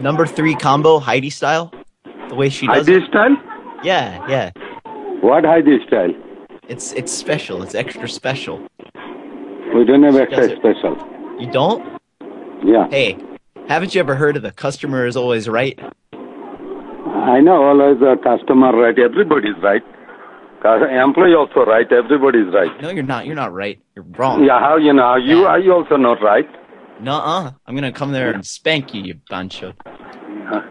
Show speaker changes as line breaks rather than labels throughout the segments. number three combo Heidi style. The way she does
Heidi
it.
style?
Yeah, yeah.
What Heidi style?
It's it's special. It's extra special.
We don't have extra
Does it.
special.
You don't?
Yeah.
Hey, haven't you ever heard of the customer is always right?
I know always the customer right, everybody's right. Cu- Employee also right, everybody's right.
No, you're not. You're not right. You're wrong.
Yeah, how you know? You are you also not right?
Nuh-uh. I'm gonna come there and spank you, you bancho.
Uh,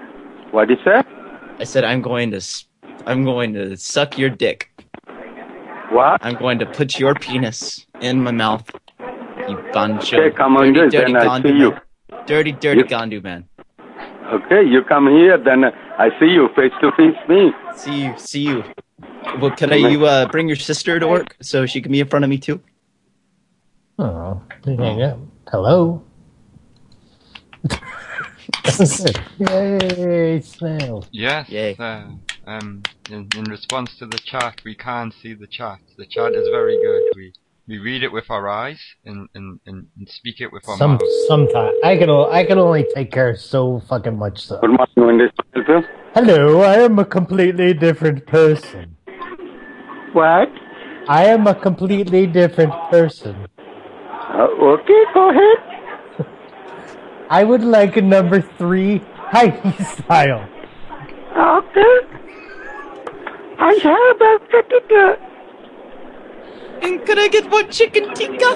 What is that?
I said I'm going to. s- I'm going to suck your dick.
What?
I'm going to put your penis in my mouth. You bancho.
Okay, come on,
dirty,
this,
dirty
then I see
Gandu
you.
man. Dirty, dirty
You-
Gandu man.
Okay, you come here, then I see you face to face me.
See you. See you. Well, can I you uh, bring your sister to work so she can be in front of me too?
Oh, we hang up. Hello. Yay, snails.
Yes.
Yay.
Uh, um, in, in response to the chat, we can't see the chat. The chat is very good. We we read it with our eyes and and, and and speak it with our
Some
mouths.
sometime I can o- I can only take care of so fucking much stuff.
Good morning, Wendy. Sir.
Hello, I am a completely different person.
What?
I am a completely different person.
Uh, okay, go ahead.
I would like a number three Heidi style.
Okay. I have a particular.
And could I get one chicken tikka?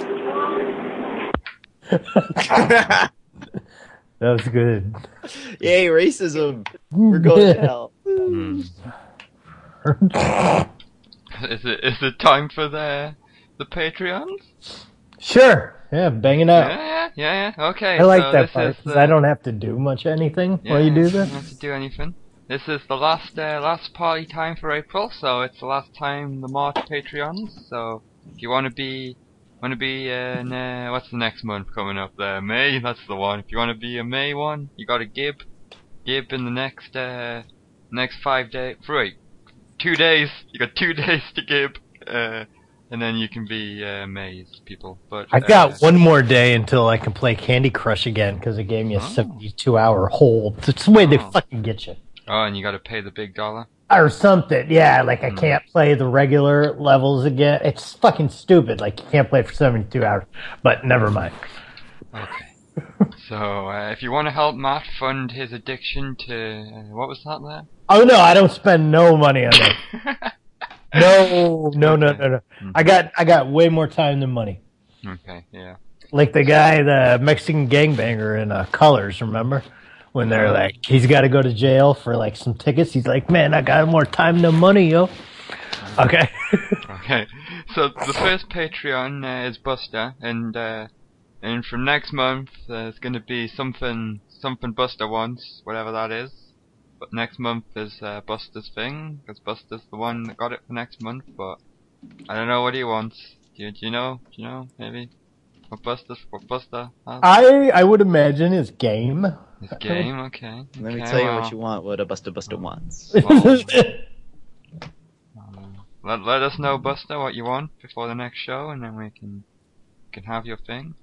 That was good.
Yay, racism. We're going to hell.
Hmm. Is it is it time for the the Patreons?
Sure. Yeah, bang it out.
Yeah, yeah, yeah. Okay.
I like
so
that
this
part
is,
'cause
uh,
I don't have to do much anything
yeah,
while you do
You don't have
this.
to do anything. This is the last uh, last party time for April, so it's the last time the March Patreons. So if you want to be want to be in uh, what's the next month coming up there? May. That's the one. If you want to be a May one, you got to gib gib in the next uh, next five day three two days. You got two days to gib. Uh, and then you can be uh, May's people. But
I
uh,
got one more day until I can play Candy Crush again because it gave me a
Oh.
72 hour hold. It's the way they
Oh.
fucking get you.
Oh, and you got to pay the big dollar.
Or something. Yeah, like
Hmm.
I can't play the regular levels again. It's fucking stupid. Like you can't play for 72 hours. But never mind.
Okay. so, uh, if you want to help Matt fund his addiction to uh, what was that there?
Oh no, I don't spend no money on this. No, no, no, no, no.
Hmm.
I got I got way more time than money.
Okay, yeah.
like the guy, the Mexican gangbanger in uh, Colors, remember? When
Uh-huh.
they're like, he's got to go to jail for like some tickets. He's like, man, I got more time than money, yo.
Uh-huh.
Okay.
Okay. So the first Patreon uh, is Buster, and uh, and from next month uh, it's going to be something something Buster wants, whatever that is. But next month is uh, Buster's thing because Buster's the one that got it for next month. But I don't know what he wants. Do you, do you know? Do you know? Maybe what Buster what Buster has?
I I would imagine his game.
His game. Okay.
Let me
okay,
tell you
well.
what you want, what a Busta Busta wants.
Oh, Let, let us know, Buster, what you want before the next show, and then we can can have your thing.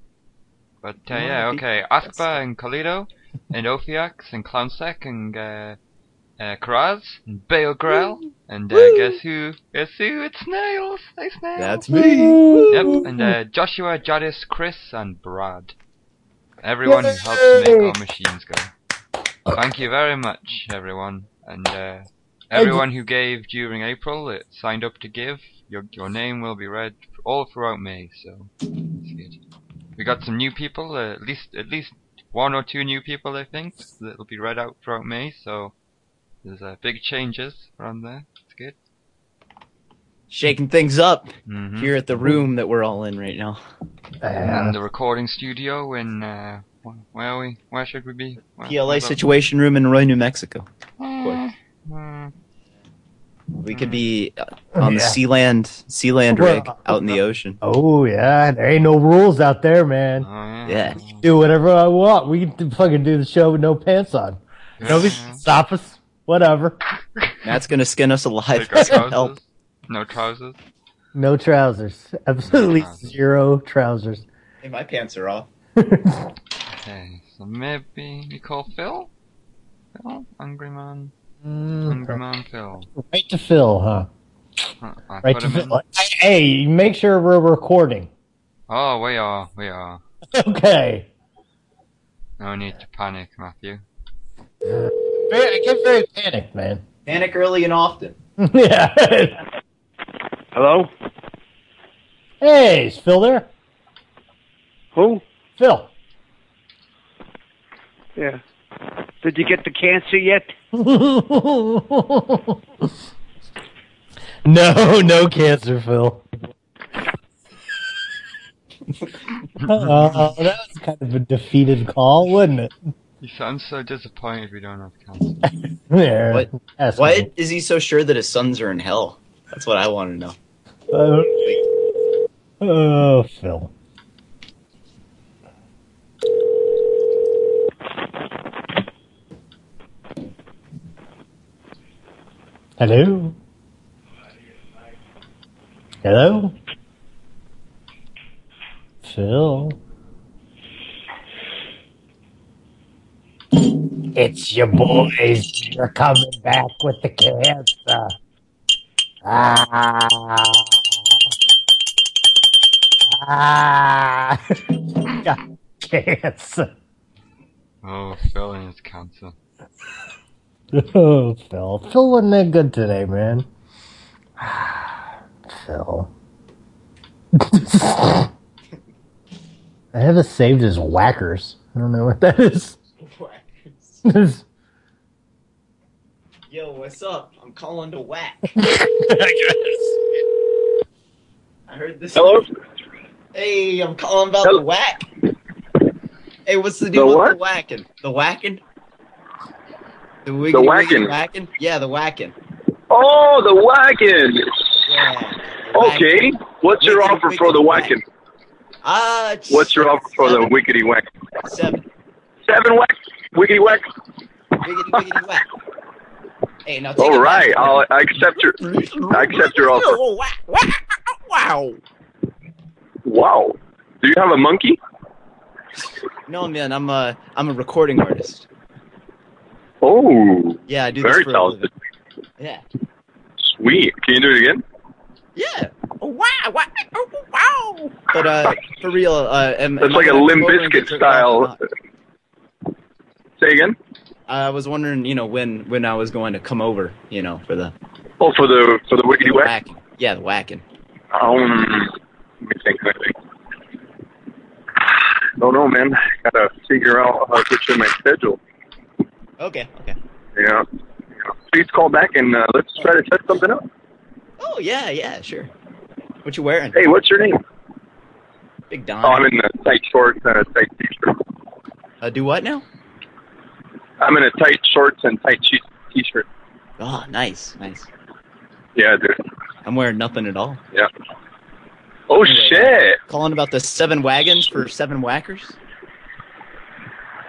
But uh,
No,
yeah,
I think
okay.
that's-
Aspa and Colito, and Ophiax and Clownsec and uh, uh, Karaz and Bale Grell, and uh, guess who? Guess who? It's Snails. Hey, Snails.
That's me.
Yep, and uh, Joshua, Jadis, Chris, and Brad. Everyone who helps make our machines go. Thank you very much, everyone. And uh, everyone who gave during April that signed up to give, your, your name will be read all throughout May, so that's good. We got some new people, uh, at least at least one or two new people, I think, that will be read out throughout May, so there's uh, big changes around there. It's good.
Shaking things up
hmm
here at the room that we're all in right now.
and
Uh,
the recording studio in uh, wh- where are we? Where should we be? Where,
PLA
where's that?
Situation Room in Roy, New Mexico.
Eh, mm,
We could be uh, on the Sealand Sealand
Well,
rig out in the ocean.
oh yeah, there ain't no rules out there, man.
oh,
Yeah.
Do whatever I want. We can fucking do the show with no pants on. Nobody can stop us. Whatever.
Matt's gonna skin us alive.
Take our
Help.
trousers. No trousers.
No trousers. Absolutely zero trousers.
Hey, my pants are off.
Okay, so maybe we call Phil. Hungry Man? Hungry
Mm,
Man Phil.
right to Phil, huh?
Huh, I
Right
put
to
him in.
Phil. Hey, make sure we're recording.
Oh, we are, we are.
okay.
No need to panic, Matthew.
Very, I get very panicked, man.
Panic early and often.
yeah.
Hello?
Hey, is Phil there?
Who?
Phil.
Yeah. Did you get the cancer yet?
no, no cancer, Phil. Uh, that was kind of a defeated call, wasn't it?
You sound so disappointed we don't have cancer.
There,
What-
asshole.
Why is he so sure that his sons are in hell? That's what I want to know.
Uh, oh, Phil. Hello? Hello? Phil? It's your boys. You're coming back with the cancer. Ah. Ah. Got cancer.
Oh, Phil and his cancer.
Oh, Phil. Phil wasn't that good today, man. Phil. I have it saved as whackers. I don't know what that is.
Yo, what's up? I'm calling to whack. I heard this.
Hello?
Hey, I'm calling about
Hello?
the whack. Hey, what's the deal with
what?
the whacking? The whacking? The, wiggity,
The
wiggity
whacking.
whacking? Yeah, the whacking.
Oh, the wagon.
Yeah.
Okay. What's your
Wicked,
offer for the
wicked
wagon?
Ah, it's
What's your offer for the
seven-
wickety whack?
Seven.
Seven whack? Wickety whack?
Wiggity, wiggity whack. Hey, now take
All
it back.
right. I'll, I accept your I accept your offer.
Yo, whack, whack, wow.
Wow. Do you have a monkey?
No, man, I'm a, I'm a recording artist.
Oh,
Yeah, I do
very
this for a
talented.
living. Yeah.
Sweet. Can you do it again?
Yeah. Wow. Wow. wow. But uh, for real, uh, am,
That's
am
like
I
a
gonna
Limb
come over and get
Biscuit
jerked off or
style.
not?
Say again?
I was wondering, you know, when when I was going to come over, you know, for the,
Oh, for the for the
for
wickety
the
whack.
whacking. Yeah, the whacking.
Um, let me think. Let me think. Don't know, man. Gotta figure out how to get you in my schedule.
Okay. Okay.
Yeah. Please call back and uh, let's try to set something up.
Oh yeah, yeah, sure. What you wearing?
Hey, what's your name?
Big Don.
Oh, I'm in a tight shorts and a tight t-shirt.
uh, do what now?
I'm in a tight shorts and tight che- t-shirt.
Oh, nice, nice.
Yeah, dude.
I'm wearing nothing at all.
Oh
Anyway,
shit!
Calling about the seven wagons for seven whackers.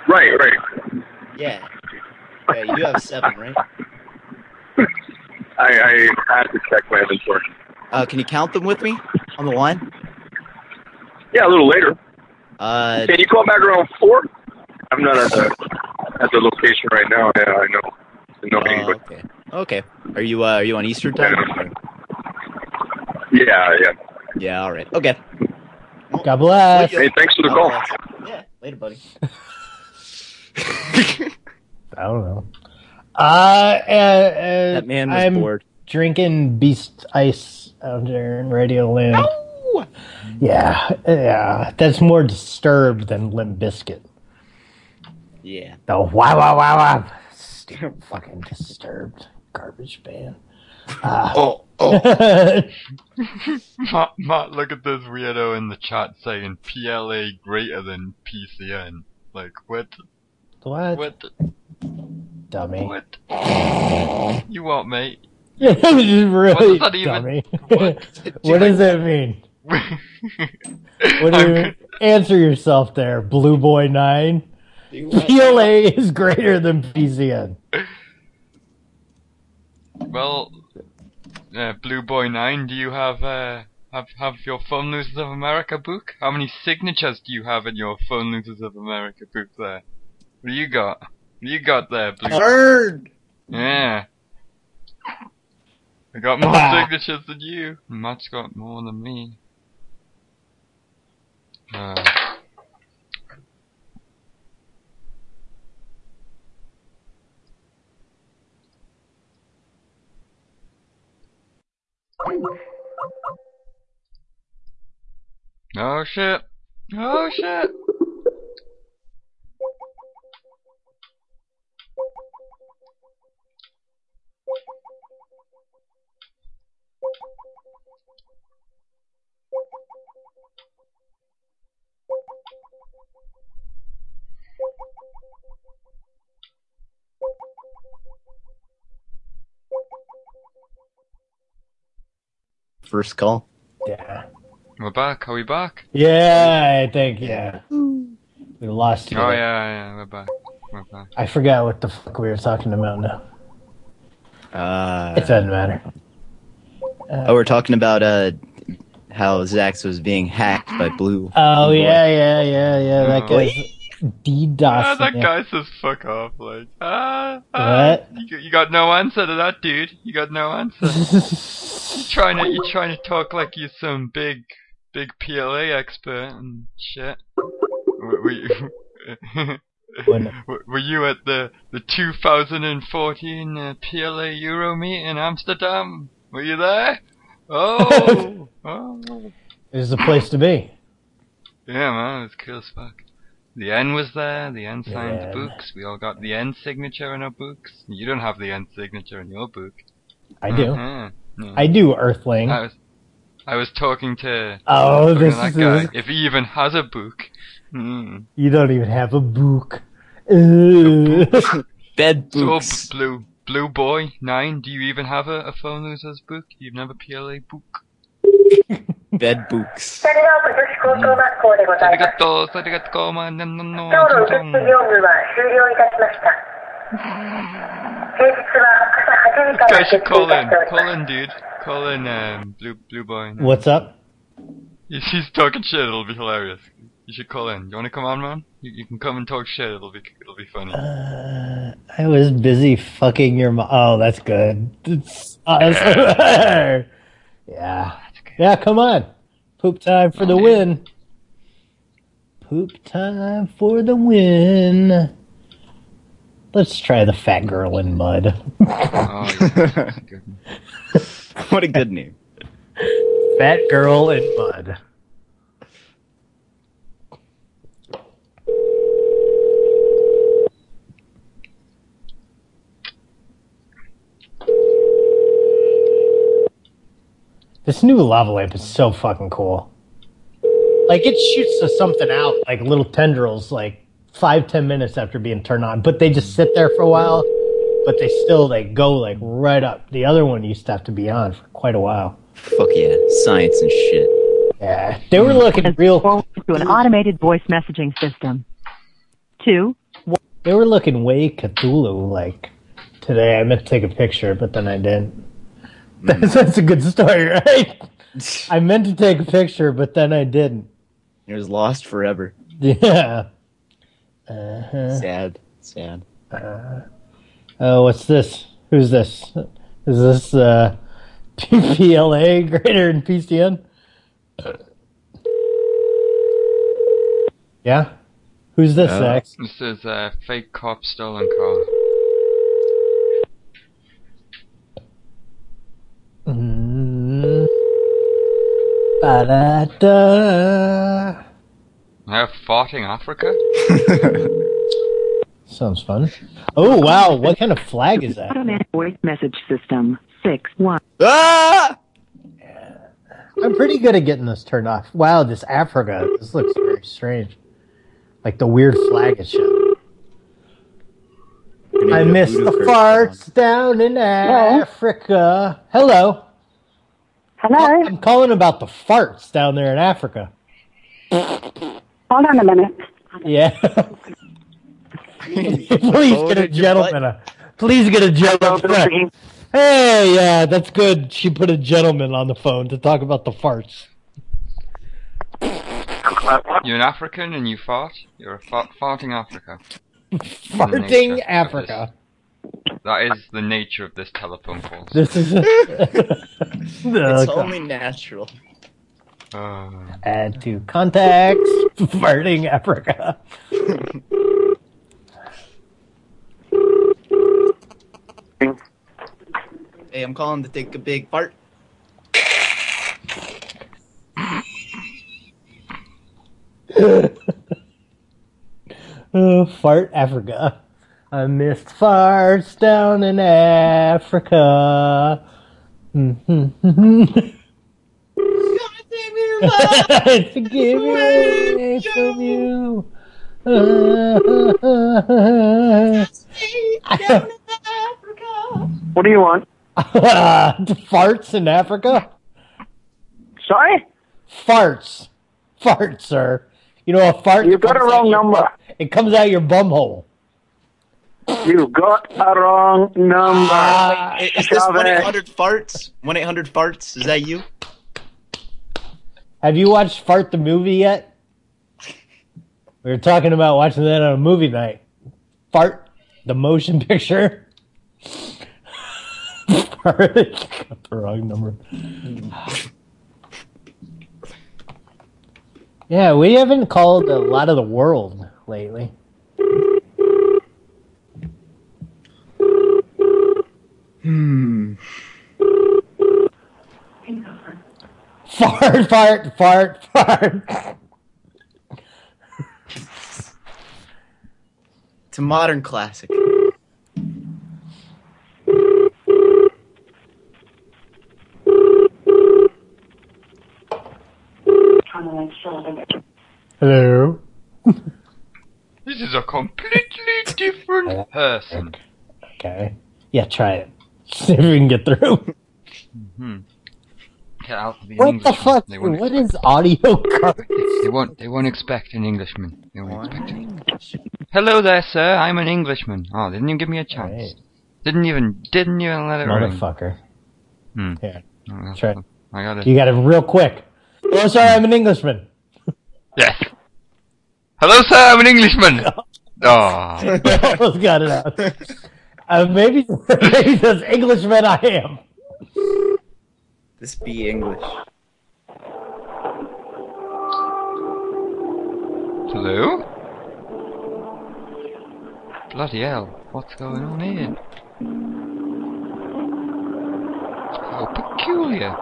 Right, right.
Yeah. Yeah, you do have seven, right?
I, I had to check my inventory.
Uh, can you count them with me on the line?
Yeah, a little later.
Uh,
Can you call back around four? I'm not at the at the location right now. Yeah, I know. No
Oh,
English.
okay. Okay. Are you uh, are you on Eastern time?
Yeah, yeah.
Yeah. All right. Okay.
God bless.
Hey, thanks for the call.
Yeah. Later, buddy.
I don't know. Uh, uh, uh,
That man was
I'm
bored.
drinking Beast Ice out there in Radio Land. Yeah, yeah. That's more disturbed than Limp Biscuit.
Yeah.
The wow, wow, wow, wow. Stupid fucking disturbed garbage band. Ah.
Oh. Oh.
Matt, Matt, look at this weirdo in the chat saying PLA greater than PCN. Like, what?
what?
What?
Dummy.
What? You what, mate?
this is really
What does that even-
dummy.
What?
what does that mean? What do you answer yourself there, Blue Boy Nine? PLA is greater than PCN.
Well, uh, Blue Boy Nine, do you have uh, have have your Phone Losers of America book? How many signatures do you have in your Phone Losers of America book? There, what do you got? You got there, blue.
Nerd.
Yeah. I got more signatures than you. Matt's got more than me. Uh, Oh shit. Oh shit.
First call.
Yeah.
We're back. Are we back?
Yeah, I think, yeah. We lost you.
Oh yeah, yeah, we're back. We're back.
I forgot what the fuck we were talking about now. It
Uh,
doesn't matter.
oh, we're talking about uh, how Zax was being hacked by Blue.
Oh,
Blue Boy.
yeah, yeah, yeah, yeah. That
Oh.
guy's DDoS.
Ah, that guy says fuck off, like, ah, ah.
What?
You, got- you got no answer to that, dude. You got no answer. you're trying to, you're trying to talk like you're some big, big PLA expert and shit. Were, were you,
When-
were- were you at the, the 2014 uh, PLA Euro meet in Amsterdam? Were you there? Oh, oh.
is the place to be.
Yeah, man, it was cool as fuck. The N was there, the N signed
Yeah.
the books, we all got the N signature in our books. You don't have the N signature in your book.
I do.
Uh-huh. No.
I do, Earthling.
I was, I was talking to
oh,
talking to
this
that
is,
guy, if he even has a book. Mm.
You don't even have a book. Ugh.
Bed
So,
books.
oh, Blue, Blue Boy, 9, do you even have a, a phone loser's book? Do you even have a PLA book?
Bed books.
それが私高等学校でございます。
Arigato, arigato, man, no, no, no,
道路
dong,
移設
dong.
業務は終了いたしました。平日は朝8時か
Guy
ら出
should
勤い
call
たし
in,
ており
call
ます。
in, dude. Call in, um, Blue, Blue Boy.
What's up?
If he's talking shit, it'll be hilarious. You should call in. You want to come on, man? You, you can come and talk shit. It'll be it'll be funny.
Uh, I was busy fucking your mom. Oh, that's good. It's awesome. yeah. Yeah, come on. Poop time for the
dude.
win. Poop time for the win. Let's try the fat girl in mud.
oh, yeah, that's a good one.
What a good name.
Fat girl in mud. This new lava lamp is so fucking cool. Like it shoots the something out, like little tendrils, like five ten minutes after being turned on, but they just sit there for a while. But they still like go like right up. The other one used to have to be on for quite a while.
Fuck yeah, science and shit.
Yeah, they were looking real.
to an automated voice messaging system. Two,
They were looking way Cthulhu like today. I meant to take a picture, but then I didn't. That's, that's a good story, right? I meant to take a picture, but then I didn't.
It was lost forever.
Yeah. Uh-huh.
Sad, sad.
Oh, what's this? Who's this? Is this uh, PPLA greater than PCN? Yeah. Who's this,
Uh,
Zach?
This is uh, fake cop stolen car.
Mm. Ba-da-da.
Now farting Africa.
Sounds fun. Oh wow, what kind of flag is that?
automated voice message system. Six, one.
Ah!
I'm pretty good at getting this turned off. Wow, this Africa. This looks very strange. Like the weird flag and shit. I miss the farts down in Africa. Hello.
Hello?
I'm calling about the farts down there in Africa.
Hold on a minute.
Yeah. please get a
Folded your butt.
gentleman. A, please get a gentleman. Hey, yeah, that's good. She put a gentleman on the phone to talk about the farts.
You're an African and you fart. You're a fa- farting Africa.
Farting Africa.
That is the nature of this telephone call.
This is
It's
the
only natural.
Uh,
add to contacts. Farting Africa.
Hey, I'm calling to take a big fart.
Oh, fart Africa. I missed farts down in Africa. Mhm. to give it away from you. Uh,
What do you want?
farts in Africa?
Sorry?
Farts. Farts, sir. You know, a fart.
You got a
comes
wrong
out your
number.
bum- It comes out your bumhole.
You got a wrong number.
I- Is this
Stop it.
one eight hundred farts? One eight hundred farts? Is that you?
Have you watched Fart the movie yet? We were talking about watching that on a movie night. Fart the motion picture. Fart. Got the wrong number. Yeah, we haven't called a lot of the world lately. Fart, fart, fart, fart.
It's a modern classic.
Hello.
this is a completely different person.
Okay. Yeah, try it. See if we can get through.
Hmm. Get out of the
What the
Englishman.
fuck?
They won't,
What is audio? card?
they won't. They won't expect an Englishman. They won't expect it. Hello there, sir. I'm an Englishman. Oh, didn't you give me a chance?
Right.
Didn't even. Didn't even let it ring.
Motherfucker.
Hmm.
Yeah.
Oh,
Try it.
I got
You
it.
got it real quick. Oh, sorry, I'm an Englishman.
Yes. Hello, sir. I'm an Englishman. Oh,
Almost got it out. Uh, maybe, maybe this Englishman I am.
This be English.
hello. Bloody hell! What's going on here? How peculiar.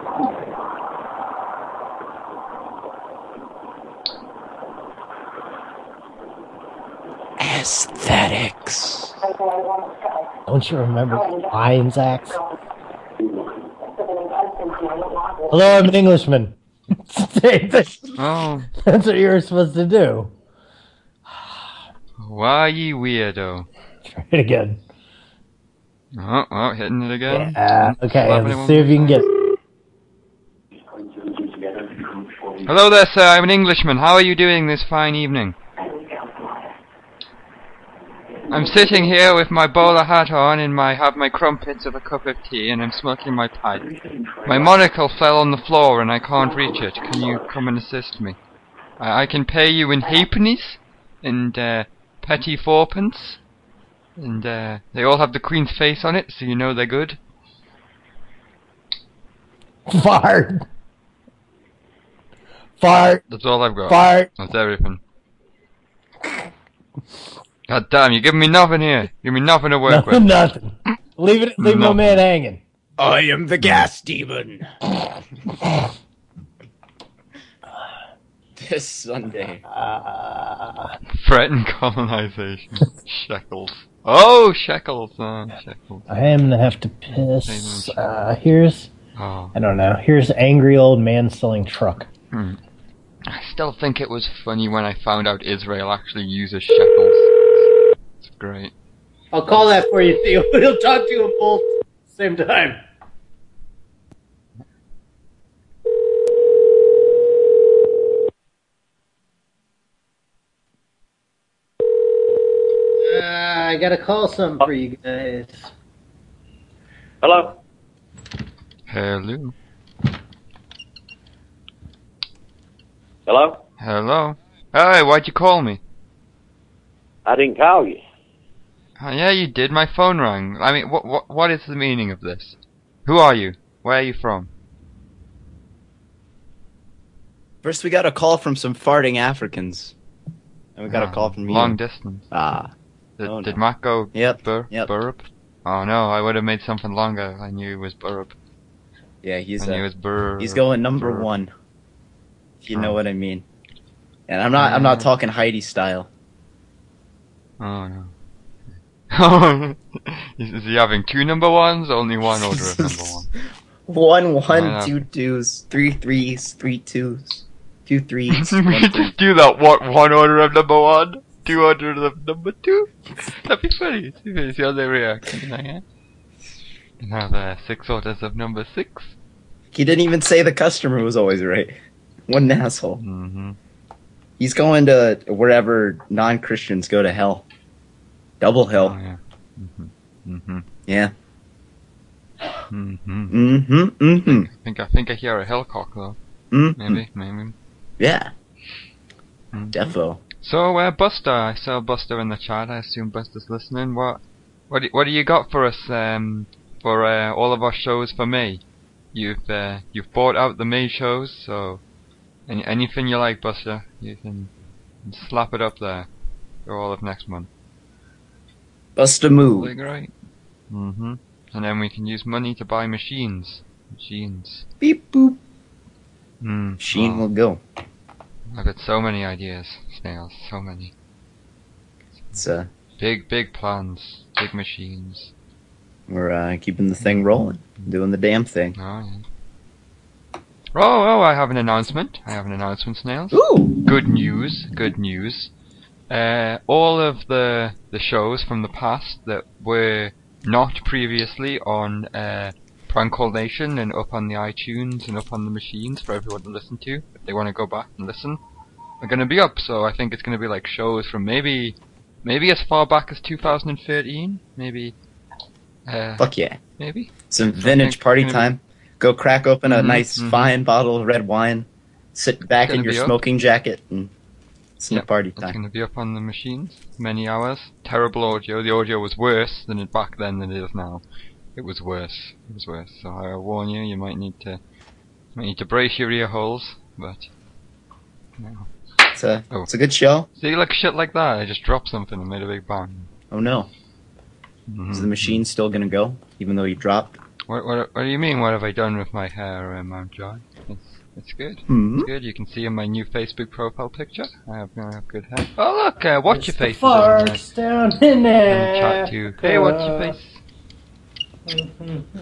Aesthetics.
Don't you remember Lions Axe? Hello, I'm an Englishman. That's
Oh,
what you were supposed to do.
why ye weirdo?
Try it again.
Oh, oh, hitting it again.
Uh, okay,
Lovely
let's see if you can get it.
Hello there, sir. I'm an Englishman. How are you doing this fine evening? I'm sitting here with my bowler hat on and my have my crumpets of a cup of tea and I'm smoking my pipe. My monocle fell on the floor and I can't reach it. Can you come and assist me? I, I can pay you in halfpennies and uh, petty fourpence, and uh, they all have the Queen's face on it, so you know they're good.
Fart. Fart.
That's all I've got.
Fart.
That's everything. God damn, you're giving me nothing here. Give me nothing to work
No,
with.
nothing. Leave it. Leave my
Nothing.
man hanging.
I am the gas demon.
This Sunday.
Threaten colonization. shekels. Oh, shekels. Uh, shekels.
I am gonna have to piss. Uh, here's
Oh.
I don't know. Here's angry old man selling truck.
I still think it was funny when I found out Israel actually uses shekels. It's great.
I'll call that for you, Theo. We'll talk to you both same time. Uh, I gotta call some for you guys.
Hello?
Hello.
Hello?
Hello. Hey, why'd you call me?
I didn't call you.
Oh, yeah, you did. My phone rang. I mean, what, what, what is the meaning of this? Who are you? Where are you from?
First, we got a call from some farting Africans, and we got
Ah,
a call from you.
Long distance.
Ah,
Did,
Oh,
did
no.
Matt go
Yep,
bur-
yep.
burp? Oh no, I would have made something longer. I knew it was burp.
yeah, he's
I knew it
uh,
was burp.
he's going number
burp.
one. If you
Oh.
know what I mean. And I'm not I'm not talking Heidi style.
Oh no. is, is he having two number ones? Only one order of number one.
One one
Wow.
two twos three threes three twos two threes
we
one
could
three.
just do that one, one order of number one, two order of number two. That'd be funny. See, see how they react. You know, yeah? Now there are six orders of number six.
He didn't even say the customer was always right. What an asshole.
Mm-hmm.
He's going to wherever non Christians go to hell. Double
Oh
hell.
yeah. Mm-hmm.
Yeah.
Mm-hmm. hmm
Mm-hmm. Mm-hmm.
I think I think I hear a hellcock though.
Mm-hmm.
Maybe, maybe.
Yeah.
Mhm.
Defo.
So, uh, Buster, I saw Buster in the chat. I assume Buster's listening. What, what, do, what do you got for us? Um, for uh, all of our shows for May, you've uh, you've bought out the May shows. So, any, anything you like, Buster, you can slap it up there for all of next month.
Bust a
Is that
move.
right? Mm-hmm. And then we can use money to buy machines. Machines.
Beep boop.
Mm.
Sheen
oh,
will go.
I've got so many ideas, snails. So many
It's uh
big, big plans. Big machines.
we're uh keeping the thing rolling. Doing the damn thing.
Oh, yeah. Oh, oh, I have an announcement. I have an announcement, Snails.
Ooh.
Good news, good news. Uh, all of the, the shows from the past that were not previously on uh, Prank Call Nation and up on the iTunes and up on the machines for everyone to listen to, if they want to go back and listen, are going to be up. So I think it's going to be like shows from maybe maybe as far back as 2013, maybe. Uh,
Fuck yeah.
maybe?
Some
Something
vintage party
gonna be-
time. Go crack open a
Mhm,
nice
mhm.
fine bottle of red wine. Sit back in
Gonna
your
be up.
smoking jacket and it's
Yeah,
party
It's
time.
going to be up on the machines. Many hours. Terrible audio. The audio was worse than it back then than it is now. It was worse. It was worse. So I warn you, you might need to might need to brace your ear holes. But
It's a
Oh.
it's a good show.
see, like shit like that, I just dropped something and made a big bang.
Oh no. Is the
Mhm.
machine still gonna go, even though you dropped?
What, what what do you mean? What have I done with my hair, um, Mount John? It's it's good.
Hmm.
It's good. You can see in my new Facebook profile picture. I have, I have good hair. Oh look, uh, watch your face. is on there.
Farts down in
In the chat
there.
too. Hey, watch your face.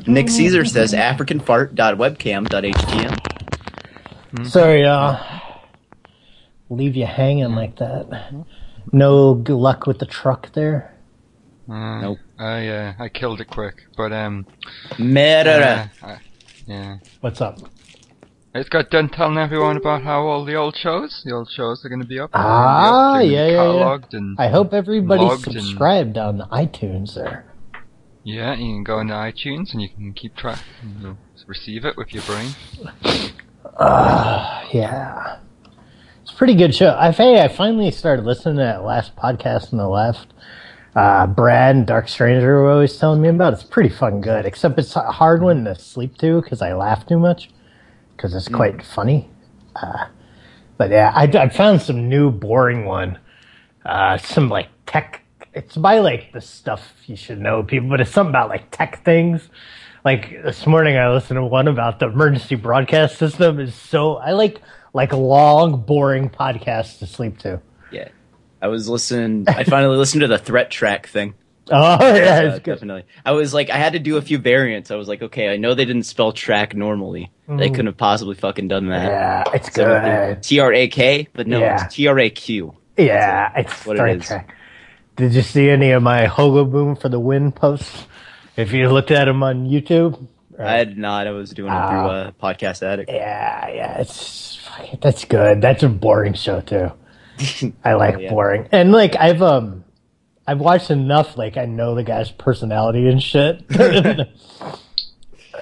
Nick Caesar says africanfart.webcam.htm.
Sorry, uh, leave you hanging like that. No good luck with the truck there. Ah.
Uh,
Nope.
I uh, I killed it quick, but um.
Merara.
uh, I- yeah.
What's up?
I just got done telling everyone about how all the old shows, the old shows are going to be up.
Ah,
They're gonna be up,
yeah,
they're
yeah,
gonna be
yeah.
cataloged And,
I hope everybody's
Logged and-
subscribed on iTunes there.
yeah, you can go into iTunes and you can keep track, and you'll receive it with your brain.
Yeah. It's a pretty good show. I hey, I finally started listening to that last podcast on the left. Uh, Brad and Dark Stranger were always telling me about. It's pretty fucking good, except it's a hard one to sleep to because I laugh too much because it's quite funny. Uh, but yeah, I, I found some new boring one. Uh, some like tech. It's by like the stuff you should know people, but it's something about like tech things like this morning I listened to one about the emergency broadcast system is so I like like long boring podcasts to sleep to.
Yeah. I was listening I finally listened to the threat track thing.
Oh yeah,
Uh,
it's good.
definitely. I was like, I had to do a few variants. I was like, okay, I know they didn't spell track normally. They couldn't have possibly fucking done that.
Mm. Yeah, it's
So I
good.
think T R A K, but no,
Yeah.
it's T R A Q.
Yeah, it's
what it
Star
is.
Trek. Did you see any of my Hogo Boom for the Win posts? If you looked at them on YouTube,
I had not. I was doing it through uh, Podcast Addict.
yeah, yeah, it's fucking- that's good. That's a boring show too. I like
yeah.
boring, and like I've um, I've watched enough. Like I know the guy's personality and shit.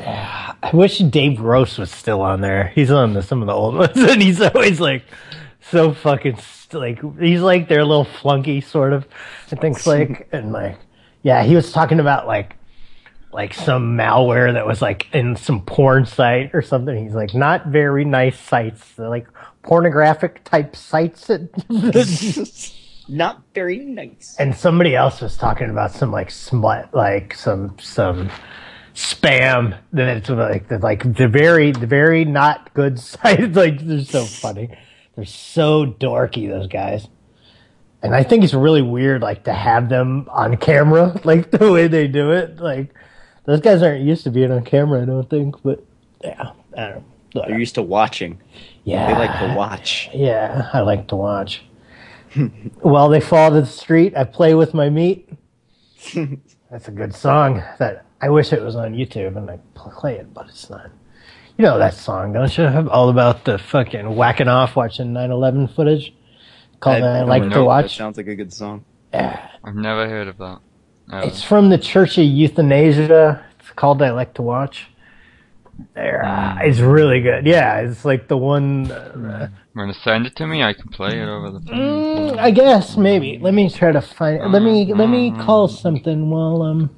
Yeah, I wish Dave Gross was still on there. He's on the, some of the old ones, and he's always like so fucking st- like he's like their little flunky sort of and things like and like Yeah, he was talking about like like some malware that was like in some porn site or something. He's like, not very nice sites. They're like pornographic type sites. that-
Not very nice.
and somebody else was talking about some like smut, like some some spam that it's like the, like the very the very not good side. Like they're so funny. They're so dorky. Those guys. And I think it's really weird, like to have them on camera, like the way they do it. Like those guys aren't used to being on camera, I don't think. But yeah, I don't.
They're used to watching.
Yeah.
They like to watch.
Yeah, I like to watch. While they fall to the street, I play with my meat. That's a good song. That I wish it was on YouTube and I pl- play it, but it's not. You know that song, don't you? All about the fucking whacking off watching 9/11 footage. Called I, I
don't
like
know,
to
that
watch.
sounds like a good song.
I've never heard of that.
Oh.
Ever.
It's from the Church of Euthanasia. It's called I Like to Watch. There, uh, it's really good. Yeah, it's like the one. Uh,
You wanna send it to me? I can play it over the phone.
mm, I guess maybe. Let me try to find. Let me let me call something while um.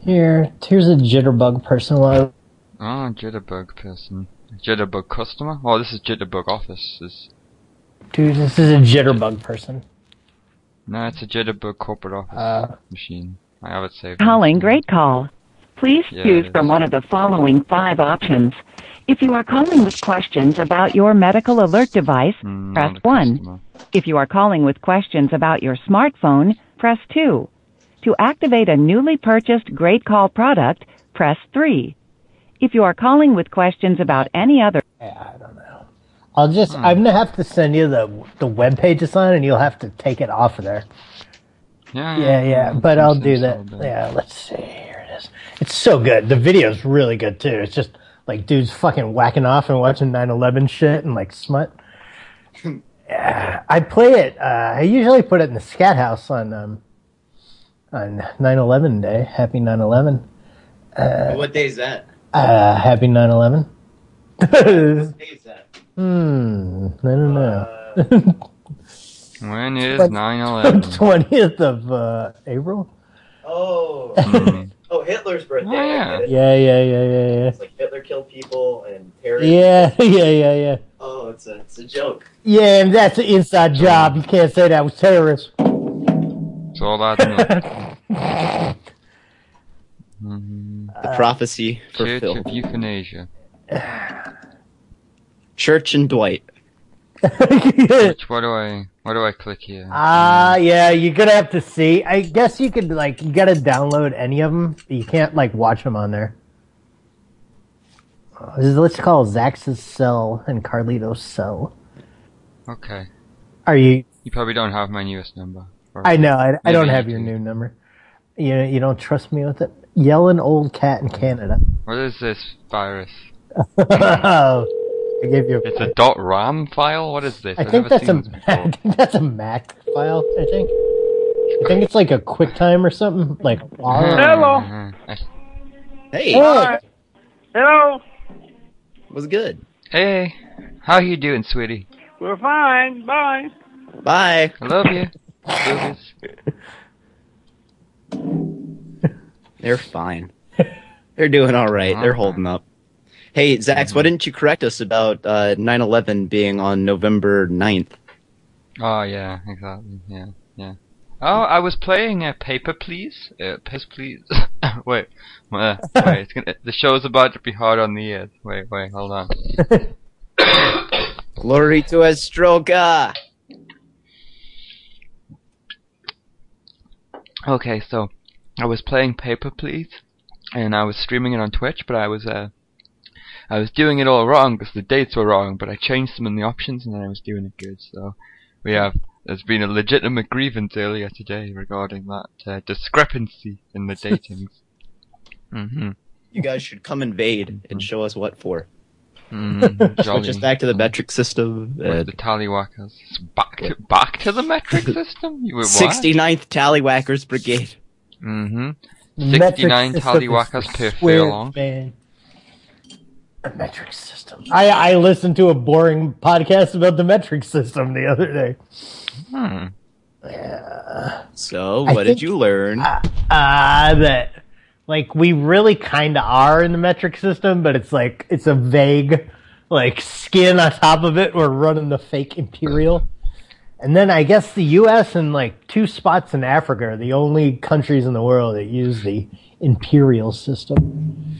Here, here's a jitterbug person. While
Ah, jitterbug person. Jitterbug customer? Oh, this is jitterbug office. This,
dude, this is a jitterbug person.
no, it's a jitterbug corporate office
Uh,
machine. I have it saved.
Calling great call. Please
Yeah,
choose
it
from
is.
one of the following five options. If you are calling with questions about your medical alert device,
Mm,
press
not a
1.
customer.
If you are calling with questions about your smartphone, press 2. To activate a newly purchased Great Call product, press 3. If you are calling with questions about any other
yeah, I don't know. I'll just. I'm gonna have to send you the the web page it's on, and you'll have to take it off of there.
Yeah,
Yeah, yeah,
Um,
but I'll do
Simpsons
that.
all day.
Yeah, let's see. Here it is. It's so good. The video's really good too. It's just like dudes fucking whacking off and watching 9/11 shit and like smut. yeah, I play it. Uh, I usually put it in the scat house on um, on 9/11 day. Happy 9/11.
what day is that?
Uh, happy 9/11. hmm,
What day is that?
I don't know.
When is
But-
9/11?
20th of uh, April.
Oh,
Mm.
oh, Hitler's birthday.
I Yeah. get
Yeah, yeah, yeah, yeah, yeah.
like Hitler killed people and terrorists.
Yeah, yeah, yeah, yeah.
Oh, it's a it's a joke.
Yeah, and that's an inside job. You can't say that was terrorists.
it's all that. innit?
The prophecy for
Church
Phil.
of euthanasia.
Church and Dwight.
Which what do I? What do I click here?
Ah, yeah, you're gonna have to see. I guess you could like you gotta download any of them. But you can't like watch them on there. Uh, This is, let's call Zax's cell and Carlito's cell.
okay.
Are you?
You probably don't have my newest number. Or-
I know. I, I don't
Maybe
have
you
your
do.
new number. You you don't trust me with it. Yelling old cat in Canada.
What is this virus?
I gave you.
It's a dot .ram file. What is this?
I
I've
think
never
that's a
seen this
I
before.
think that's a Mac file. I think. I think it's like a QuickTime or something. Like
Mm-hmm.
Hello.
R.
I-
Hey,
Hey,
Hello.
was good.
Hey, how you doing, sweetie?
We're fine. Bye.
Bye.
I love you. Lucas.
They're fine. They're doing all right. They're
Uh-huh.
holding up. Hey, Zax,
Mm-hmm.
why didn't you correct us about uh, 9/11 being on November 9th?
Oh yeah, exactly. Yeah, yeah. Oh, I was playing uh, Paper Please. Uh, Paper Please. wait, uh, wait. It's gonna, the show's about to be hard on the ears. Wait, wait, hold on.
Glory to Estroga.
Okay, so I was playing Paper Please, and I was streaming it on Twitch, but I was uh, I was doing it all wrong because the dates were wrong. But I changed them in the options, and then I was doing it good. So we have there's been a legitimate grievance earlier today regarding that uh, discrepancy in the datings. hmm
You guys should come invade and show us what for.
Mm-hmm.
Switch us back to the metric system. Uh,
the tallywhackers. It's Back to, back to the metric system? You were what?
69th Tallywhackers Brigade.
hmm
the metric
69
system
tallywhackers
is
per
square,
furlong.
Man. The metric system. I I listened to a boring podcast about the metric system the other day.
Hmm.
So,
I
what
think-
did you learn?
uh, that like we really kind of are in the metric system, but it's like it's a vague like skin on top of it. We're running the fake imperial, and then I guess the U.S. and like two spots in Africa are the only countries in the world that use the imperial system.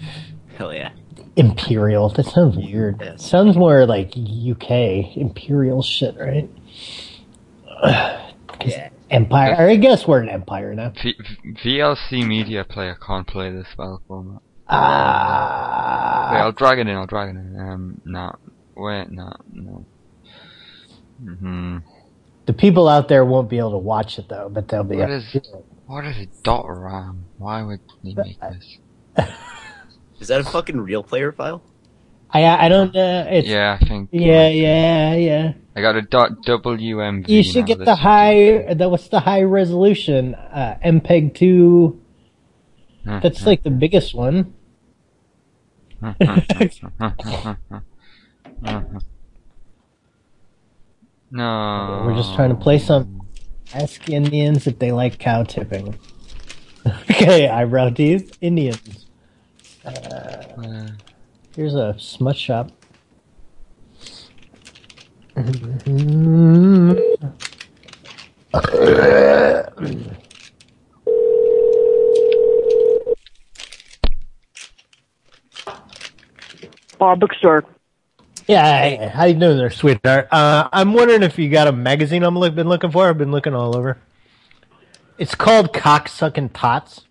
Hell yeah.
Imperial. That sounds weird.
Yes.
Sounds more like UK imperial shit, right? 'Cause Empire. I guess we're an empire now.
V- v- VLC Media Player can't play this file format.
Ah.
Wait, I'll drag it in, I'll drag it in. Um, no. Wait, no, no. hmm
The people out there won't be able to watch it though, but they'll be.
What is, what is a dot RAM? Why would they make this?
Is that a fucking real player file?
I I don't know. It's, yeah.
Yeah, I think.
yeah, yeah,
I got a dot WMV.
You should
now,
get
this
the
is-
high. The, what's the high resolution? Uh, MPEG two.
Mhm.
That's like the biggest one.
Mm-hmm. No.
We're just trying to
Um,
play some. Ask Indians if they like cow tipping. okay, eyebrow teeth. Indians.
Uh,
Here's a smut shop.
Bob Bookstore.
Yeah, hey, how you doing there, sweetheart? Uh, I'm wondering if you got a magazine I'm look, been looking for. I've been looking all over. It's called Cocksucking Tots.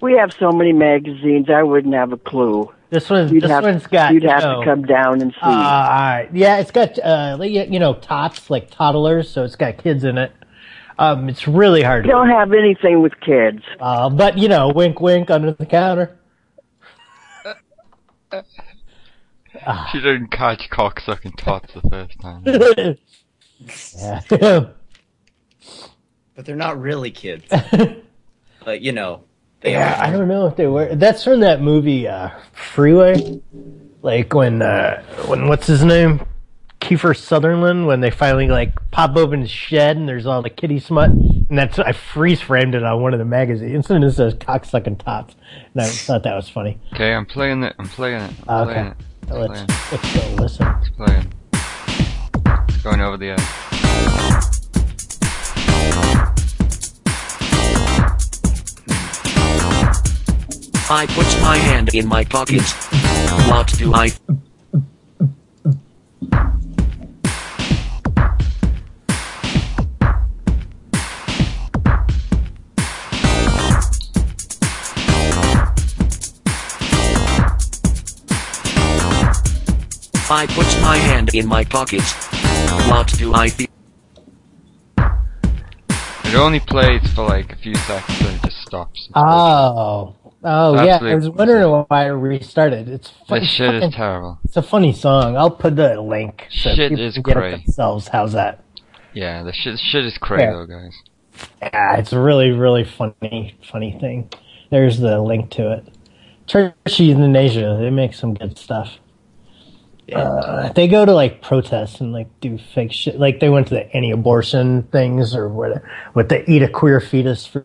We have so many magazines, I wouldn't have a clue.
This one's
You'd
this
have,
one's got
you'd
you
have
know,
to come down and see.
Uh, all right. Yeah, it's got uh, like, you you know tots like toddlers, so it's got kids in it. Um, it's really hard
we
to
don't have anything with kids.
uh, but you know, wink, wink under the counter. Uh, Ah.
she didn't catch cocksucking tots the first time.
yeah.
But they're not really kids. but, you know, they
Yeah,
are.
I don't know if they were. That's from that movie uh, Freeway, like when uh, when what's his name, Kiefer Sutherland, when they finally like pop open his shed and there's all the kitty smut, and that's I freeze framed it on one of the magazines and it says uh, cocksucking tots, and I thought that was funny.
Okay, I'm playing it, I'm playing it, I'm
Ah, Okay.
playing it,
So let's let's go listen.
it's playing. It's going over the air.
I put my hand in my pocket. What do I? I put my hand in my pocket. What do I feel?
It only plays for like a few seconds and it just stops.
Oh, oh
That's
yeah.
the-
I was wondering why it restarted. It's fu-
This shit
fucking-
is terrible.
it's a funny song. I'll put the link so
Shit
people
is
can get it
great.
themselves. How's that?
Yeah, the shit, shit is cray
Fair.
though, guys.
Yeah, it's a really, really funny, funny thing. There's the link to it. Churches in Asia, they make some good stuff. Uh, they go to like protests and like do fake shit. Like they went to the anti-abortion things or whatever. With the eat a queer fetus for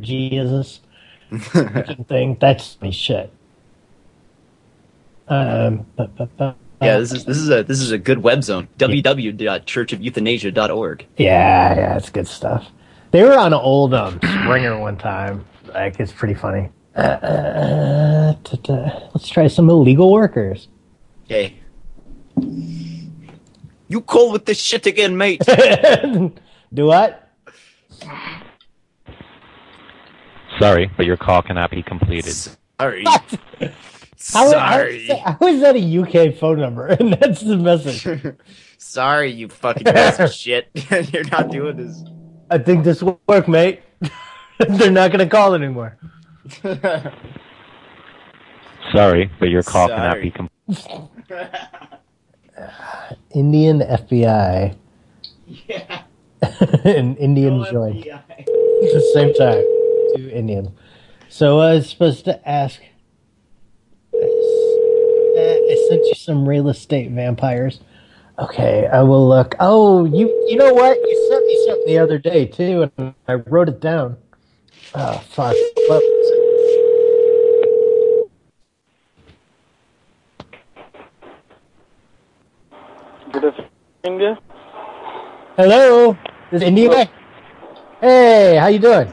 Jesus thing. That's funny shit. Um, but, but, but,
Yeah, this is this is a this is a good web zone. www.churchofeuthanasia.org.
Yeah, yeah, it's good stuff. They were on old um, Springer one time. Like, it's pretty funny. Uh, uh, ta- ta. let's try some illegal workers.
Hey. You cool with this shit again, mate?
Do what?
Sorry, but your call cannot be completed.
Sorry.
How,
Sorry.
How, how is that a UK phone number? And that's the message.
Sorry, you fucking piece of shit. You're not doing this.
I think this will work, mate. They're not going to call anymore.
Sorry, but your call cannot
Sorry.
be completed.
Indian FBI. Yeah. An Indian joint. At the same time. Two Indian. So I was supposed to ask. I s- uh, I sent you some real estate vampires. Okay, I will look. Oh, you you know what? You sent me something the other day too, and I wrote it down. Oh fuck! What was it?
Good afternoon, India.
Hello, this is Indira. Hey, how you doing?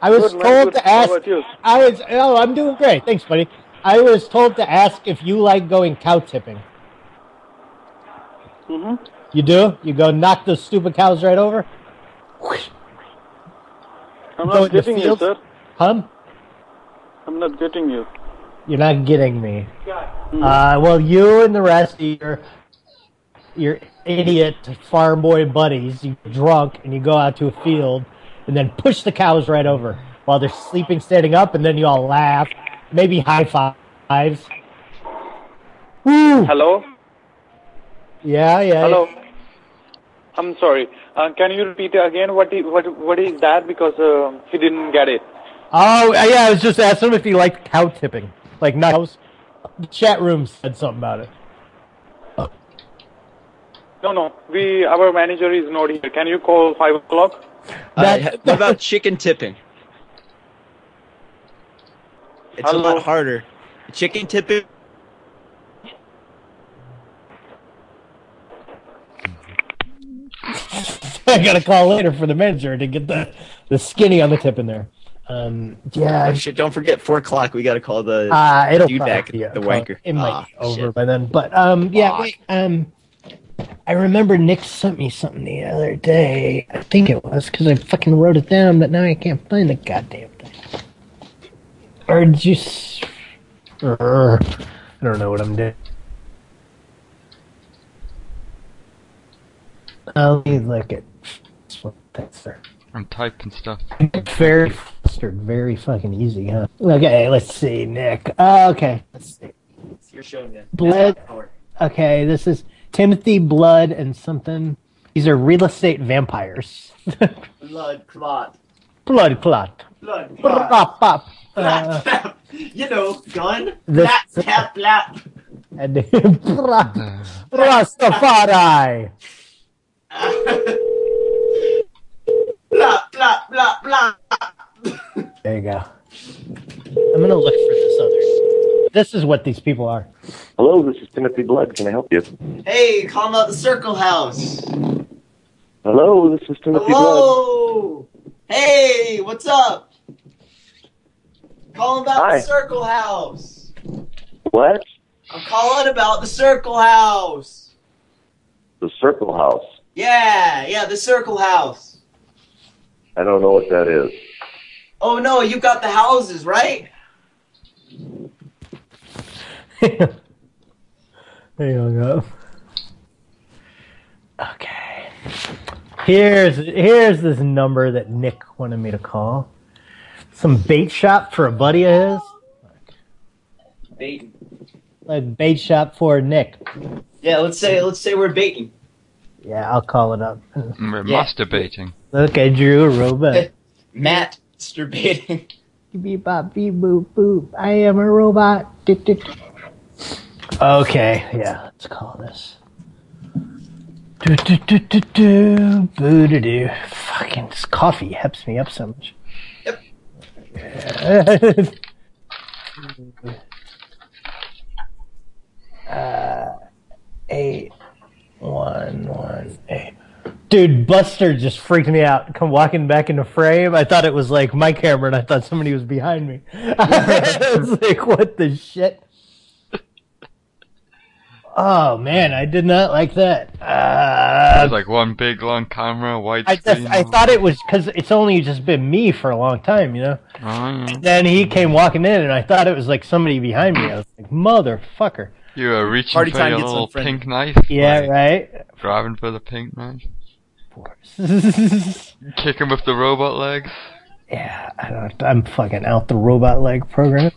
I was
Good, man,
told
good.
to
How
ask.
about you?
I was. Oh, I'm doing great. Thanks, buddy. I was told to ask if you like going cow tipping.
Mm-hmm.
hmm
You do? You go knock those stupid cows right over?
I'm
Go in the
not getting you,
fields?
sir.
Huh?
I'm not getting you.
You're not getting me. Uh, well, you and the rest of your your idiot farm boy buddies, you drunk, and you go out to a field and then push the cows right over while they're sleeping, standing up, and then you all laugh, maybe high fives. Woo!
Hello?
Yeah, yeah.
Hello? I'm sorry. Uh, can you repeat again what is, what, what is that? Because um he didn't get it.
Oh, yeah. I was just asking him if he liked cow tipping, like not cows. The chat room said something about it.
No, no. We Our manager is not here. Can you call 5 o'clock?
Uh, h- what about chicken tipping? It's a lot harder. Chicken tipping.
I got to call later for the manager to get the, the skinny on the tip in there. Um, yeah,
Oh, shit, don't forget four o'clock. We got to call the
Uh, it'll
dude
probably
back,
be
the
a-
wanker.
It might
Ah,
be over by then. But um, yeah, wait, um, I remember Nick sent me something the other day. I think it was because I fucking wrote it down, but now I can't find the goddamn thing. Or did you? s- Err, I don't know what I'm doing. Uh, let me look at this one. That's there.
I'm typing stuff.
Very flustered, very fucking easy, huh? Okay, let's see, Nick. Uh, okay, let's see.
It's your show, man.
Blood. Okay, this is Timothy Blood and something. These are real estate vampires.
Blood clot.
Blood clot.
Blood
Brop, bop. Uh,
you know, gun.
The- Blap, tap, and Brop. Rastafari.
Blah, blah, blah, blah.
There you go. I'm gonna look for this other. This is what these people are.
Hello, this is Timothy Blood. Can I help you?
Hey, call him out the circle house.
Hello, this is Timothy Blood.
Hello. Hey, what's up? Calling about
Hi.
the circle house.
What?
I'm calling about the circle house.
The Circle House.
Yeah, yeah, the circle house.
I don't know what that is.
Oh no, you got the houses, right?
There you go. Okay. Here's here's this number that Nick wanted me to call. Some bait shop for a buddy of his.
Baiting.
Like bait shop for Nick.
Yeah, let's say let's say we're baiting.
Yeah, I'll call it up.
Mm, We're
Yeah.
masturbating.
Look, I drew a robot.
Matt masturbating.
Beep bop beep boop boop. I am a robot. Dip, dip. Okay, yeah, let's call this. Do do do do do boo do do. Fucking this coffee helps me up so much. Yep. uh, eight one one eight. Dude, Buster just freaked me out. Come walking back into frame. I thought it was like my camera, and I thought somebody was behind me. I was like, "What the shit?" Oh man, I did not like that. Uh,
It's like one big long camera, wide
I just,
screen.
I thought it was because it's only just been me for a long time, you know.
Oh, yeah.
Then he came walking in, and I thought it was like somebody behind me. I was like, "Motherfucker!"
You were reaching
Party
for
time
your
gets
little
unfriendly.
pink knife.
Yeah, right.
Driving for the pink knife. Kick him with the robot legs.
I don't, I'm fucking out the robot leg program.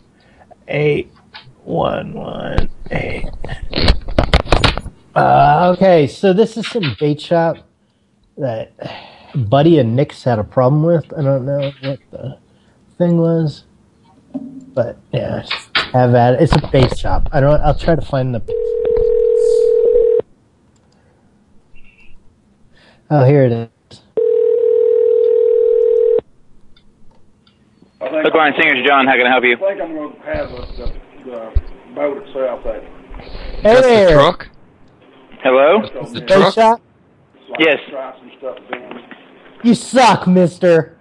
Eight one one eight. Uh, okay, so this is some bait shop that Buddy and Nick's had a problem with. I don't know what the thing was, but yeah, have at it. It's a bait shop. I don't. I'll try to find the. Oh, here it is.
Look, Brian Singer's John. How can I help you?
think I'm going to have the, the boat itself there.
That's the
truck.
Hello?
the truck? shot?
Yes.
You suck, mister.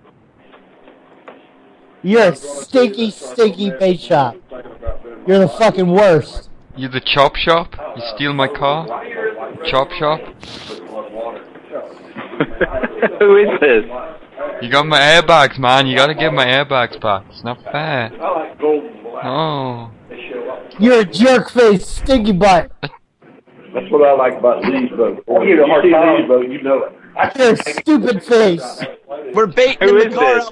You're a stinky, stinky bait shop. You're the fucking worst.
You the chop shop? You steal my car? Chop shop?
Who is this?
You got my airbags, man. You gotta give my airbags back. It's not fair. Oh. No.
You're a jerk face, stinky butt.
That's what I like about Lee's boat.
I give you a hard
see
time.
Lee's boat, you know it.
You're a stupid face.
We're
baiting
Who is this?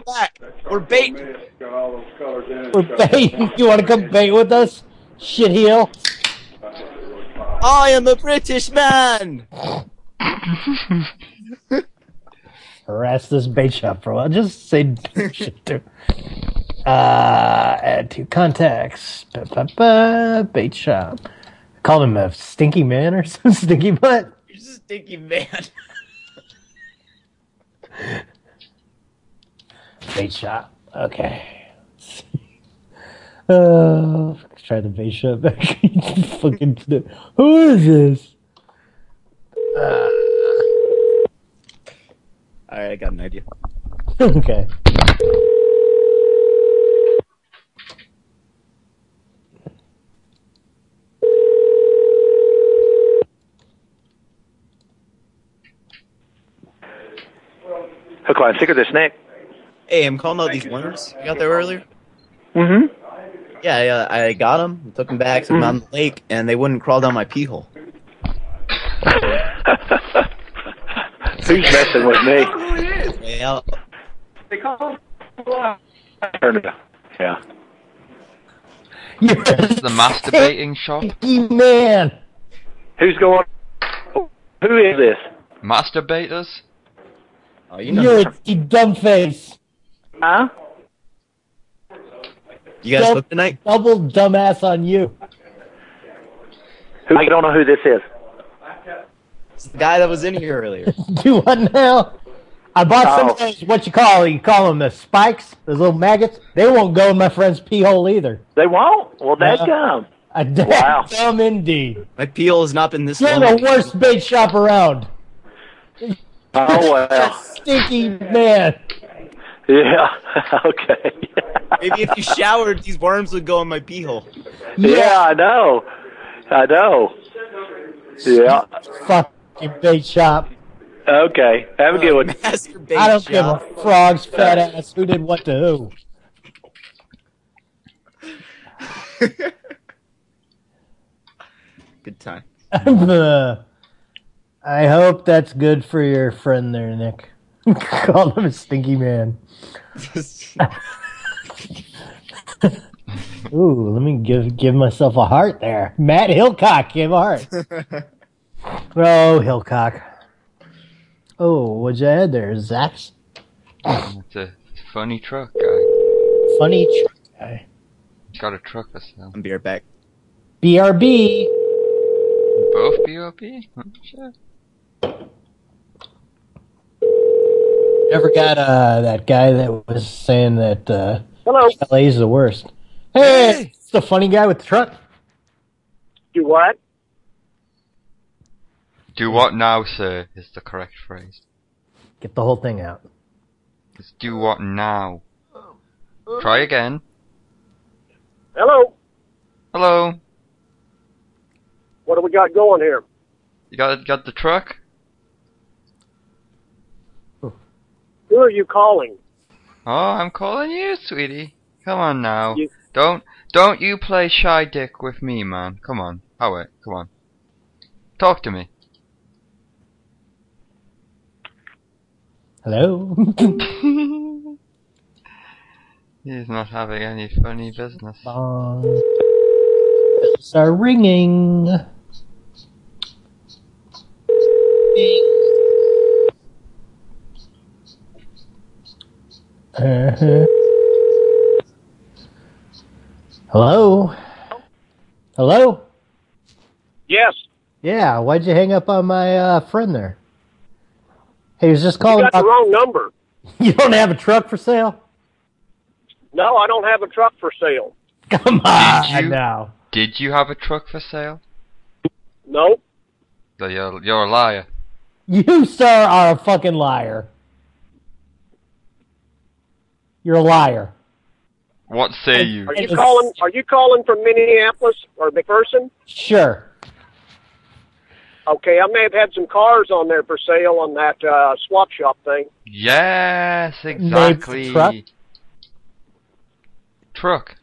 We're baiting. Got all those colors in it.
We're baiting. You want to come bait with us? Shit heel.
I am a British man.
Harass this bait shop for a while. Just say shit to. Uh, add two contacts. Ba, ba, ba, bait shop. Call him a stinky man or some stinky butt.
You're just a stinky man.
Bait shop. Okay. Uh, try the bait shop. Fucking. Who is this?
All right, I got an idea.
okay.
Hook, line, sinker, this Nick.
Hey, I'm calling out these winners you got there earlier.
Mm-hmm.
Yeah, yeah, I got them, took them back, took them out in the lake, and they wouldn't crawl down my pee hole.
Who's messing with me?
Yeah,
Turn it up. Yeah.
It's the masturbating shop.
Man.
Who's going? Who is this?
Masturbators?
Oh,
you are a dumb face.
Huh?
You guys
Dou-
hooked tonight?
Double dumbass on you.
I don't know who this is.
It's the guy that was in here earlier.
Do what now? I bought some
Oh.
of those, what you call, you call them the spikes, those little maggots. They won't go in my friend's pee hole either.
They won't? Well,
Yeah.
dadgum.
A damn
Wow.
dumb indeed.
My pee hole has not been this
You're
long.
the worst bait shop around.
Oh, well.
Stinky man.
Yeah. okay.
Maybe if you showered, these worms would go in my pee hole.
Yeah. I know. I know. Yeah.
Fucking bait shop.
Okay. Have a good one.
I don't give a frog's fat ass who did what to who.
Good time.
I hope that's good for your friend there, Nick. Call him a stinky man. Ooh, let me give give myself a heart there. Matt Hillcock, give a heart. Oh, Hillcock. Oh, what'd you add there, Zach's
It's a funny truck, guy.
funny tr- guy.
He's got a truck or something.
I'll be right back.
BRB.
Both BOP? Huh, Sure.
Never got uh, that guy that was saying that uh,
Hello.
LA is the worst. Hey, it's the funny guy with the truck.
You what?
Do what now, sir, is the correct phrase.
Get the whole thing out.
It's do what now. Try again.
Hello.
Hello.
What do we got going here?
You got got the truck?
Who are you calling?
Oh, I'm calling you, sweetie. Come on now.
You-
Don't don't you play shy dick with me, man. Come on. Howard, come on. Talk to me.
Hello.
He's not having any funny business.
Bong. Bells are ringing. Uh-huh. Hello. Hello.
Yes.
Yeah, why'd you hang up on my uh, friend there? He was just
You
calling.
got the
about-
wrong number.
you don't have a truck for sale?
No, I don't have a truck for sale.
Come
on
now.
Did you have a truck for sale?
No.
No, You're, you're a liar.
You, sir, are a fucking liar. You're a liar.
What say you?
Are you calling? Are you calling from Minneapolis or McPherson?
Sure.
Okay, I may have had some cars on there for sale on that uh, swap shop thing.
Yes, exactly.
truck?
Truck.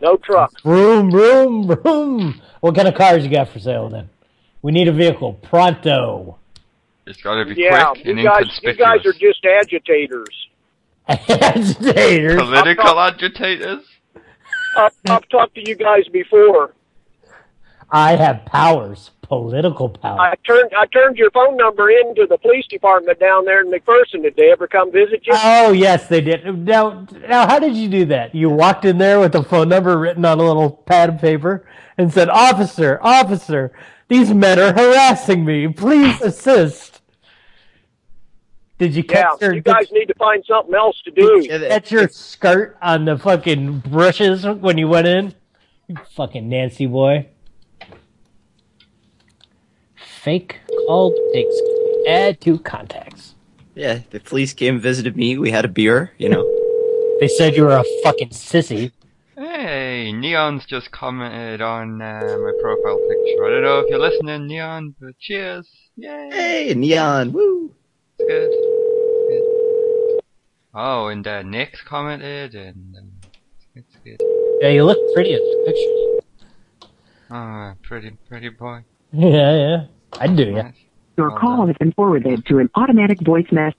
No truck.
Room, room, room. What kind of cars you got for sale then? We need a vehicle pronto.
It's got to be
Yeah,
quick
you
and
guys, you
inconspicuous.
guys are just agitators.
Agitators.
Political agitators.
I've, I've talked to you guys before.
I have powers, political powers.
I turned I turned your phone number into the police department down there in McPherson. Did they ever come visit you?
Oh yes, they did. Now, now, how did you do that? You walked in there with a phone number written on a little pad of paper and said, "Officer, officer, these men are harassing me. Please assist." Did you
yeah,
catch your
you guys need to find something else to do.
catch your skirt on the fucking brushes when you went in? You fucking Nancy boy. Fake call takes add to contacts.
Yeah, the police came, visited me. We had a beer, you know.
They said you were a fucking sissy.
Hey, Neon's just commented on uh, my profile picture. I don't know if you're listening, Neon, but cheers. Yay.
Hey, Neon, woo!
It's good. It's good. Oh, and uh, Nick's commented, and um, it's good.
Yeah, you look pretty in the picture.
Oh, pretty, pretty boy.
Yeah, yeah. I do, yeah.
Your call has been forwarded to an automatic voice message.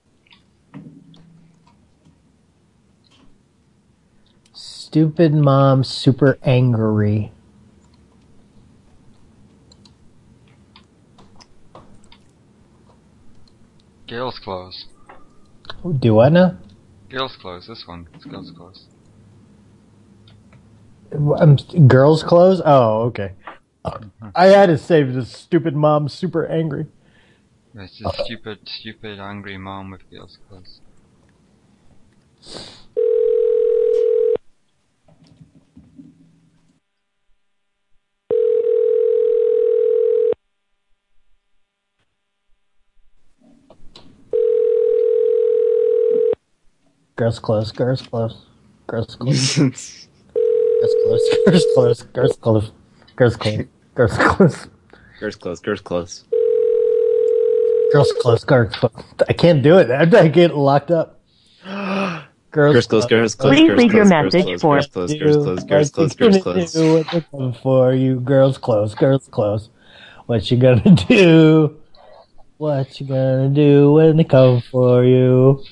Stupid mom, super angry.
Girls' clothes.
Oh, Do what now?
Girls' clothes. This one. It's girls' clothes.
Um, girls' clothes? Oh, okay. I had to save this stupid mom, super angry.
It's just stupid, stupid, angry mom with girls' clothes.
Girls' clothes, girls' clothes, girls' clothes. girls' clothes, girls' clothes, girls' clothes, girls' clothes,
Girls close, girls
girls' clothes,
close.
girls' clothes, girls' clothes. I can't do it. I get locked up. Girls'
Girls close, girls close,
Please
girls
leave your
close,
message
girls
for-
close, girls close, girls close, girls close,
What
girls
you
close.
gonna do? What you coming for? You girls' clothes, girls' clothes. What you gonna do? What you gonna do when they come for you?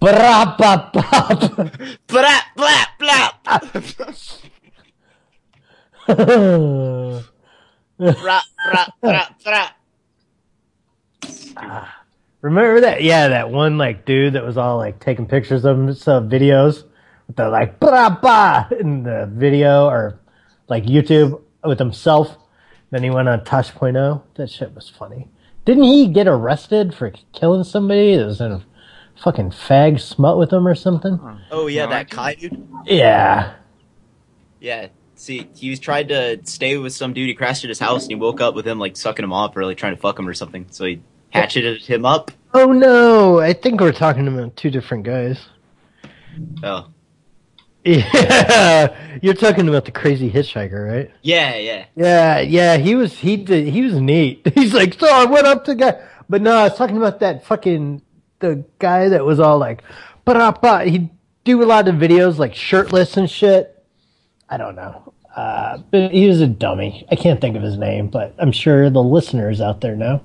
Bra ba ba.
Blah, blah, blah. Bra, bra, bra, bra.
Remember that? Yeah, that one like dude that was all like taking pictures of himself, videos with the like blah blah in the video or like YouTube with himself. Then he went on Tosh.0. That shit was funny. Didn't he get arrested for killing somebody that was in a fucking fag smut with him or something?
Oh yeah, that Kai dude.
Yeah.
Yeah. See, he was tried to stay with some dude. He crashed at his house, and he woke up with him like sucking him off, or like trying to fuck him or something. So he hatcheted him up.
Oh no, I think we're talking about two different guys.
Oh.
Yeah, you're talking about the crazy hitchhiker, right?
Yeah, yeah.
Yeah, yeah, he was he did he was neat. He's like, so I went up to guy, but no, I was talking about that fucking the guy that was all like, but up, he do a lot of videos like shirtless and shit. I don't know, uh, but he was a dummy. I can't think of his name, but I'm sure the listeners out there know.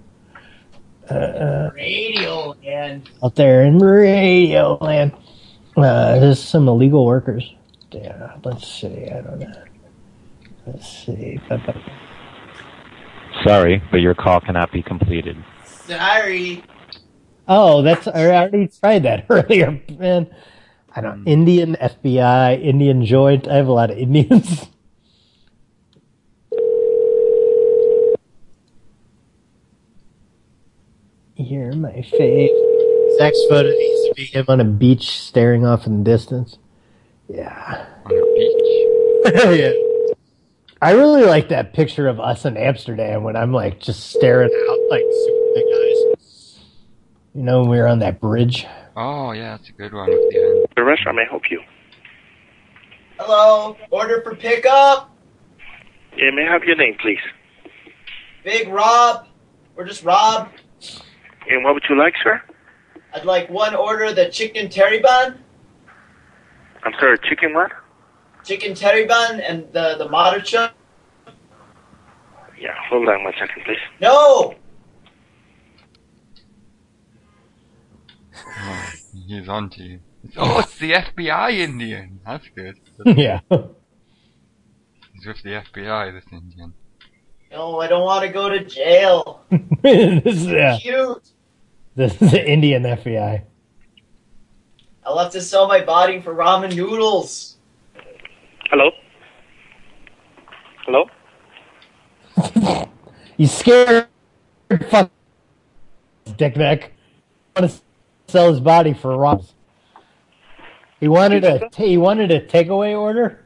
Uh, uh,
Radio and
out there in radio land, uh, there's some illegal workers. Yeah, let's see. I don't know. Let's see. Ba-ba-
Sorry, but your call cannot be completed.
sorry.
Oh, that's I already tried that earlier, man. I don't Indian FBI, Indian joint. I have a lot of Indians. You're my fave. Sex photo needs to be him on a beach staring off in the distance. Yeah.
On a beach?
yeah. I really like that picture of us in Amsterdam when I'm like just staring out like super big eyes. You know, when we were on that bridge.
Oh, yeah, that's a good one with the end.
The restaurant may help you.
Hello, order for pickup.
Yeah, may I have your name, please?
Big Rob, or just Rob.
And what would you like, sir?
I'd like one order of the chicken terry bun,
I'm sorry, chicken what?
chicken terry bun, and the the modern chun.
Yeah, hold on one second, please.
No,
Oh, He's on to you. Oh, it's the FBI Indian. That's good.
yeah.
He's with the FBI, this Indian.
no, I don't want to go to jail.
this is yeah,
Cute.
this is the Indian FBI.
I'll have to sell my body for ramen noodles.
Hello? Hello?
You scared fuck dickneck. Want to sell his body for Rob's. He wanted a ta- he wanted a takeaway order.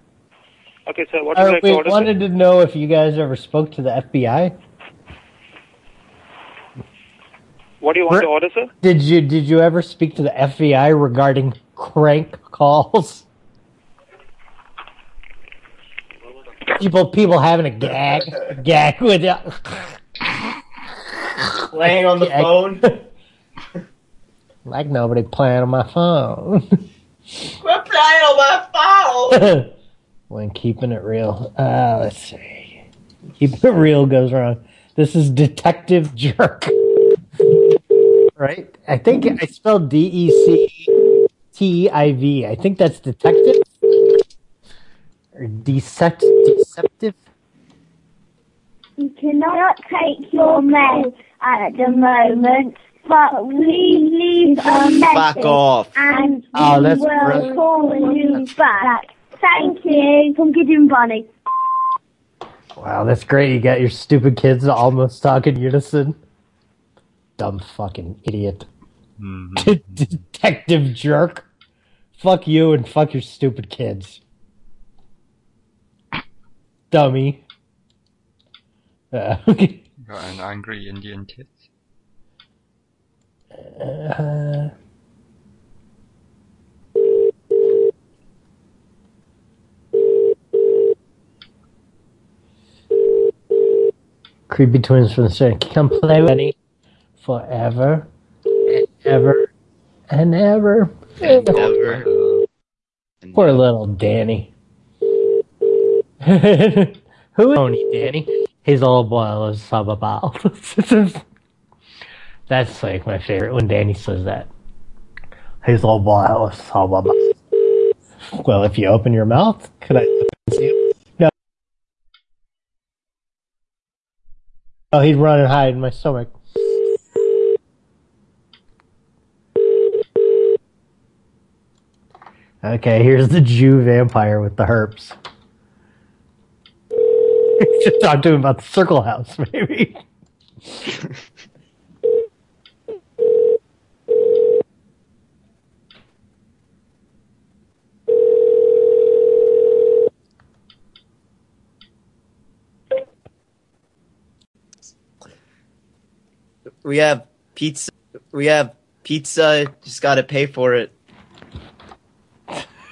Okay, sir, what would you
Uh,
like
we
to order? sir?
wanted to know if you guys ever spoke to the FBI.
What do you want
We're-
to order, sir?
Did you did you ever speak to the FBI regarding crank calls? People people having a gag gag with you.
Playing on the
Gag.
phone.
like nobody playing on my phone.
Quit playing on my phone.
when keeping it real. Uh, let's see. Keeping it real goes wrong. This is Detective Jerk. Right? I think I spelled D E C T E I V. I think that's detective. Or decept- deceptive.
You cannot take your mail at the moment, but we leave a message.
Fuck off.
And
Oh,
we
that's
will
brilliant.
call you back. Thank you for giving money.
Wow, that's great. You got your stupid kids to almost talking unison. Dumb fucking idiot. Detective jerk. Fuck you and fuck your stupid kids. Dummy. Uh, okay.
Got an angry Indian tit.
Uh, creepy twins from the city. Come play with me forever and ever and ever.
Never.
Poor little Danny. Who is Tony Danny? He's all boiled and sub about. That's like my favorite when Danny says that. He's all boiled and sub about. Well, if you open your mouth, could I look and see him? No. Oh, he'd run and hide in my stomach. Okay, here's the Jew vampire with the herps. Should talk to him about the circle house, maybe.
We have pizza. We have pizza. Just gotta pay for it.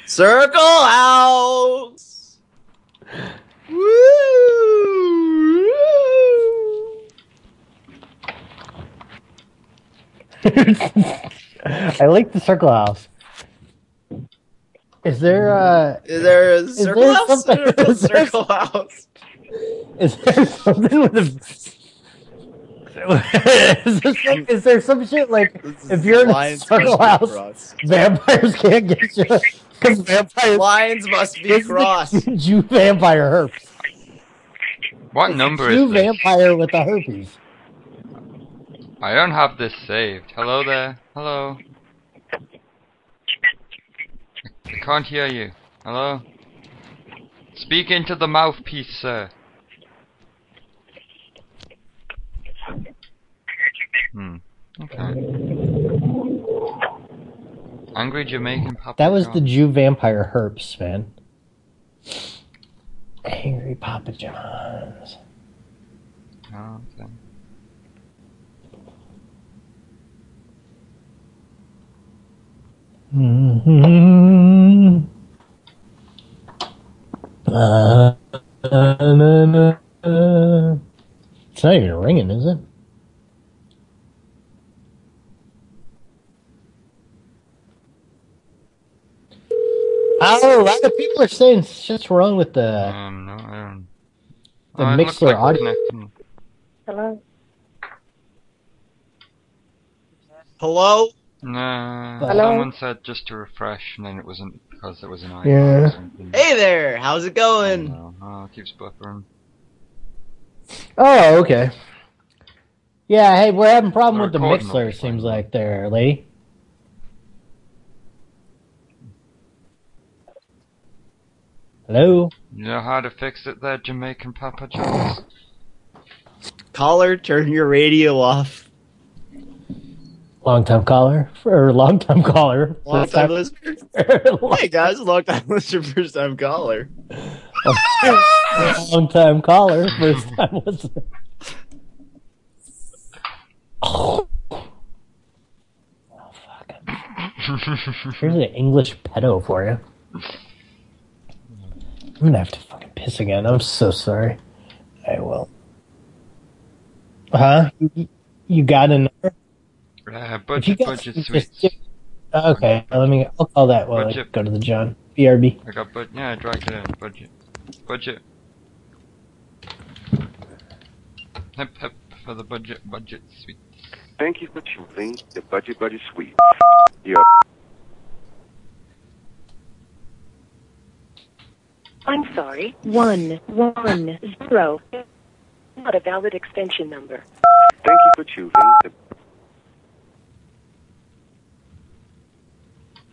Circle house.
I like the circle house. Is there uh
Is there a
there
circle house?
something-
Circle,
is there-
circle house.
is there something with a is, there some, is there some shit like if you're in a
Lions
circle
must be
house, vampires can't get you because vampires
Lines must be crossed.
Jew vampire herpes.
What number
Jew
is this?
vampire with the herpes.
I don't have this saved. Hello there. Hello. I can't hear you. Hello? Speak into the mouthpiece, sir. Hmm. Angry Jamaican Papa.
That was the Jew vampire herps, man. Angry Papa John's.
Oh, okay.
It's not even ringing, is it? Oh, a lot of people are saying shit's wrong with the
Um, no, I don't.
the
Oh, it looks
Mixler
like we're
audio.
connecting.
Hello.
Hello?
No.
Hello?
Someone said just to refresh, and then it wasn't because it was an icon.
Yeah.
Or something.
Hey there, how's it going?
Oh, it keeps buffering.
Oh, okay. Yeah, hey, we're having a problem with the
recording
Mixler, it seems like, there, lady. Hello?
You know how to fix it there, Jamaican Papa John's?
Caller, turn your radio off.
Long time caller? Or long time caller?
Long
First
time listener. hey guys, long time listener, first time caller.
long time caller. First time listener. Here's an English pedo for you. I'm gonna have to fucking piss again. I'm so sorry. I will. Huh? You- You got another?
Uh,
If you
budget,
got
budget
some,
sweet.
just give- Okay, let me. I'll call that while I
Budget.
go to the John. BRB.
I got budget. Yeah, I dragged it in. Budget. Budget. Hip hip for the budget, budget sweet.
Thank you for choosing the Budget Buddy Suite. Your
I'm sorry. One one zero. Not a valid extension number.
Thank you for choosing the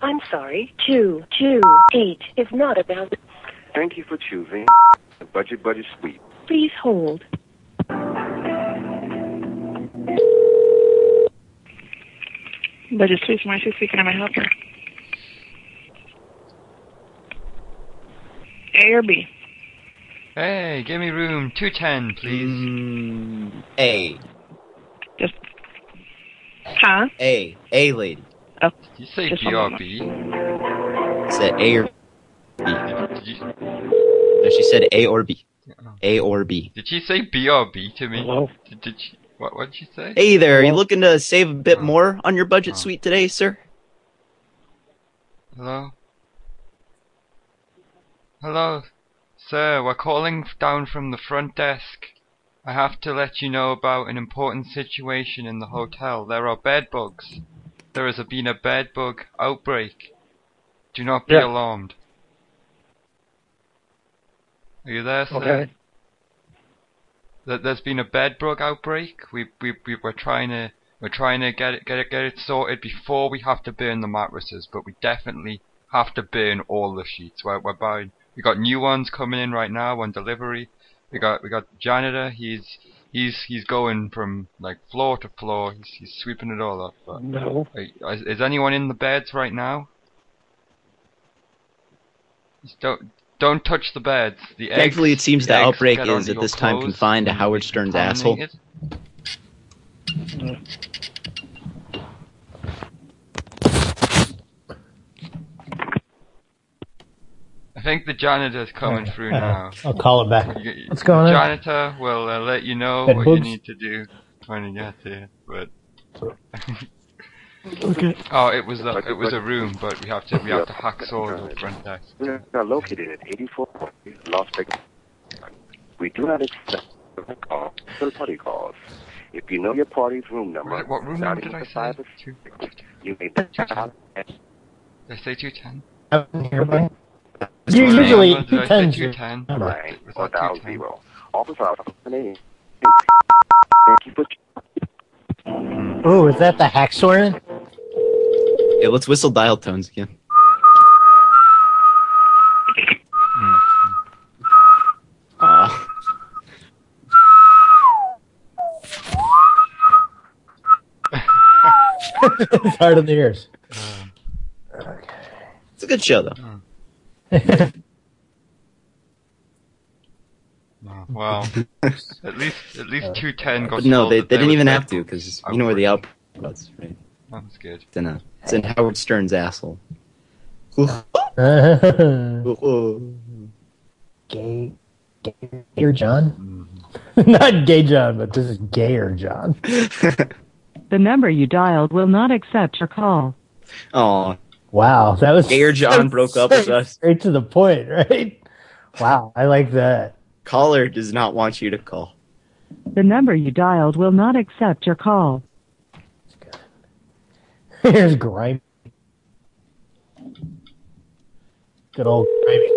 I'm sorry. Two two eight is not a valid.
Thank you for choosing the Budget Buddy Suite.
Please hold.
Budget Suisse, Marcy speaking. How may I help you? A or B?
Hey, give me room 210, please.
A.
Just. Huh?
A. A lady.
Oh.
You say
Just one moment.
GRB?
Is that A or B? No, she said A or B. A or B.
Oh. Did she say BRB to me? Did, did she? What? What did she say?
Hey there, you looking to save a
Oh.
bit more on your budget suite today, sir?
Hello. Hello, sir. We're calling f- down from the front desk. I have to let you know about an important situation in the hotel. There are bed bugs. There has been a bed bug outbreak. Do not be
Yeah.
alarmed. Are you there, sir?
Okay.
That there's been a bed bug outbreak. We we we were trying to we're trying to get it get it get it sorted before we have to burn the mattresses, but we definitely have to burn all the sheets. We're we're buying. We got new ones coming in right now on delivery. We got we got janitor. He's he's he's going from like floor to floor. He's he's sweeping it all up. But
No.
Is, is anyone in the beds right now? Just don't don't touch the beds. The eggs,
Thankfully, it seems
the
the
eggs
outbreak
get
is
onto
at
your
this time
clothes.
confined to Howard Stern's asshole.
contaminated. I think the janitor's coming through
Uh,
now.
I'll call it back.
You-
What's going on?
the Janitor will uh, let you know
Bed
what
bugs?
you need to do when you get there. But
Okay.
oh, it was a, it was a room, but we have to we have to hacksaw the front desk.
We are located at 84 Las Vegas. We do not accept calls, third party calls. If you know your party's room number,
What- what room number did I say? Two.
You may
Did I say two ten?
You usually
Did I say
tends
two
to-
ten?
Right.
Was
Or
that
dial
two ten?
zero. Office hours. Thank you for
Oh, is that the Hacksaw?
Yeah, let's whistle dial tones again. Aw.
it's hard on the ears.
Uh, It's a good show though.
Well, at least at least two ten got.
But no,
sold
they,
that
they didn't
were
even
dead.
have to because you know where the output was, right?
That's good.
It's in, a, it's in Howard Stern's asshole.
gay, gayer John? Not gay John, but this is gayer John.
The number you dialed will not accept your call.
Oh,
wow, that was
Gayer John broke up with us.
Straight to the point, right? Wow, I like that.
Caller does not want you to call.
The number you dialed will not accept your call.
Here's grime. Good old grimy.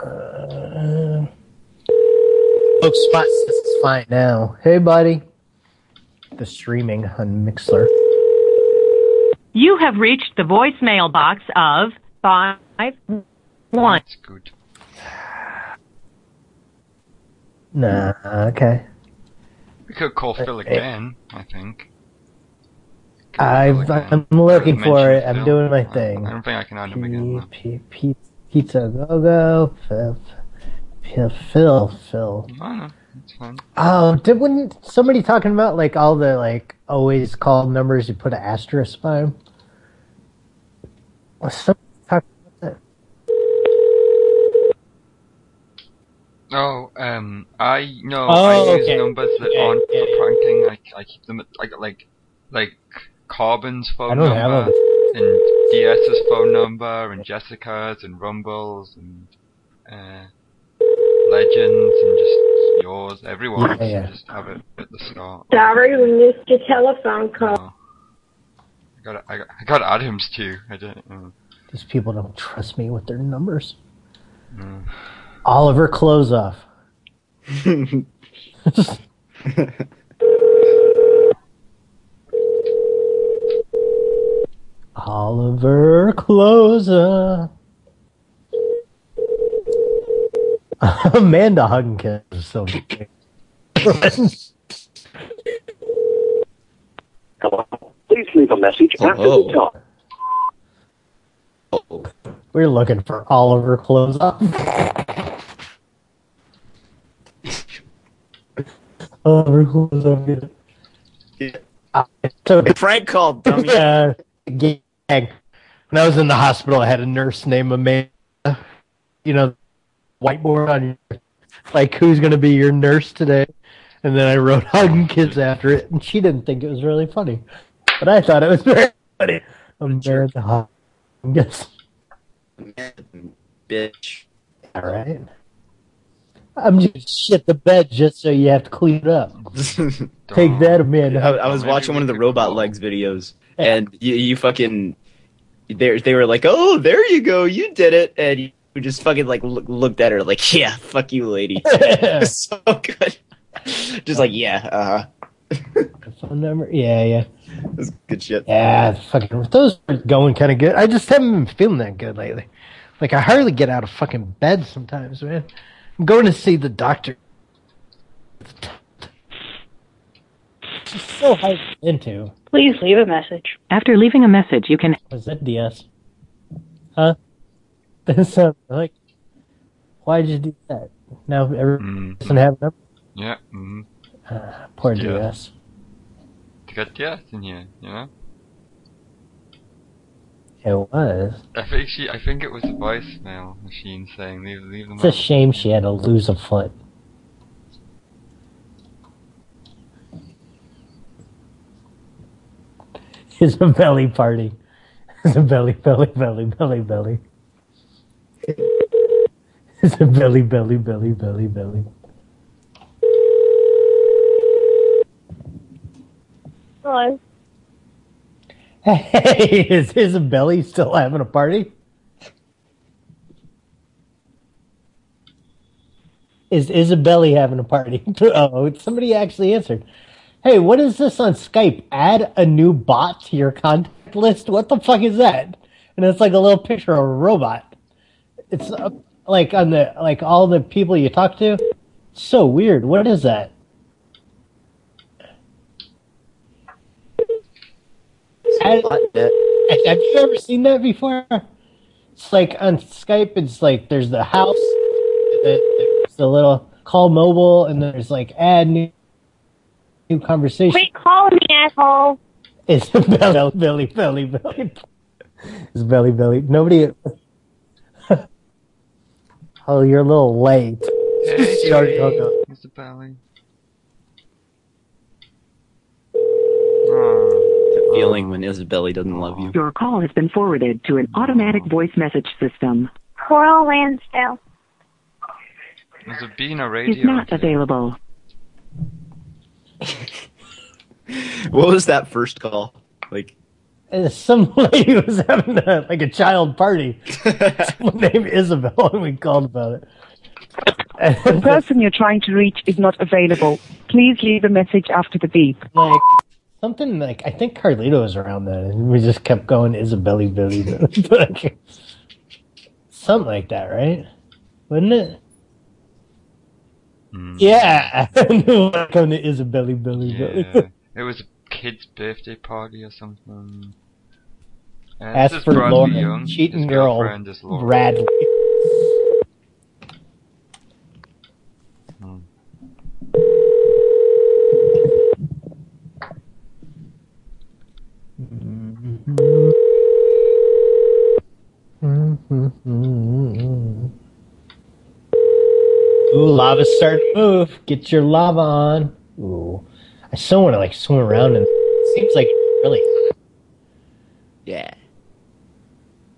Uh, Folks, spots this is fine now. Hey, buddy. The streaming on Mixler.
You have reached the voicemail box of five one.
Nah, okay.
We could call Phil again. I think.
I've, I'm looking for it. I'm doing my
I
thing.
don't think I can add him again.
P- P- Pizza go go. Phil, Phil, Phil, Phil.
I know. It's fine.
Oh, did when somebody talking about like all the like always called numbers you put an asterisk by 'em? Was somebody talking about
Oh, um, I no,
Oh,
I use
okay.
numbers that
Yeah,
aren't
yeah,
for pranking. I, I keep them at, I got like like Carbon's phone
I don't have
number
them.
and DS's phone number and Jessica's and Rumble's and uh, Legends and just yours, everyone's.
Yeah, yeah.
Just have it at the start.
Sorry, we missed your telephone call.
I got I got I got Adams too. I don't. know.
that? These people don't trust me with their numbers.
Mm.
Oliver Closeoff. Oliver Closeoff. Amanda Huggins is so.
Hello. Please leave a message
after the
tone.
We're looking for Oliver Closeoff. Oliver Closeoff. get it. Uh, so
Frank called dummy.
uh, gang. When I was in the hospital, I had a nurse named Amanda. You know, whiteboard on your- like who's going to be your nurse today, and then I wrote hug and kiss after it, and she didn't think it was really funny, but I thought it was very funny. I'm there at the hospital. Yes.
Bitch.
All right. I'm just shit the bed just so you have to clean it up. Take that,
I,
Amanda.
I was watching one of the robot legs videos, and you, you fucking they they were like, "Oh, there you go, you did it," and you just fucking like look, looked at her like, "Yeah, fuck you, lady." so good. Just like, yeah, uh,
phone number. Yeah, yeah.
that's good shit.
Yeah, fucking those are going kind of good. I just haven't been feeling that good lately. Like I hardly get out of fucking bed sometimes, man. I'm going to see the doctor. She's so hyped into.
Please leave a message.
After leaving a message, you can.
Was that DS? Huh? so, like, why'd you do that? Now everyone doesn't have a number.
Mm-hmm. Yeah. Mm.
Uh, poor
Yeah.
DS.
To get DS in here, you know.
It was.
I think she. I think it was the voicemail machine saying leave leave them.
It's a shame she had to lose a foot. It's a belly party. It's a belly, belly, belly, belly, belly. It's a belly, belly, belly, belly, belly.
Hello.
Hey, is his belly still having a party? Is Isabelli having a party? Oh, somebody actually answered. Hey, what is this on Skype? Add a new bot to your contact list? What the fuck is that? And it's like a little picture of a robot. It's uh, like on the like all the people you talk to. So weird. What is that? I- have you ever seen that before? It's like on Skype. It's like there's the house, the, there's the little call mobile, and there's like add new new conversation.
Quit calling me, asshole.
It's Billy, Billy, Billy, Billy. It's Billy, Billy. Nobody. oh, you're a little late. She already hung up.
Mr. Belly.
The feeling when Isabelle doesn't love you.
Your call has been forwarded to an automatic voice message system.
Coral Lansdale.
There's a bean a
Is
radio.
not available.
What was that first call? Like,
And Some lady was having a, like a child party. Someone named Isabel, and we called about it.
The person you're trying to reach is not available. Please leave a message after the beep.
Like something like I think Carlito was around then, and we just kept going Isabelle, Billy, Billy. Like, something like that, right? Wouldn't it? Mm. Yeah, welcome to Isabelle, Billy,
Mm. Yeah.
Billy.
it was a kid's birthday party or something. Uh, this
Ask
is
for
Bradley
Lauren,
Young.
cheating
His
girl,
girlfriend is Lauren.
Bradley. Ooh, lava's starting to move. Get your lava on. Ooh, I so want to like swim around and it seems like really.
Yeah.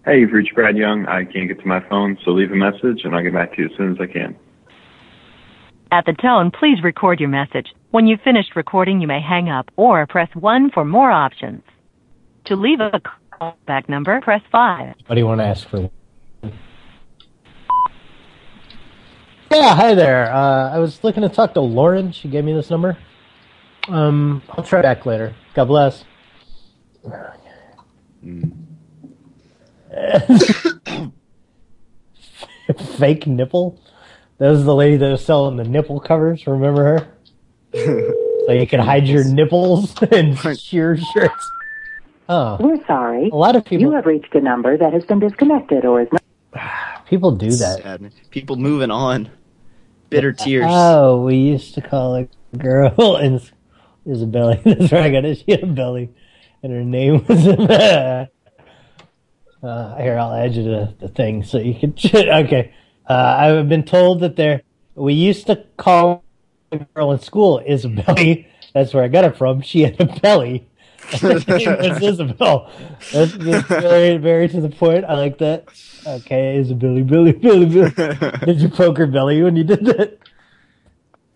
Hey, you've reached Brad Young. I can't get to my phone, so leave a message and I'll get back to you as soon as I can.
At the tone, please record your message. When you've finished recording, you may hang up or press 1 for more options. To leave a callback number, press 5.
What do you want to ask for? Yeah, hi there. Uh, I was looking to talk to Lauren. She gave me this number. Um, I'll try back later. God bless. Fake nipple. That was the lady that was selling the nipple covers. Remember her? so you could hide your nipples and sheer shirts. Oh,
We're sorry. A
lot of people.
You have reached a number that has been disconnected or is not.
people do that.
Sad. People moving on. Bitter tears.
Oh, we used to call a girl and is a belly. That's where I got it. She had a belly, and her name was. uh, here, I'll add you to the thing so you can. okay, uh, I've been told that there. We used to call a girl in school Isabelle. That's where I got it from. She had a belly. Her name was Isabel. That's that's very, very to the point. I like that. Okay, Isabelle, Billy, Billy, Billy. Did you poke her belly when you did that?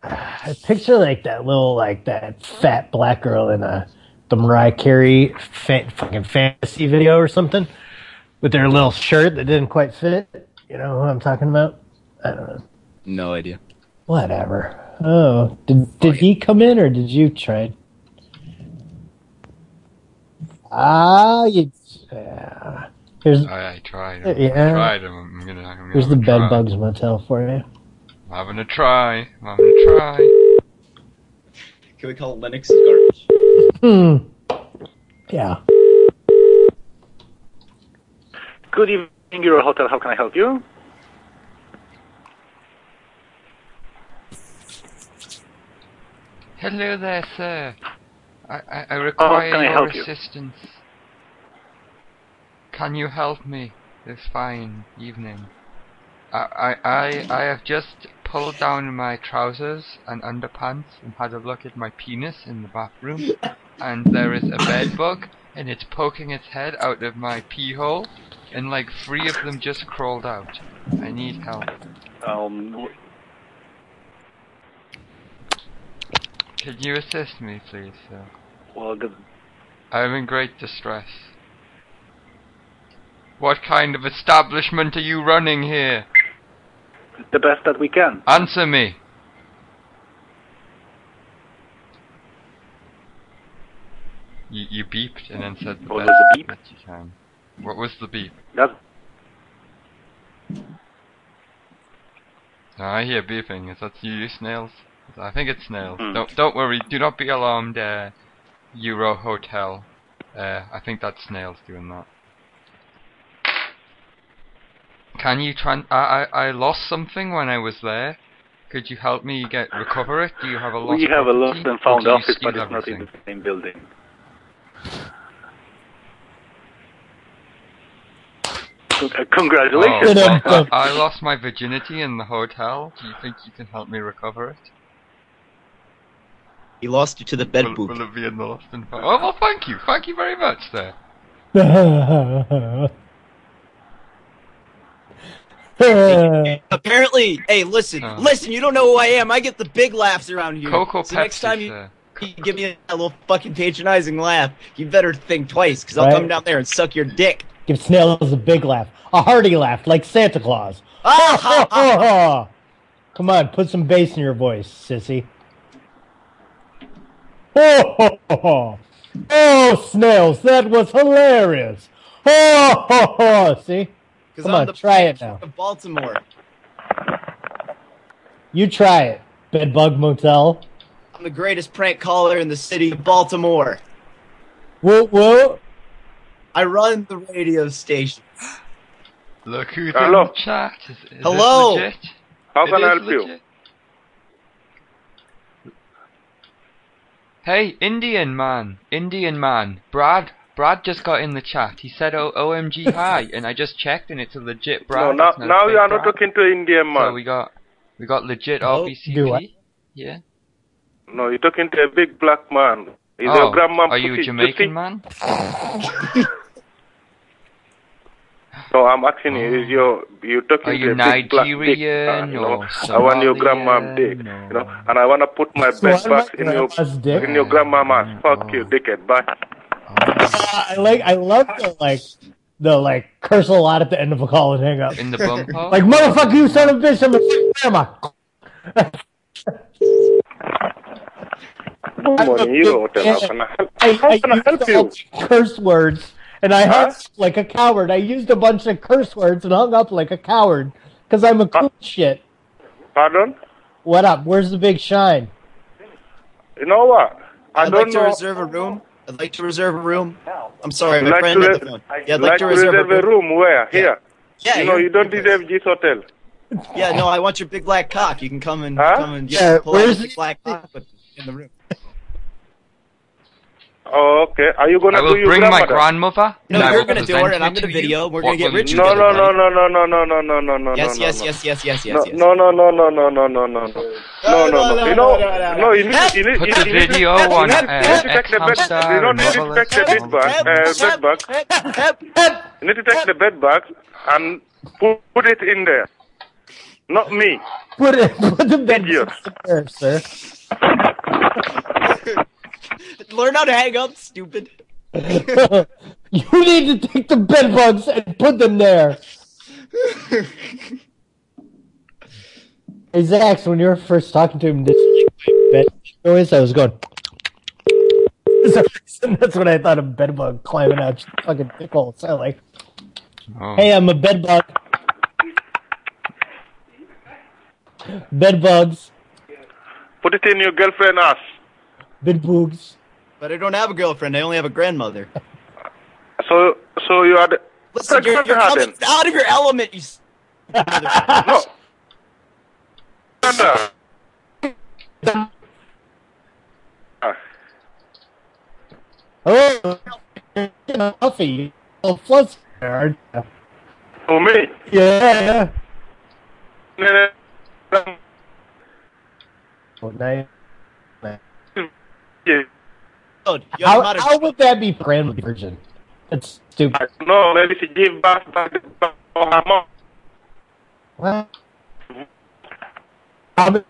I picture like that little like that fat black girl in a the Mariah Carey fa- fucking fantasy video or something with their little shirt that didn't quite fit. You know who I'm talking about? I don't know.
No idea.
Whatever. Oh, did did he come in or did you try? Ah, you. Yeah. Here's
I, I tried.
Yeah.
I tried. I'm, I'm gonna. I'm gonna
here's the
have a try.
bed bugs motel for you.
I'm having a try. I'm having a try.
Can we call Linux garbage?
Hmm. Yeah.
Good evening, your hotel. How can I help you?
Hello there, sir. I, I, I
Oh, can
require
I
your
help you?
assistance. Can you help me this fine evening? I, I, I, I have just pulled down my trousers and underpants and had a look at my penis in the bathroom, and there is a bed bug, and it's poking its head out of my pee hole, and like three of them just crawled out. I need help.
Um,
Can you assist me, please, sir?
well, the,
I'm in great distress. What kind of establishment are you running here?
the best that we can.
Answer me. You, you beeped and then said the
What
best
was the beep?
that you can. What was the beep?
That's
No, I hear beeping. Is that you, snails? I think it's snails.
Hmm.
Don't don't worry. Do not be alarmed. Uh, Euro Hotel. Uh, I think that's snails doing that. Can you tran? I, I I lost something when I was there. Could you help me get recover it? Do you have a lost?
We have a lost
property,
and
or
found
did you
office, but
steal
it's not in
everything?
the same building. Con- uh, Congratulations.
Oh, well, I, I lost my virginity in the hotel. Do you think you can help me recover it?
He lost you to the bed
will,
boop.
will it be in the lost and found? Oh well, thank you, thank you very much. There.
Apparently, hey, listen,
Uh.
listen. You don't know who I am. I get the big laughs around here.
Coco
so next
Pepsi's,
time you,
uh,
you give me a little fucking patronizing laugh, you better think twice, because I'll
Right.
come down there and suck your dick.
Give Snails a big laugh, a hearty laugh, like Santa Claus.
Ah, ha, ha, ha.
Come on, put some bass in your voice, sissy. Oh, ho, ho, ho. oh Snails, that was hilarious. Oh, ho, ho. see?
'Cause
Come
I'm the
on, try it now.
Of Baltimore.
You try it, Bedbug Motel.
I'm the greatest prank caller in the city of Baltimore.
Whoop, whoop.
I run the radio station.
Look who's
Hello.
in the chat. Is, is this
Hello.
legit?
How
It
can I
is
help you?
legit. Hey, Indian man, Indian man, Brad. Brad just got in the chat. He said, "Oh, OMG, hi!" and I just checked, and it's a legit Brad.
no,
it's
now,
a
now
fake
you are not
Brad.
talking to Indian man.
So we got we got
Oh,
legit RBCP. Yeah.
No, you're talking to a big black man. Is
Oh,
your grandma
are you a
pussy-
Jamaican
pussy?
man?
No, I'm asking you, is your you talking
Oh. Are
to
you
a big black dick, uh,
Nigerian
you
or
know? I want your grandma
Somalian
dick, you know, and I want to put my
So
bed
I like
bugs in your
grandma's dick.
in your
Oh.
grandmama's. Fuck you, dickhead. Bye.
I like I love the like the like curse a lot at the end of a call and hang up.
In the bum hole?
like motherfucker you son of a bitch, I'm a fucking grandma.
Good morning, Euro Hotel. How can I help? How can I help you?
Curse words. And I hung up like a coward. I used a bunch of curse words and hung up like a coward. Cause I'm a cool shit.
Pardon?
What up? Where's the big shine?
You know what? I
would
don't
like
know.
to reserve a room. I'd like to reserve a room. I'm sorry, my
Like
friend
to
had
re-
the phone. Yeah, I'd
like, to reserve, a room. Where?
Yeah.
Here.
Yeah,
You know,
here.
you don't deserve this hotel.
Yeah, no, I want your big black cock. You can come and come and
Yeah,
yeah, pull out
where's
the big black cock with- in the room.
Oh, okay. Are you gonna
I will
do your
bring my
grandmother?
grandmother.
No,
and I
you're
will
gonna do
present
it, and I'm
to
gonna
you.
video. We're gonna
What
get
will
rich
you
No,
do?
no, no, no, no, no, no, no, no, no, no.
Yes,
no,
yes,
no.
yes, yes, yes, yes,
No,
yes.
no, no, no, no, no, no, no, no, no. No, no, no. You know, no, you need, you need,
Put
you
the
need,
video
you
on,
need,
uh,
you need to take the bed,
X-Hamster
you know,
and
you need to
Marvelous
take the bed
and all
bag, uh, bed bag.
You
need to take the bed bag and put, put it in there. Not me.
Put it put the bed there, sir.
Learn how to hang up, stupid.
you need to take the bed bugs and put them there. Hey Zax, when you were first talking to him, did you like bed noise? I was going. For some reason, that's what I thought of bed bug climbing out your fucking dick hole. So like, hey, I'm a bed bug. Bed bugs,
Put it in your girlfriend ass.
bed bugs.
But I don't have a girlfriend. I only have a grandmother.
So, so you are the.
Listen, you're, you're coming out of your element. You. s-
no.
Hello, Huffy, you little flustered, aren't you?
For me.
Yeah. Oh, nice. How, how would that be brand version? That's stupid.
No, maybe she give back back back to her mom.
What? Vomit-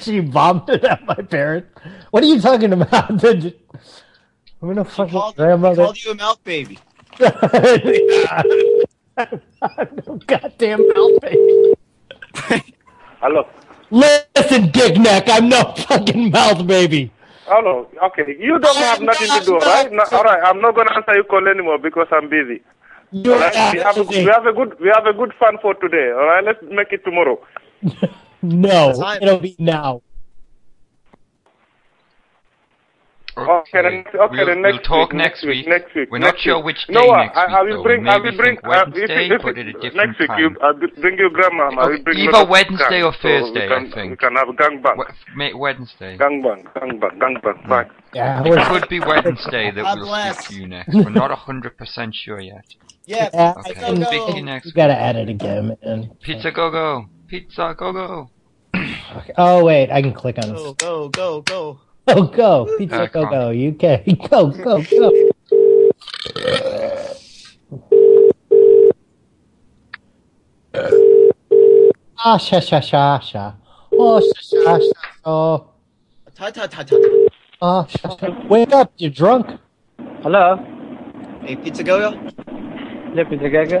she vomited at my parent. What are you talking about? Did you- I'm gonna fuck my grandmother.
Called you a mouth baby.
Goddamn mouth baby.
Hello.
Listen, dick neck, I'm no fucking mouth baby.
Hello. Okay. You don't have nothing to do, all right? No, all right. I'm not gonna answer your call anymore because I'm busy. All right, we, have a, we have a good we have a good fun for today. All right, let's make it tomorrow.
No, it'll be now.
Oh,
Okay, the next- okay,
We'll-
the next
we'll talk
week,
next week.
Next week.
We're not
next
sure
week.
which
no,
day
I,
next
I- I
week,
will
though.
bring. I
Maybe
will bring.
think
uh, if-
Wednesday,
if-
but at a different
next week, you,
time.
I will bring your grandma. I will bring
Either
lots of
Wednesday
cans,
or
so we
Thursday,
can-
I think.
We can have gangbang.
Mate, Wednesday.
Gangbang, gangbang, gangbang. Bye.
Yeah,
It could be Wednesday that
God
we'll
bless.
speak to you next. We're not hundred percent sure yet.
Yeah,
Okay.
I think
Speak to you next.
you gotta add it again, man.
Pizza go go. Pizza go go.
Oh wait, I can click on it.
Go, go, go, go.
Go Oh, go pizza
Uh,
go go UK go go go. Ah sha sha sha sha. Oh sha sha sha. Oh.
Ta ta ta ta. ta.
Oh, sh- sh- wake up! You're drunk.
Hello.
Hey, pizza go go.
Yeah, pizza go go.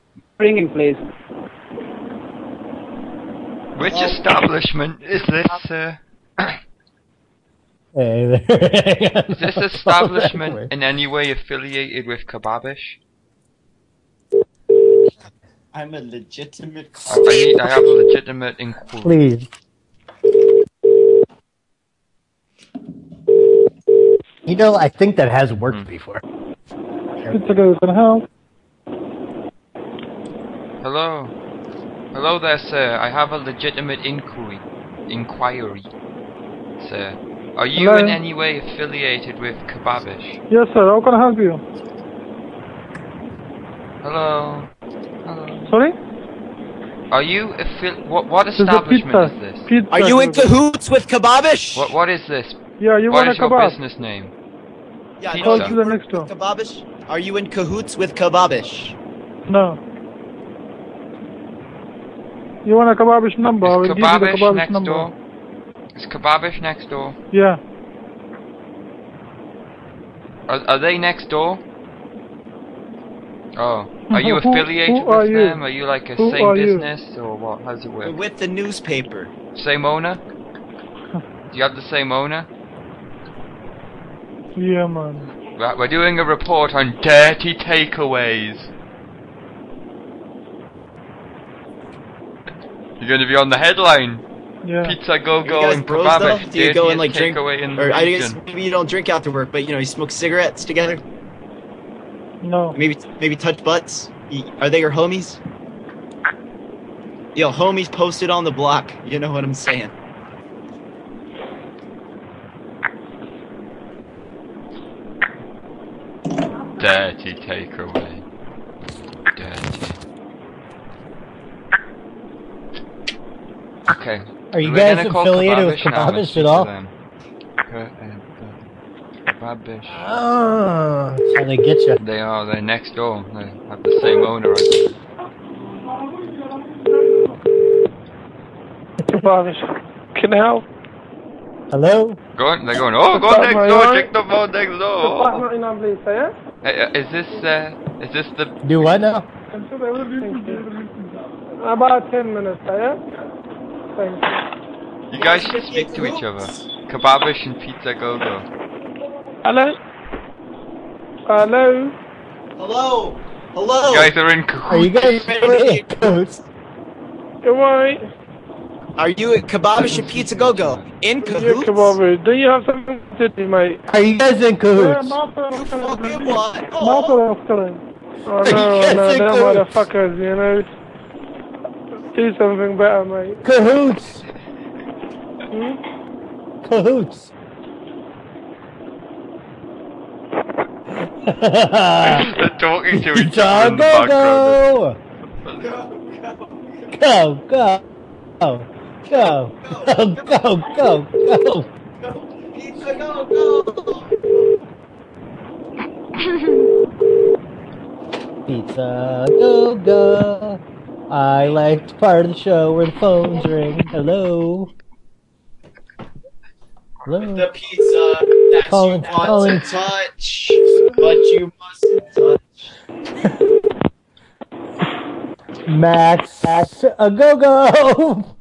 Ringing, please.
Which
Oh.
establishment is this? Uh,
Hey there.
is this establishment in any way affiliated with Kebabish?
I'm a legitimate.
I I need. I have a legitimate inquiry.
Please. You know, I think that has worked
Hmm.
before.
Pizza go go help.
Hello. Hello there, sir. I have a legitimate inquiry. Inquiry, sir. Are you
Hello?
in any way affiliated with Kebabish?
Yes, sir. How can I help you?
Hello. Hello.
Sorry.
Are you affi- what what
This is a
establishment
pizza.
is this?
Pizza Are you in
cahoots with Kebabish?
What what is this?
Yeah, you
What
want
is
a
your
kebab?
business name?
Yeah,
Call
no,
to
you
the
work
next door.
with Kebabish? Are you in cahoots with Kebabish?
No. You want a kebabish number? I will give you the
Kebabish
kebabish
next
number.
door. Is Kebabish next door?
Yeah.
Are, are they next door? Oh, are you
Who-
affiliated
who
with
are you?
them? Are you like a
Who
same
are you?
business or what? How's it work?
With the newspaper.
Same owner? Do you have the same owner?
Yeah, man.
Right, we're doing a report on dirty takeaways. You're going to be on the headline.
Yeah.
Pizza go
Are you
go
guys
and
bros
kebab.
though? Do you go and like drink,
takeaway in the
or I guess
region.
maybe you don't drink after work, but you know you smoke cigarettes together.
No.
Maybe maybe touch butts. Y- Are they your homies? Yo, homies posted on the block. You know what I'm saying?
Dirty takeaway. Dirty. Okay.
Are you
We're
guys
gonna call
affiliated with
Kebabish now and
Kebabish at
speak to
all?
them. Kebabish.
Oh, that's how they get you.
uh, They are. They're next door. They have the same owner. I think.
Kebabish. Can I help?
Hello?
Going. They're going. Oh, go
Pizza,
next
my
door.
eye.
Check the phone next
Pizza,
door.
my name, please, sir.
Uh, uh, Is this? Uh, is this the?
Do what now?
Thank you. About 10 minutes, sir. Thank you.
You guys should speak to each other. Kebabish and Pizza Gogo.
Hello? Hello?
Hello, hello.
You guys are in
Are you
cahoots.
guys in cahoots?
Good morning.
Are you at Kebabish and Pizza Go Go in
You
cahoots?
come over. Do you have something to do, mate?
Are you guys in
Yeah,
cahoots?
motherfucker.
what?
Motherfucker. Oh
You
no,
can't
no,
say
them
cahoots.
motherfuckers, you know. Do something better, mate.
Cahoots!
Hmm?
Cahoots!
They're talking to each
Pizza
other in the
go go!
background.
Go go! Go go go go go go!
Pizza Go Go.
pizza go go. I liked the part of the show where the phones ring. Hello. Hello.
The pizza that
Colin,
you want
Colin.
to touch, but you mustn't touch.
Max, Max a go go.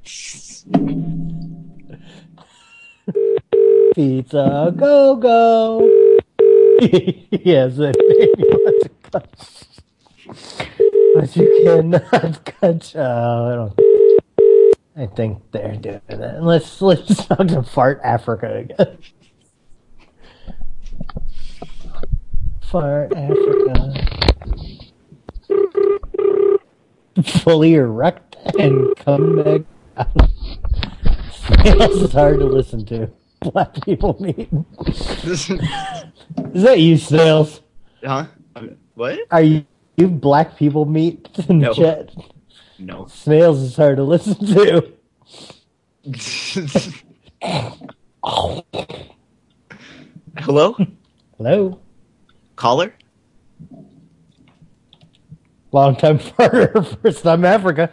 Pizza go go. yes, I think you want to cut. But you cannot cut. Oh, I don't. I think they're doing that. And let's let's talk to fart Africa again. Fart Africa. Fully erect and come back out. This is hard to listen to. Black people meet. Is that you, Snails?
Huh? Um, What?
Are you, you black people meet in the
No.
chat?
No.
Snails is hard to listen to.
Hello?
Hello?
Caller?
Long time farter, first time Africa.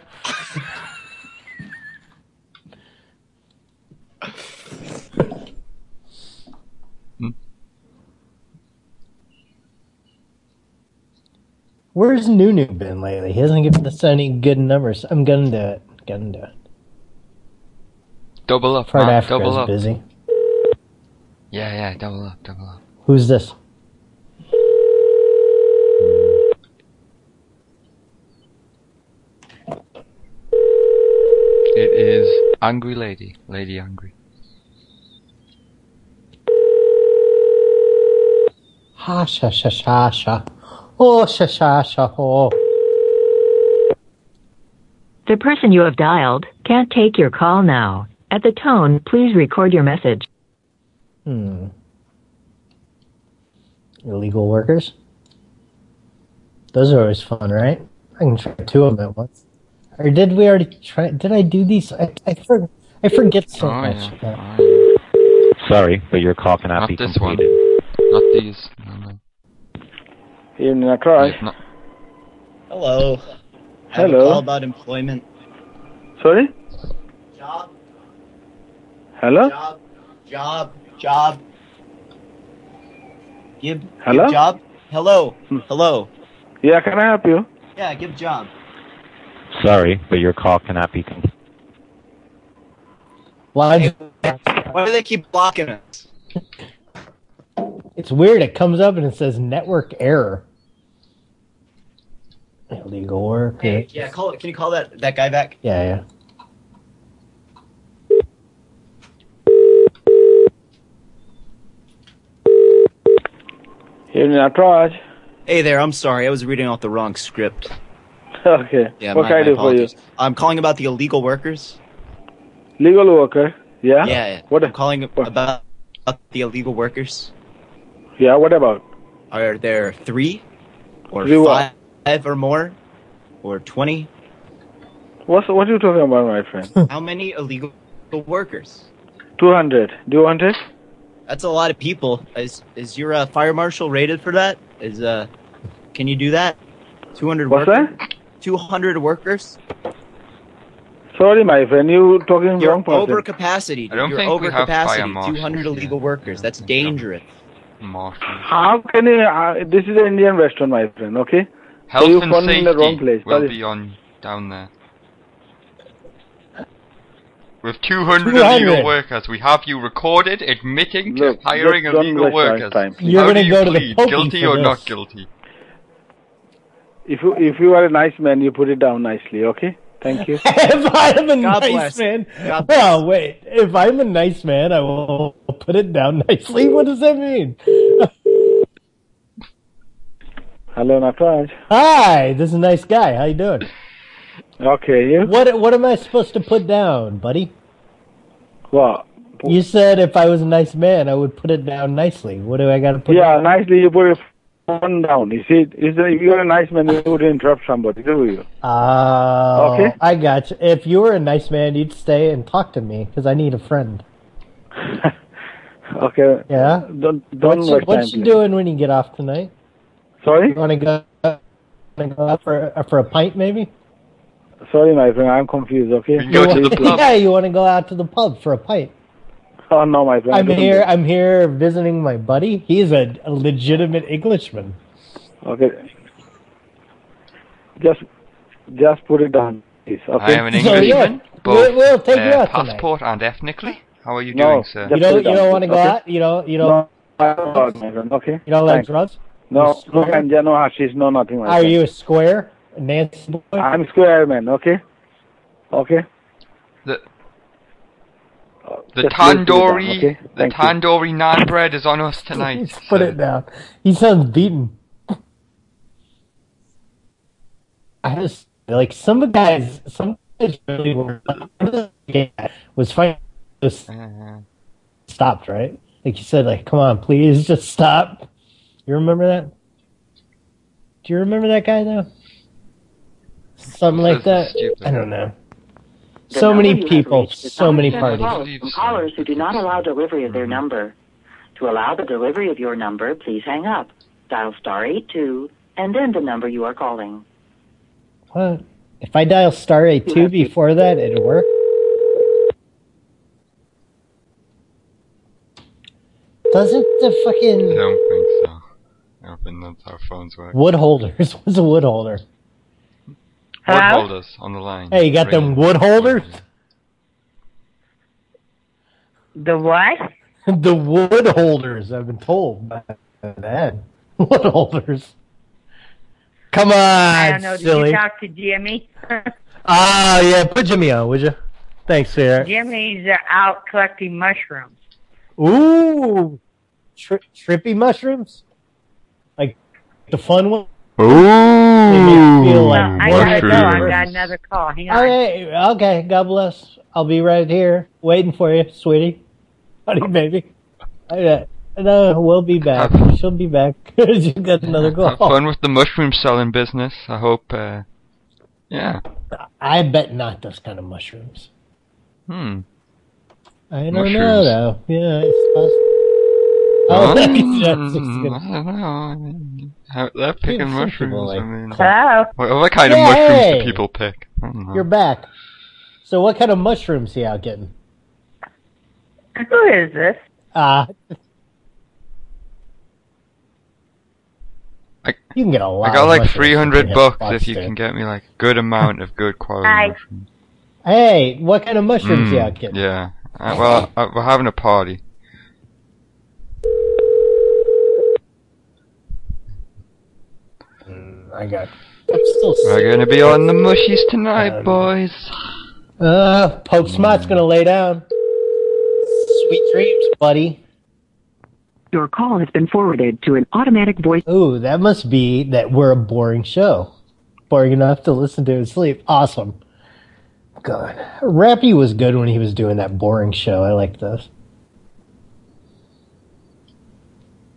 Hmm. Where's Nunu been lately? He hasn't given us any good numbers. I'm gonna do it. Gonna do it.
Double up,
Fart
man.
Africa
double
is
up.
busy.
Yeah, yeah, double up, double up.
Who's this?
It is Angry Lady. Lady Angry.
Ha sha sha sha sha. Oh sha sha sha oh.
The person you have dialed can't take your call now. At the tone, please record your message.
Hmm. Illegal workers? Those are always fun, right? I can try two of them at once. Or did we already try? Did I do these? I, I, for, I forget so
Oh,
much. Yeah.
Sorry, but your call cannot be
This one.
completed.
Not these. No, no.
Evening, I try.
It's not-
Hello. I have a
Hello.
call about employment.
Sorry?
Job,
Hello?
job, job, job. Give,
Hello?
give job. Hello. Hello.
Yeah, can I help you?
Yeah, give job.
Sorry, but your call cannot be completed.
Why?
Why do they keep blocking us?
It's weird. It comes up and it says network error. Illegal worker.
Hey, yeah, call. Can you call that that guy back?
Yeah, yeah.
Evening, I try.
Hey there. I'm sorry. I was reading off the wrong script.
Okay.
Yeah.
what
my,
can I
my
do for you?
apologies. I'm calling about the illegal workers.
Legal worker. Yeah?
Yeah.
What?
I'm calling about, about the illegal workers.
Yeah, what about?
Are there three, or
Three what?
five, or more, or twenty?
What's, what are you talking about, my friend?
Hmm.
How many illegal workers?
200. Do you want it?
That's a lot of people. Is is your uh, fire marshal rated for that? Is uh, can you do that? Two hundred
What's
workers. Two hundred workers.
Sorry, my friend, you talking
You're
wrong person.
over capacity.
I don't
You're
think
over
we have fire
capacity.
marshals,
Two hundred illegal workers. That's dangerous.
How can you? Uh, this is an Indian restaurant, my friend. Okay.
Health
so you
and
phoned
safety
in the wrong place.
will
Sorry.
be on down there. With 200,
200.
illegal workers, we have you recorded admitting to hiring
let's don't
illegal
waste our
workers.
time, please.
How
You're
do
gonna
you
go to the
plead,
pokey
guilty
for
or not
this.
guilty?
If you if you are a nice man, you put it down nicely. Okay. Thank you.
if I'm a
God
nice
bless.
man, oh wait, if I'm a nice man, I will put it down nicely. What does that mean?
Hello, Nataraj.
Hi, this is a nice guy. How you doing?
Okay, you.
What What am I supposed to put down, buddy?
What?
You said if I was a nice man, I would put it down nicely. What do I got to put?
Yeah, nicely you put your phone down. You see, is that if you are a nice man, you would interrupt somebody, do you?
Oh,
Okay.
I got you. If you were a nice man, you'd stay and talk to me because I need a friend.
Okay.
Yeah.
Don't
What
don't
you,
waste
what
time.
you
please.
doing when you get off tonight?
Sorry.
You want to go Wanna go out for uh, for a pint, maybe?
Sorry, my friend, I'm confused, okay?
yeah, you want to go out to the pub for a pint?
Oh, no, my friend.
I'm
don't do
here.
that.
I'm here visiting my buddy. He's a, a legitimate Englishman.
Okay. Just, just put it down, please,
I
okay?
am an Englishman, both
We'll- we'll take you
uh,
out tonight.
passport and ethnically. How are you
No,
doing, sir?
just
You don't.
put it
You don't
down,
want to go
okay?
out. You don't. You
No,
don't.
I don't know, my friend, okay?
You don't like
Thanks.
drugs.
No,
You
no,
square?
and yeah, no hashish, no nothing like
Are
that.
you a square, a Nancy boy?
I'm square man, okay? Okay?
The-
just
The
put it down,
tandoori,
okay?
the
Thank you.
tandoori naan bread is on us tonight.
Put it down. He sounds beaten. I just like some guys. Some guys really were. Was fine. Just stopped, right? Like you said, like, come on, please, just stop. You remember that? Do you remember that guy though? Something like that. I don't know.
The
So
number
many
you have
people,
reached is
so
not
many
acceptable
parties.
From callers who do not allow delivery of their number. To allow the delivery of your number, please hang up. Dial star 82 and then the number you are calling.
What? If I dial star eight two before that, it'll work. Doesn't the
I
fucking
don't think so. I don't think that's how phones work.
wood holders? What's a wood holder?
Wood
Hello?
holders on the line.
Hey, you got them wood holders?
The what?
the wood holders. I've been told by that. Wood holders. Come on,
I don't know. Did
Ah, silly.
you talk to Jimmy?
Ah, yeah. Put Jimmy on, would you? Thanks, Sarah.
Jimmy's uh, out collecting mushrooms.
Ooh, tri- trippy mushrooms. Like the fun one.
Ooh.
I gotta go. I got another call. Hang
Oh,
on.
Okay, okay. God bless. I'll be right here waiting for you, sweetie, honey, baby. All right. No, we'll be back. She'll be back. she got another
Have
call.
fun with the mushroom selling business. I hope. Uh, yeah.
I bet not those kind of mushrooms.
Hmm.
I don't know
Mushrooms.
though. Yeah, it's possible. Oh, that's just good.
I don't know. How, they're picking
some people
mushrooms.
like
I mean,
Hello?
what other kind
Yeah,
of mushrooms
hey!
do people pick? I don't know.
You're back. So, what kind of mushrooms he out getting?
Who is this?
Uh, you can get a lot.
I got
of
like
mushrooms
three hundred
from
bucks
Hitbox,
if you
dude.
can get me like a good amount of good quality.
Hi. Hey, what kind of mushrooms you
Mm,
out getting?
yeah. Uh, well, uh, we're having a party.
I got. Um, I'm still
We're
sick.
gonna be on the mushies tonight, boys.
Uh, Pope Smot's gonna lay down. Sweet dreams, buddy.
Your call has been forwarded to an automatic voice.
Ooh, that must be that we're a boring show. Boring enough to listen to and sleep. Awesome. God. Rappy was good when he was doing that boring show. I like those.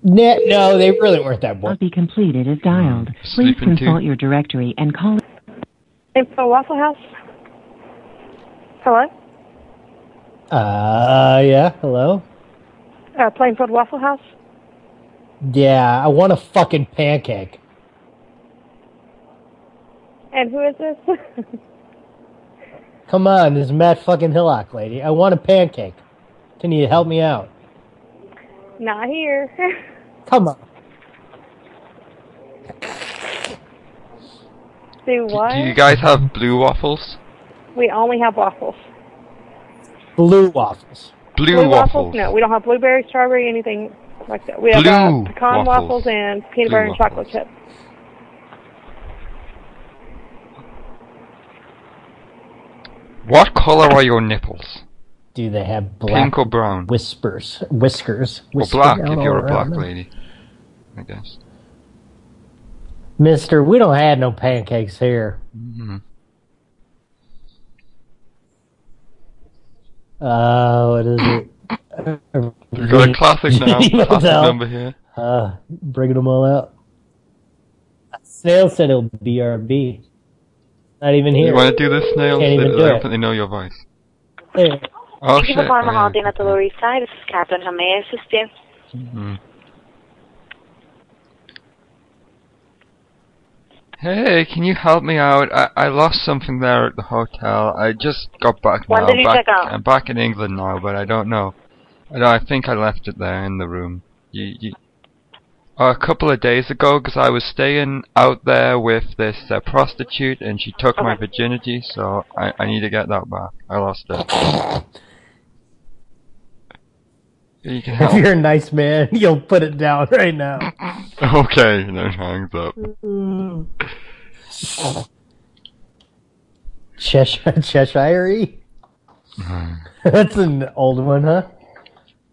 No, no, they really weren't that boring.
Be completed as dialed. Please
sleeping too.
consult your directory and call.
For Waffle House? Hello?
Uh, yeah, hello?
Uh, Plainfield Waffle House?
Yeah, I want a fucking pancake.
And who is this?
Come on, this is Matt fucking Hillock, lady. I want a pancake. Can you help me out?
Not here.
Come on.
Do what?
Do you guys have blue waffles?
we only have waffles.
Blue waffles.
Blue, waffles.
No, we don't have blueberry, strawberry, anything like that. We have
Blue
uh, pecan
waffles.
waffles. and peanut
Blue
butter and chocolate chip.
What color are your nipples?
Do they have black
Pink or brown?
whispers? Whiskers.
Or
Whisper
black,
down
if you're
all
a black
around them?
lady. I guess.
Mister, we don't have no pancakes here.
Mm-hmm.
Uh, what is it?
We got a classic now.
Geneva
Classic
Hotel.
number here.
Uh, bringing them all out. Snail said it'll BRB. Not even here.
You want to do this, Snail?
Can't
They-
even
I
do
don't
it.
think they know your voice.
There.
Oh,
Thank
shit.
you for calling the
oh,
Holiday Inn at the Lower East Side. This is Catherine. How may I assist you?
yeah. Mhm. Hey, can you help me out? I, I lost something there at the hotel. I just got back
What
now.
did you
back,
take out?
I'm back in England now, but I don't know. I, don't, I think I left it there in the room. You, you, a couple of days ago, because I was staying out there with this uh, prostitute, and she took my virginity, so I, I need to get that back. I lost it. you can
If
help.
you're a nice man, you'll put it down right now.
okay, no hangs up.
Cheshire, Cheshire. That's an old one, huh?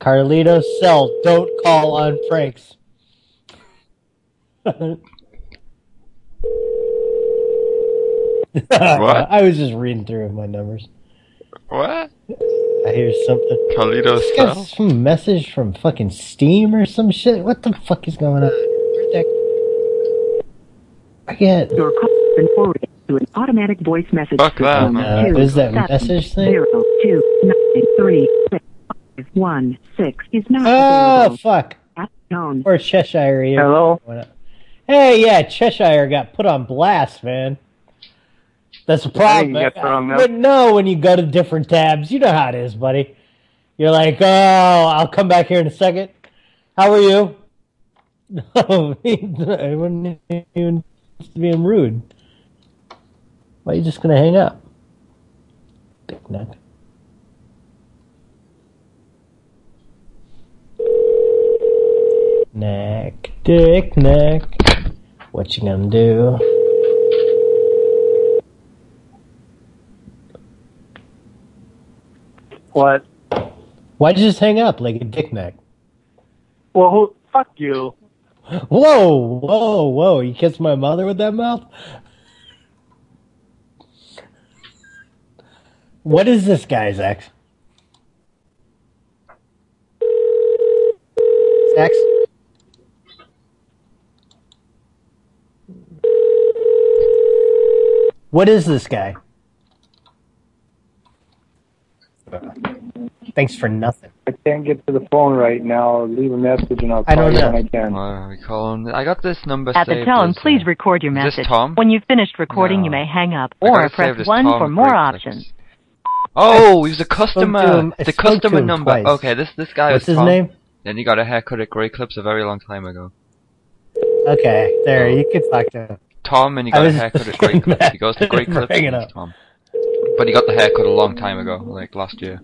Carlito Cell, don't call on pranks. I was just reading through my numbers.
What?
I hear something.
Carlito
This got
Cell?
Some message from fucking Steam or some shit. What the fuck is going on? Where'd that- I get
Your call has been forwarded to an automatic voice message
Fuck that,
system.
man.
Two
Uh, is that
seven
message thing?
zero two nine three six five one six is not
Oh,
available.
fuck.
At tone.
Or Cheshire. Ear.
Hello?
Hey, yeah, Cheshire got put on blast, man. That's the
I think
problem.
you got the wrong
but no, when you go to different tabs, you know how it is, buddy. You're like, oh, I'll come back here in a second. How are you? No, I wouldn't even being rude. Why are you just gonna hang up? Big neck. Neck, dick, neck. What you gonna do?
What?
Why'd you just hang up like a dick neck?
Well, who, fuck you.
Whoa, whoa, whoa! You kissed my mother with that mouth? What is this guy, Zach? Zach? What is this guy? Thanks for nothing.
I can't get to the phone right now. Leave a message and I'll
I
call
don't
you
know.
when Oh, I can.
Why we call him? I got this number
At the
saved
tone,
as, uh,
please record your
is this
message.
Tom?
When you've finished recording, you
No.
may hang up
I
or
gotta save
press
this
1
Tom
for more
Cruise
options.
Oh, he was a
spoke to
customer.
him- I
the
spoke to
customer
him
number.
twice.
Okay, this this guy
What's
was
his
Tom.
name?
Then he got a haircut at Grey Clips a very long time ago.
Okay, there, you could talk to him.
Tom and he
I
got a
was
haircut at
just
Grey
getting
Clips.
back
He goes to Grey Clips
bringing
and
up.
it's Tom. But he got the haircut a long time ago, like last year.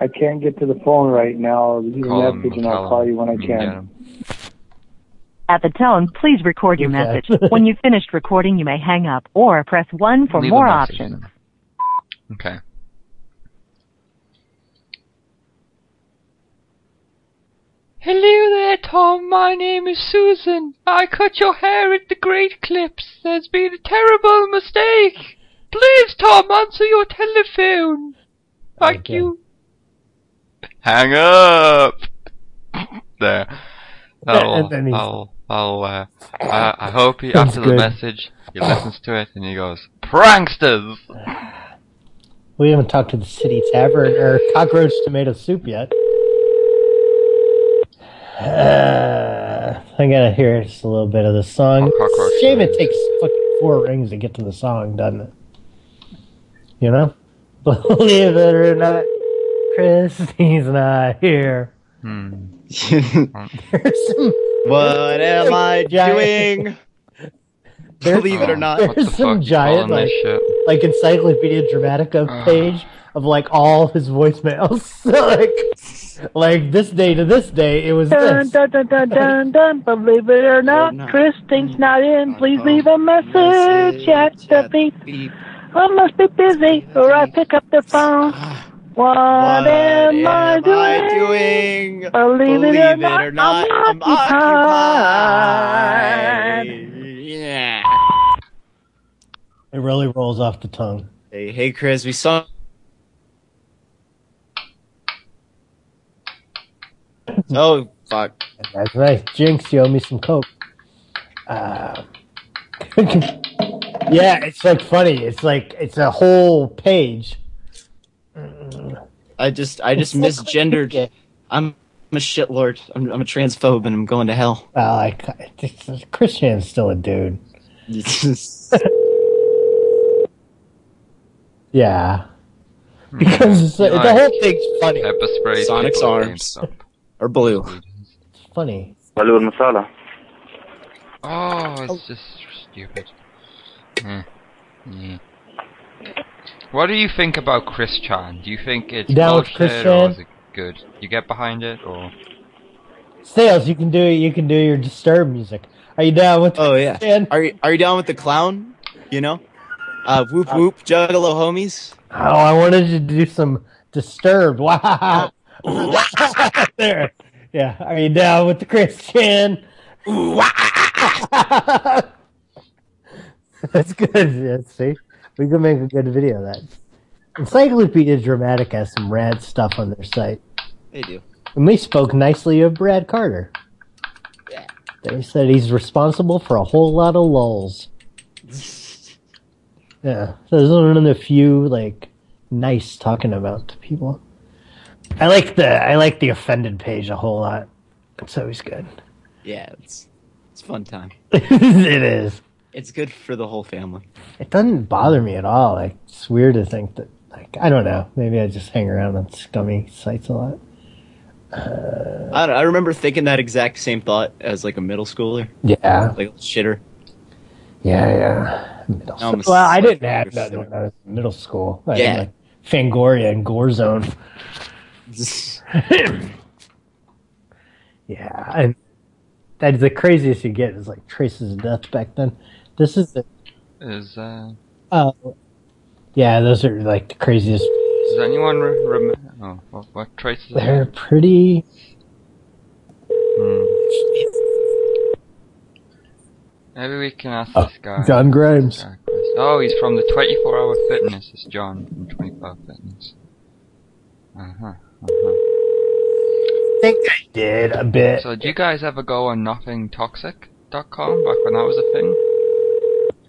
I can't get to the phone right now. Leave
Call
a
him,
message and
we'll
I'll
tell
call
him.
you when I
Mm,
can.
yeah.
At the tone, please record your message. When you've finished recording, you may hang up or press 1 for
Leave a
more
message
options.
Okay.
Hello there, Tom. My name is Susan. I cut your hair at the Great Clips. There's been a terrible mistake. Please, Tom, answer your telephone. Thank you.
Hang up. there. That'll,
And then he's-
that'll, that'll, uh, I, I hope he,
That's
after the
good.
message, he listens to it and he goes, Pranksters!
We haven't talked to the City Tavern or Cockroach Tomato Soup yet. Uh, I gotta hear just a little bit of the song.
Cockroach
Shame it takes fucking four rings to get to the song, doesn't it? You know? Believe it or not, Christy's not here.
Hmm.
There's some,
What am I doing?
There's-
Believe it or not.
there's
What the
some
fuck you
giant
calling
like,
this shit?
like Encyclopedia Dramatica page of like all his voicemails. like, like this day to this day, it was
Dun,
this.
dun, dun, dun, dun, dun. Believe it or not, Christine's not in. Please leave a message at the beep. I must be busy or I pick up the phone. What, am, I doing?
doing?
Believe,
Believe
it or
it
not,
or not, I'm
I'm, occupied.
Yeah.
It really rolls off the tongue.
Hey, hey, Chris, we saw. Oh, fuck.
That's right. Jinx, you owe me some coke. Uh, yeah, it's like funny. It's like it's a whole page.
I just, I just
It's so
misgendered. I'm, I'm a shitlord. I'm, I'm a transphobe and I'm going to hell.
Uh, like, this- this- Christian's still a dude. Yeah.
Hmm.
Because it's- the whole thing's funny.
Pepper spray.
Sonic's
people at
arms are blue.
funny.
Balloon masala.
GameStop. Oh, it's just stupid. Eh. Mm. What do you think about Chris Chan? Do you think it's
You down with
bullshit
Chris
or
Chan?
is it good? You get behind it or?
Sales, you can do you can do your disturb music. Are you down with
Oh yeah. Are you are you down with the clown? You know, uh, whoop whoop, juggalo homies.
Oh, I wanted to do some disturbed. Wow. there. Yeah. Are you down with the Christian? That's good. Yeah, see? We could make a good video of that. Encyclopedia Dramatic has some rad stuff on their site.
They do.
And they spoke nicely of Brad Carter. They said he's responsible for a whole lot of lulls. Yeah, there's one of the few like nice talking about to people. I like the I like the offended page a whole lot. It's always good.
Yeah, it's it's a fun time.
it is.
It's good for the whole family.
It doesn't bother me at all. Like it's weird to think that. Like I don't know. Maybe I just hang around on scummy sites a lot.
I, don't- I remember thinking that exact same thought as like a middle schooler.
Yeah.
like a shitter.
Yeah, yeah. Middle
I'm a
school. Well,
slight
I didn't have that
shitter.
when I was in middle school. I
Yeah.
had, like Fangoria and Gorezone. yeah, and that's the craziest you get is like traces of death back then. This is the
Is uh,
uh, yeah, those are like the craziest.
does anyone re- remember? Oh, what, what traces? are
They're
there?
pretty.
Mm. Maybe we can ask
Oh,
this guy.
John Grimes.
Oh, he's from the 24 Hour Fitness. It's John from 24 Hour Fitness. Uh huh.
I think I did a bit.
So, do you guys ever go on nothingtoxic.com back when that was a thing?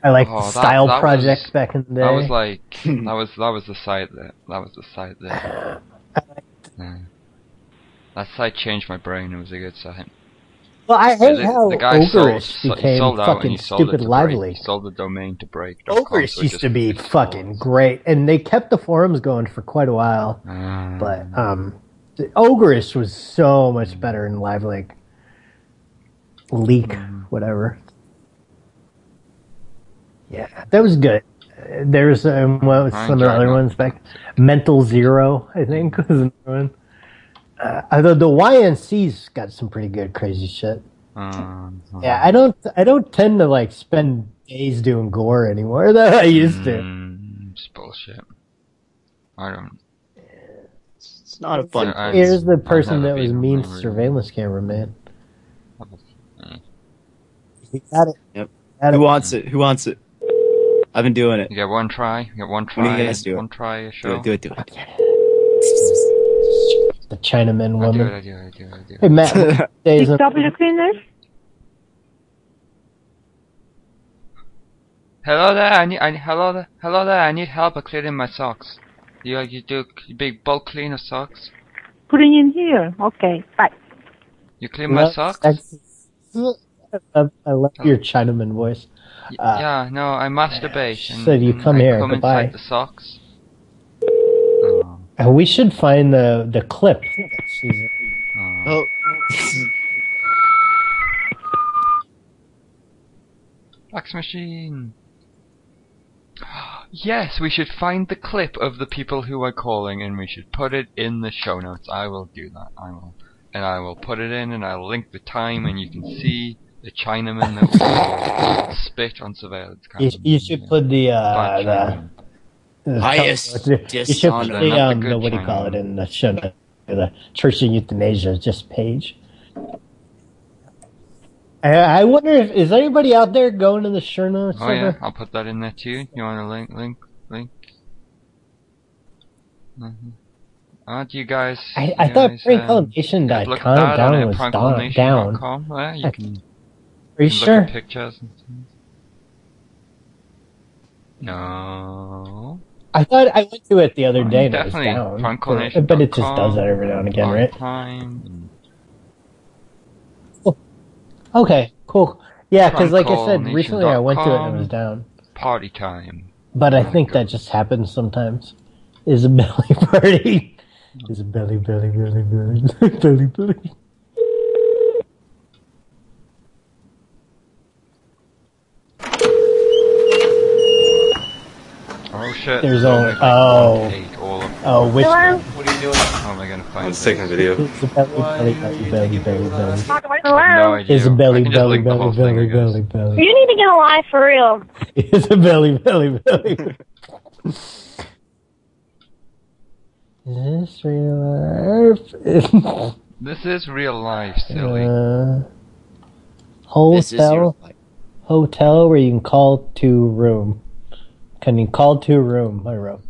I like
Oh,
the
that-
style
that
projects
was-
back in the day.
That was like that was that was the site that that was the site that. Yeah. That site changed my brain. It was a good site.
well, I hate
the,
how
the guy sold,
ogreish
so- he
became
sold out and he
fucking
sold it
stupid
to
lively.
Break. He sold the domain to break.
Ogres used to be fucking great, and they kept the forums going for quite a while. But
Mm.
um, the Ogres was so much better in Live Leak, Leak,
Mm.
whatever. Yeah, that was good. Uh, There was um, what was
I
some of the
enjoyed
other
that.
ones back. Mental Zero, I think, was another one. Uh, although the YNC's got some pretty good crazy shit.
Uh,
Um,
Yeah, I don't. I don't tend to like spend days doing gore anymore though I used to.
Mm, It's bullshit. I don't.
It's not a fun.
I-
Here's the
I've
person
never
that was
been
mean
remembered.
to surveillance camera man.
Mm.
He got it.
Yep.
Got
Who
it.
wants it? Who wants it? I've been doing it.
You get one try. You get one
When
try.
are you guys do
one
it?
try a
Do
show.
it. Do it. Do it.
The Chinaman
I do
woman.
it. I do it. I do it. I do it.
Hey Matt, what days
Is
of-
W Queen there?
Hello there, I need, I, need- hello there, hello there, I need help with cleaning my socks. You, you do a big bulk clean of socks?
Putting in here. Okay. Bye.
You clean my
Love
socks?
sex- I love, I love
Oh.
your Chinaman voice.
Y- yeah, no, I masturbate. And,
uh, said you
and
come
I
here,
come
goodbye.
inside the socks.
Uh, we should find the the clip. that she's in.
Oh.
Fax machine. Yes, we should find the clip of the people who are calling and we should put it in the show notes. I will do that. I will. And I will put it in and I'll link the time and you can see the Chinaman that was spit on surveillance
You,
camera.
you should put the uh, the, the
Highest
You should put
dishonor.
the, um,
Not the
the what do you call it in the show notes, the Church of Euthanasia just page. I, I wonder if is anybody out there going to the show notes?
Oh yeah,
ever?
I'll put that in there too. You want to link, link, link? Mhm. Aren't you guys?
I,
you
I thought
guys, um,
prankulation.com
look at that
down
on
was down. down.
prankulation.com, There, you can.
Are you
can
sure?
Look at pictures. And things. No.
I thought I went to it the other
I'm
day and it was
definitely
down.
prankulation.com.
I bet it just does that every now and again,
on
right?
Time.
Okay, cool. Yeah, because like I said,
Trunkcallnation.com,
recently I went to it and it was down.
Party time.
But I think that just happens sometimes. Is a belly party. Is a belly, belly, belly, belly, belly, belly.
Oh
There's
shit. there's
only
like
oh
one take all of
oh which
Hello?
one?
What are you doing? How am I gonna find this? taking
video. Is a belly, belly, belly, belly, belly, belly.
Hello?
Is a belly, belly, belly, belly, belly, belly.
You need to get a life for real.
It's a belly, belly, belly. Is this real life?
This is real life, silly.
uh,
This is your
hotel, hotel where you can call to room. Can you call to room? My room.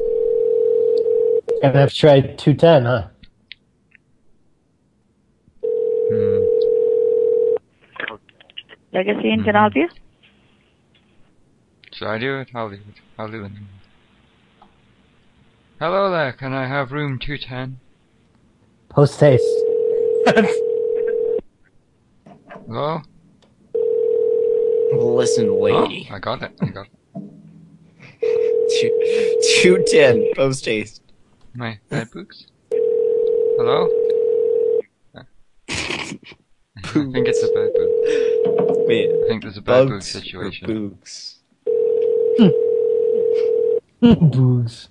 Gonna have to try two ten, huh?
Hmm.
Legacy, and can I help you?
Should I do it? I'll do it. I'll do it. Hello there, can I have room 210?
Post haste.
Hello?
Listen, lady.
I got it. I got
it. Two ten post haste.
My bad books? Hello? I think it's a bad book.
Wait.
I think there's a bad book
bugs or
situation.
Boogs.
Boogs.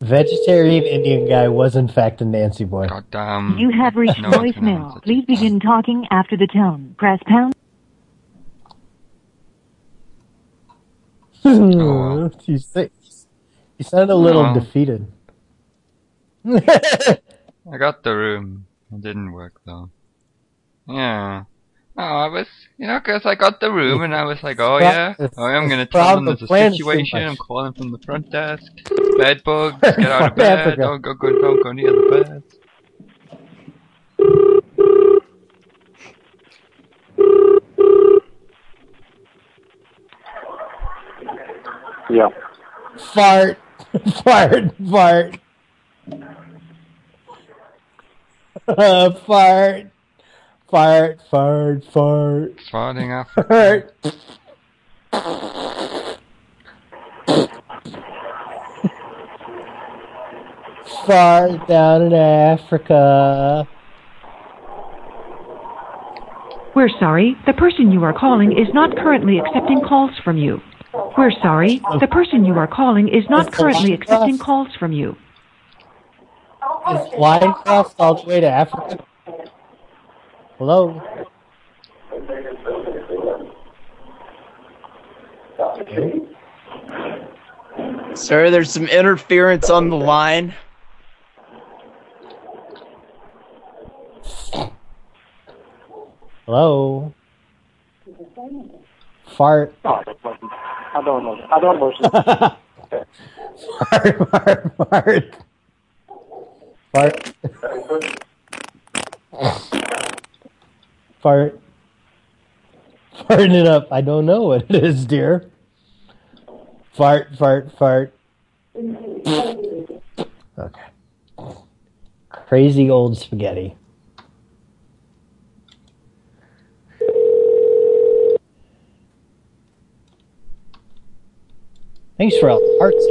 Vegetarian Indian guy was in fact a Nancy boy. God
damn.
You have reached voicemail. Please begin talking after the tone. Press pound.
you, say- you sound a little
Oh.
defeated.
I got the room. It didn't work though. Yeah. Oh, I was, you know, 'cause I got the room and I was like, oh
It's
yeah,
pro- it's-
oh yeah, I'm gonna
it's
tell them
prob-
there's
the
a
plan's too
situation.
much.
I'm calling from the front desk. Bed bugs, get out of
From
bed.
Africa.
Don't go, go, don't go near the bed.
Yeah.
fart, fart, fart. Uh, fart, fart, fart, fart.
Farting off.
Fart. Fart down in Africa.
We're sorry, the person you are calling is not currently accepting calls from you. We're sorry, the person you are calling is not currently accepting calls from you.
Is flying cross all the way to Africa? Hello?
Sir, there's some interference on the line.
Hello? Fart.
I don't know. I don't know.
fart, fart, fart. Fart. Fart. Farting it up. I don't know what it is, dear. Fart, fart, fart. Okay. Crazy old spaghetti. Thanks for all the hearts.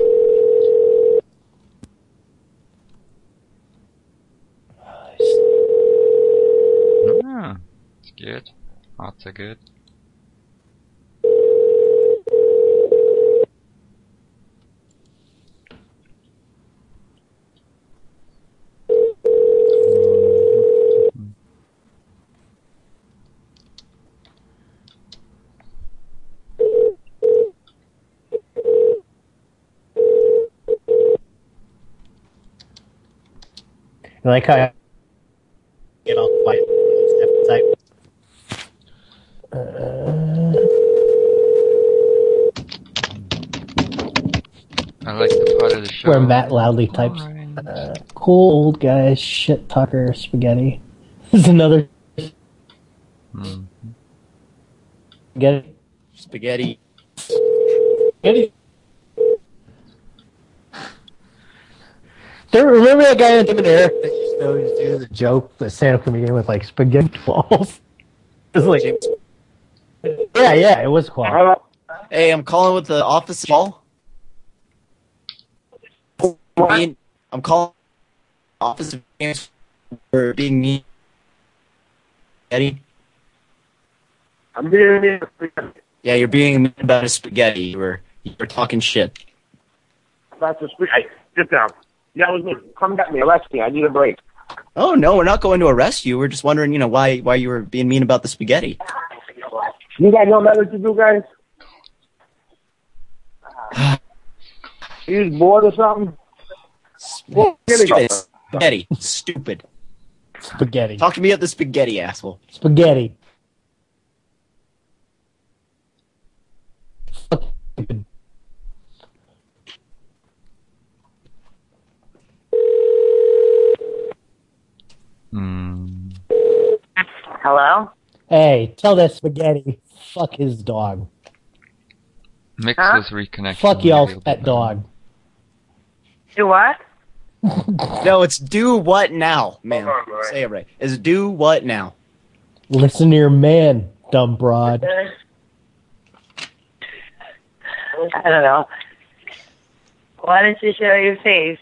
Ah, it's good. Hearts are good.
You like how I get all quiet. It's half
I like the part of the show.
Where Matt loudly types, uh, cool old guy, shit talker, spaghetti. This is another
Hmm.
spaghetti.
Spaghetti.
spaghetti. There, remember that guy in Tim and Eric that used They always do the joke, the stand-up comedian with like spaghetti balls. It's like, yeah, yeah, it was qual.
Hey, I'm calling with the office call. Being- I'm calling office of James for being mean. Eddie.
I'm being mean.
Yeah, you're being mean about a spaghetti. You were you were talking shit.
That's a sweet. Hey, sit down. That was me. Come get me. Arrest me. I need a break.
Oh no, we're not going to arrest you. We're just wondering, you know, why why you were being mean about the spaghetti.
You got no matter to do, guys? You just bored or something?
Stupid. Spaghetti. Stupid.
Spaghetti.
Talk to me about the spaghetti, asshole.
Spaghetti.
Hello?
Hey, tell that spaghetti, fuck his dog.
Mix this reconnection.
Fuck y'all,
maybe.
pet dog.
Do what?
No, it's do what now, man. Say it right. It's do what now.
Listen to your man, dumb broad.
I don't know. Why don't you show your face?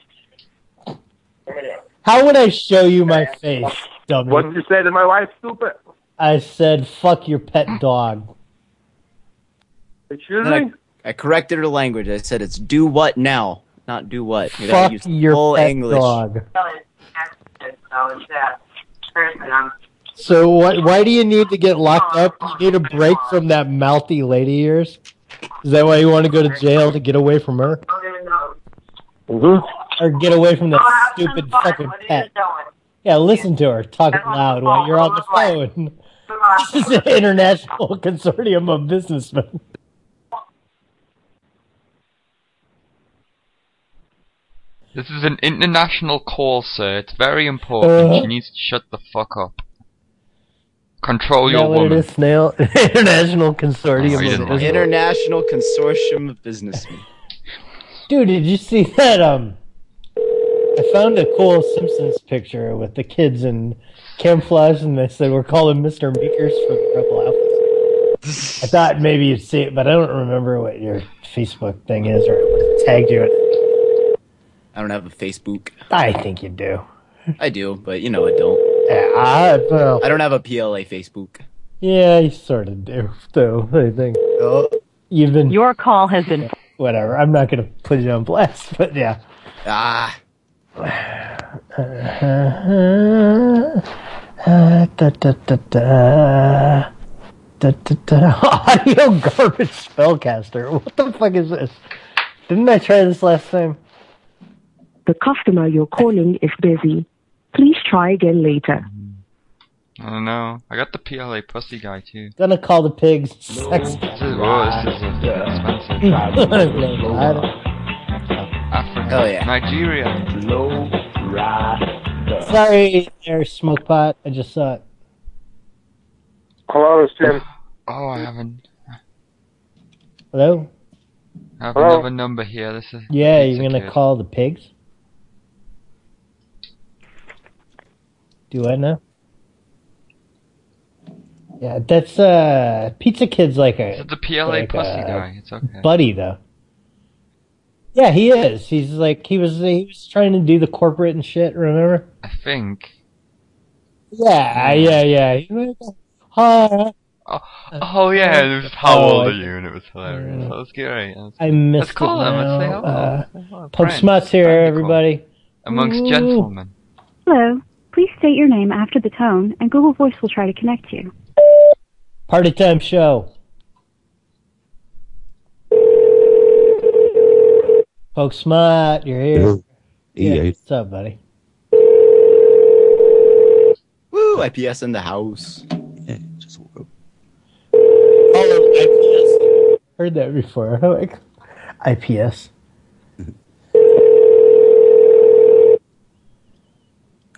How would I show you my face, dumb?
What did you say to my wife, stupid?
I said, fuck your pet dog.
Excuse
Then
me?
I, I corrected her language. I said it's do what now, not do what. You
Fuck
gotta use
your
full
pet
English.
dog.
So it's that person. I'm
So what, why do you need to get locked up? You need a break from that mouthy lady of yours? Is that why you want to go to jail to get away from her? Or get away from that stupid fucking pet? Yeah, listen to her talk loud while you're on the phone. This is an international consortium of businessmen.
This is an international call, sir. It's very important.
Uh-huh.
she needs to shut the fuck up. Control
Is
your
that what it
woman. Oh,
is, Snail? international consortium of businessmen.
International Consortium of Businessmen.
Dude, did you see that? Um, I found a cool Simpsons picture with the kids in camouflage, and they said we're calling Mister Meekers for the Rebel Alphas. I thought maybe you'd see it, but I don't remember what your Facebook thing is or it was tagged you. in.
I don't have a Facebook.
I think you do.
I do, but you know I don't.
Yeah, I, well,
I don't have a PLA Facebook.
yeah, you sort of do, though. I think. You've been.
Your call has been.
Whatever. I'm not gonna put you on blast, but yeah.
Ah.
Da-da-da-da. Da-da-da. Audio garbage spellcaster. What the fuck is this? Didn't I try this last time?
The customer you're calling is busy. Please try again later.
I don't know. I got the PLA pussy guy too.
Gonna call the pigs. Sex.
This is, oh, this is expensive. Africa.
Oh,
Hell yeah.
Nigeria. Low
Sorry, there, smoke pot. I just saw it.
Hello, it's Tim.
Oh, I haven't.
Hello?
I have
Hello?
another number here. This is.
Yeah,
it's
you're
a
gonna
kid.
call the pigs? Do I know? Yeah, that's uh Pizza Kid's like a
It's the PLA
like
pussy
a
guy. It's okay.
buddy though. Yeah, he is. He's like he was he was trying to do the corporate and shit, remember?
I think.
Yeah, yeah, yeah. He's like, "Hi,
Oh, oh yeah. It was how
Oh,
old
I-
are you? And it was hilarious. That was great. That was-
I missed
Let's call
it
him. Let's say
now.
hello.
Uh,
hello,
Pope
friend.
Smuts here,
Friend to call.
everybody.
Amongst
Ooh.
gentlemen.
Hello. Please state your name after the tone, and Google Voice will try to connect you.
Party time show. Folks, smart, you're here. Yeah, what's up, buddy?
Woo! IPS in the house.
Heard that before. I'm like, IPS.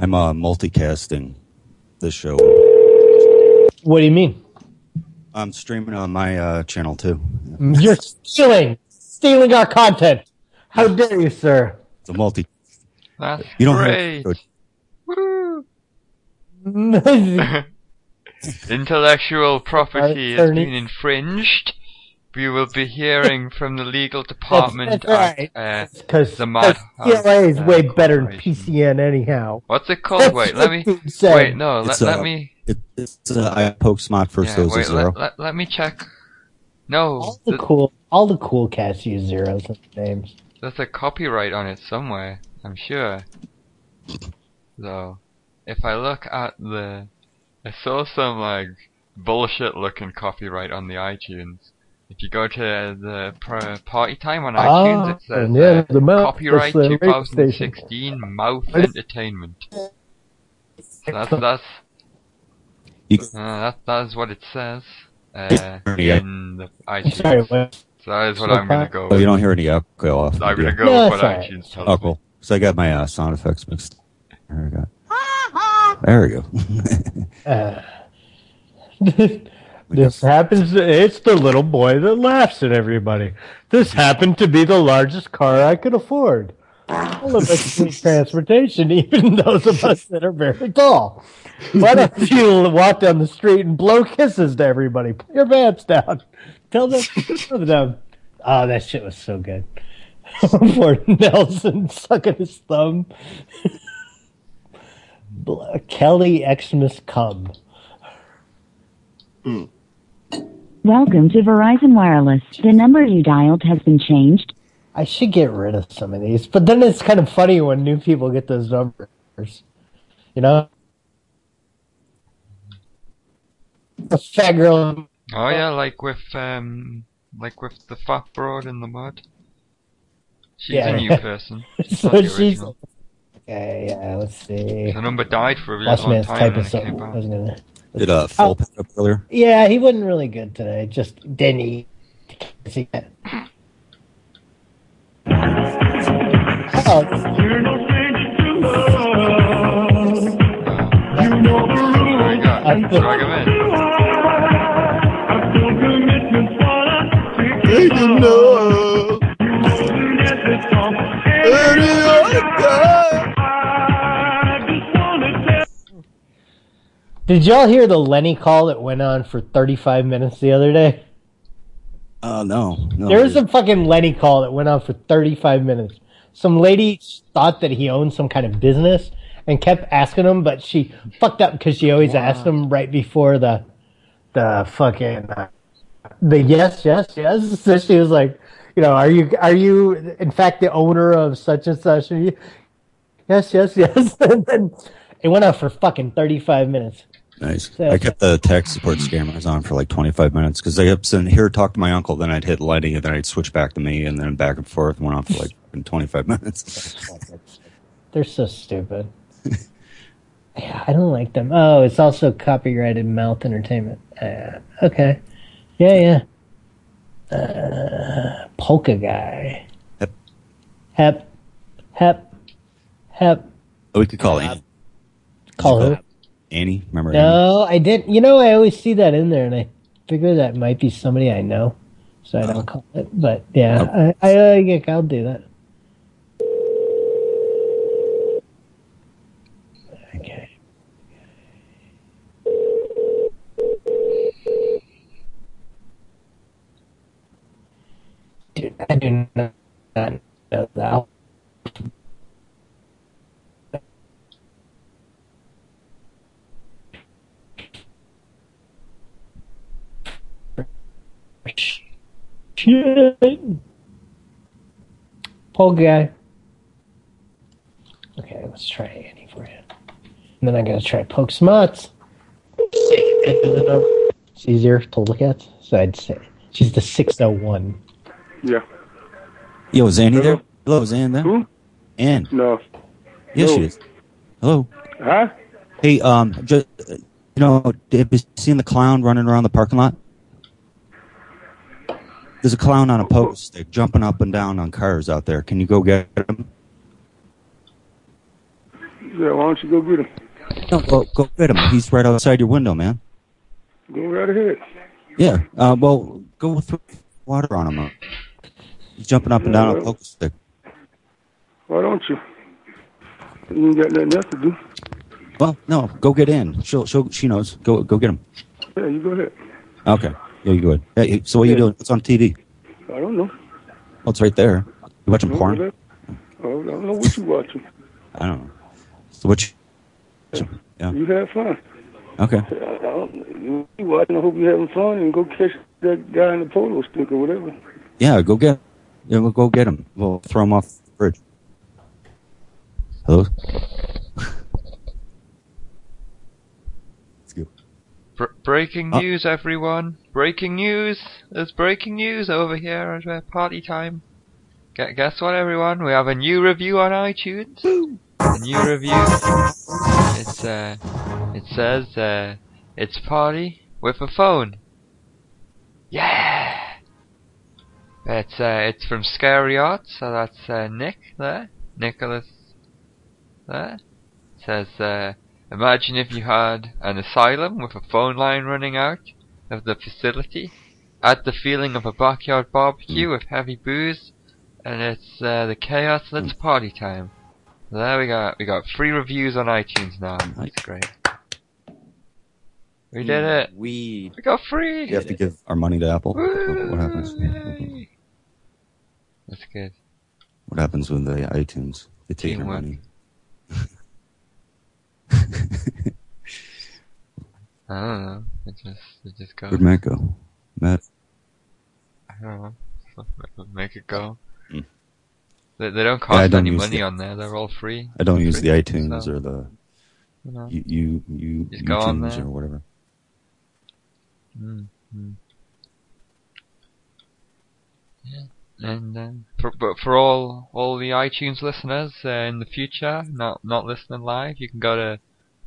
I'm uh, multicasting this show.
What do you mean?
I'm streaming on my uh, channel too.
You're stealing, stealing our content. How dare you, sir?
It's a multi.
That's
You don't
great.
have.
Intellectual property has
Attorney.
been infringed. We will be hearing from the legal department
that's
at uh,
Because
the Mad House.
CLA is way better than PCN anyhow.
What's it called? Wait, let me. Wait, no, let,
It's uh,
let
a-
me.
It, it's a, I poke smock first
Yeah,
those
wait,
a zero.
let, let, let me check. No,
All the cool, all the cool cats use zeros in their names.
There's a copyright on it somewhere, I'm sure. Though, if I look at the, I saw some like bullshit looking copyright on the iTunes. If you go to the pro- party time on iTunes, it says
Ah, yeah, the
uh,
mouth,
copyright
that's the radio station.
2016 Mouth Entertainment. So that's that's
You-
uh, that that is what it says uh,
Yeah.
in the iTunes.
sorry, what?
So that is what I'm gonna go.
Oh,
with.
you don't hear any echo off.
I'm gonna
Yeah.
go No, with what that's iTunes all right. tells
Oh, cool. So I got my uh, sound effects mixed. There we go. There we go.
Uh, this happens. It's the little boy that laughs at everybody. This happened to be the largest car I could afford. All of us need transportation, even those of us that are very tall. Why don't you walk down the street and blow kisses to everybody? Put your pants down. Tell them. Tell them. Oh, that shit was so good. Poor Nelson sucking his thumb. Bl- Kelly Xmas Cub.
Welcome to Verizon Wireless. The number you dialed has been changed.
I should get rid of some of these, but then it's kind of funny when new people get those numbers. You know, a fat girl.
Oh yeah, like with um, like with the fat broad in the mud. She's
Yeah.
a new person. She's
So
not the
she's-
original.
Okay, yeah, let's see.
The number died for a really
Last
long
man's
time
type
and
of
it came
something. Oh. I was gonna.
Did uh, full pack up earlier?
Yeah, he wasn't really good today. Just Denny. See that? Oh,
Drag him in.
did y'all hear the Lenny call that went on for 35 minutes the other day?
Uh, no, no.
there was a fucking Lenny call that went on for 35 minutes. Some lady thought that he owned some kind of business and kept asking him, but she fucked up because she always asked him right before the the fucking uh, the yes, yes, yes. So she was like, you know, are you are you in fact the owner of such and such? And you, yes, yes, yes. and then it went on for fucking 35 minutes.
Nice.
So-
I kept the tech support scammers on for like 25 minutes because I kept sitting here, talk to my uncle, then I'd hit lighting, and then I'd switch back to me, and then back and forth, went on for like fucking 25 minutes.
They're so stupid. yeah, I don't like them. Oh, it's also copyrighted Mouth Entertainment. Uh, okay. Yeah, yeah. Uh, polka guy.
Hep.
Hep. Hep. Hep.
we could call Annie.
Call who?
Annie, remember Annie?
No, I didn't. You know, I always see that in there, and I figure that might be somebody I know, so I don't call it. But yeah, I, I, I think I'll do that. Okay. Dude, I do not know that. Shit. Poor guy. Okay, let's try Annie for you. And then I gotta try Poke Smuts. It's easier to look at, so I'd say she's the 601.
Yeah.
Yo, was Annie there? Hello, is Ann there? Who? Ann.
No.
Yes,
No.
she is. Hello.
Huh?
Hey, um, just, you know, have you seen the clown running around the parking lot? There's a clown on a post stick jumping up and down on cars out there. Can you go get him?
Yeah, why don't you go get him?
No, go, go get him. He's right outside your window, man.
Go right ahead.
Yeah. Uh, well, go throw water on him. He's jumping up and down on a poker stick.
Why don't you? You ain't got nothing else to do.
Well, no, go get in. She'll, she'll, she knows. Go, go get him.
Yeah, you go ahead.
Okay. Yeah, you go ahead. Hey, so what are you doing? It's on TV.
I don't know.
Well, it's right there. You watching porn?
I don't know what you watching.
I don't know. So what? You, Yeah.
You have fun.
okay.
I I don't, you you watching. I hope you having fun and go catch that guy in the polo stick or whatever.
Yeah, go get. Yeah, we'll go get him. We'll throw him off the bridge. Hello.
Br- breaking
Uh.
news, everyone! Breaking news! There's breaking news over here at uh, party time. Gu- guess what, everyone? We have a new review on iTunes. A new review. It's uh, it says uh, it's party with a phone. Yeah. It's uh, it's from Scary Art, so that's uh, Nick there, Nicholas there. It says, uh, imagine if you had an asylum with a phone line running out of the facility. Add the feeling of a backyard barbecue with heavy booze, and it's uh, the chaos. Let's party time. There we go. We got three reviews on iTunes now. That's great. We did
Hmm.
it.
We
we got free.
You have to give our money to Apple. What what happens?
That's good.
What happens when the iTunes? They take your
Teamwork.
money.
I don't know. It just it just goes.
Where'd Matt go? Matt.
I don't know. Make it go. They, they don't cost
Hmm. I don't
any
use
money
the-
on there. They're all free.
I don't use the
Free,
iTunes
so,
or the
you know.
you you you
Just go on
YouTubes
there.
or whatever.
Mm, mm. Yeah. And um, for, but for all all the iTunes listeners uh, in the future, not not listening live, you can go to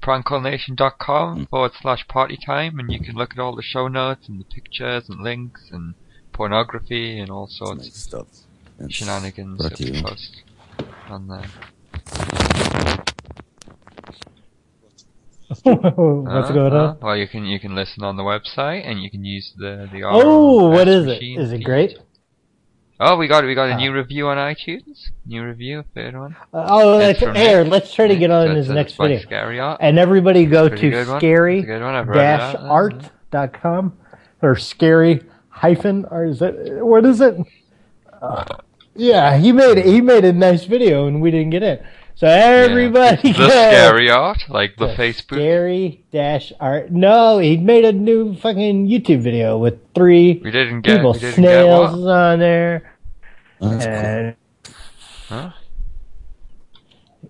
Mm.
prankcallnation.com forward slash party time, and you can look at all the show notes and the pictures and links and pornography and all sorts of
stuff
shenanigans
brought
that
to
we
you.
post on there.
What's
Uh,
going
uh,
on?
Well, you can you can listen on the website, and you can use the the.
Oh,
RS
what is it?
machine
Is it
feed.
great?
Oh, we got we got a new review on iTunes. New review, third one.
Ah. Uh, oh,
It's
that's
from
air.
Nick.
Let's try to get on
That
his
says
next
it's by
video.
Scary Art.
And everybody go
Pretty good
to
one.
scary
Pretty good one. I've Uh-huh. read it out.
dash art.com or scary hyphen or is it what is it? Uh, yeah, he made he made a nice video and we didn't get it. So everybody
The
go.
Scary Art, like the
Yeah,
Facebook.
Scary dash art. No, he made a new fucking YouTube video with three
We didn't get-
people.
we didn't get
Snails
what?
is on there.
That's
cool.
and
Huh?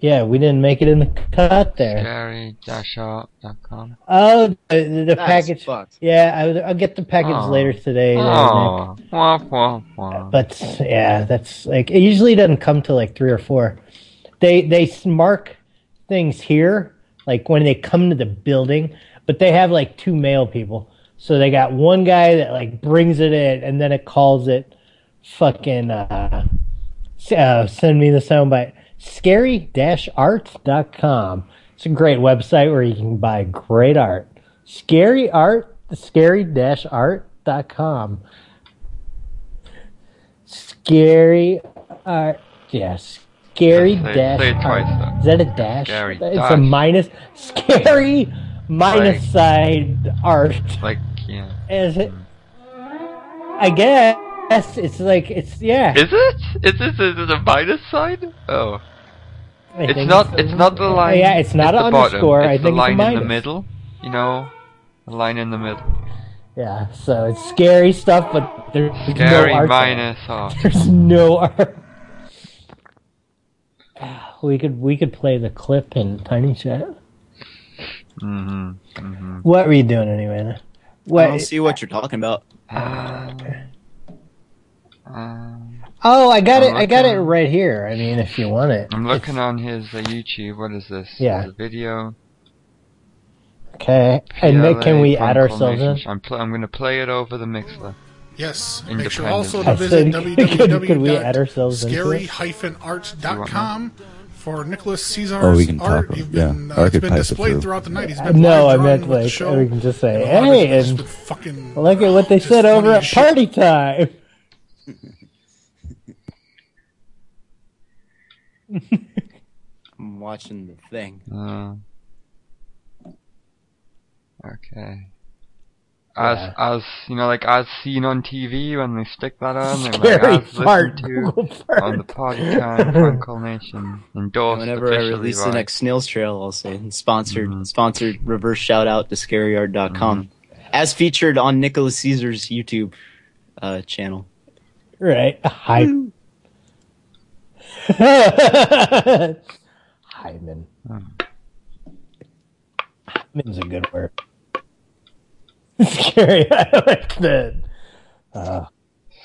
yeah, we didn't make it in the cut there.
Scary dash art.com.
Oh, the, the the
That is
package. Yeah, I, will- I'll get the package
Aw.
later today. there, Nick.
Oh, womp womp womp.
But yeah, that's like it usually doesn't come to like three or four. They they mark things here like when they come to the building, but they have like two mail people. So they got one guy that like brings it in, and then it calls it fucking uh, s- uh send me the soundbite scary art.com. It's a great website where you can buy great art. Scary art, scary art.com. Scary art, yes. Scary
Say-
dash
say it twice,
art. Is that a dash?
Scary
it's a
dash.
minus. Scary minus side art.
Like yeah.
Is it? I guess it's like it's yeah.
Is it? Is this is it a minus sign? Oh.
I
it's
think
not.
so.
It's not the
Uh,
line.
yeah, it's not
at
an
the bottom.
underscore, I
It's
think
the
it's a
line in the
minus.
middle. You know, the line in the middle.
Yeah, so it's scary stuff, but there's
Scary
no art.
minus art.
There's no art. We could we could play the clip in Tiny Chat.
hmm hmm
What were you doing anyway? Anna?
I don't
What?
see what you're talking about.
Ah, Oh, I got it.
I'm
I got it
looking.
right here. I mean, if you want it.
I'm looking on his uh, YouTube. What is this?
Yeah.
There's a video.
Okay. And Nick, can
PLA
we add
from
ourselves in?
Culmination. I'm pl- I'm going to play it over the mixer.
Yes.
Independent.
Make sure also
I
to visit
said, could- could we add ourselves into it?
www.scary-art.com for Nicholas Caesar's
Oh, we can
art.
talk.
You've
Yeah,
been,
or I
uh, it's
could
been
pass it
displayed
through.
throughout the night. He's been
No, I
live
meant
drawing with the
like
show.
we can just say,
And a lot of
"Hey,"
it's
and
just fucking
look at what they said over
funny
at
as
party time.
I'm watching the thing.
Uh, Okay. As as you know, like as seen on TV when they stick that on, and like
Scary
as
fart,
listened
Google
to
fart.
on the Party Time Funk Call Nation endorsed
Whenever I
officially
release
by-
the next Snails Trail, I'll say sponsored sponsored reverse shout out to scaryard.com. As featured on Nicholas Caesar's YouTube uh, channel.
Right. Hyman. Hyman. Hyman's a good word. Scary. I like that. Uh,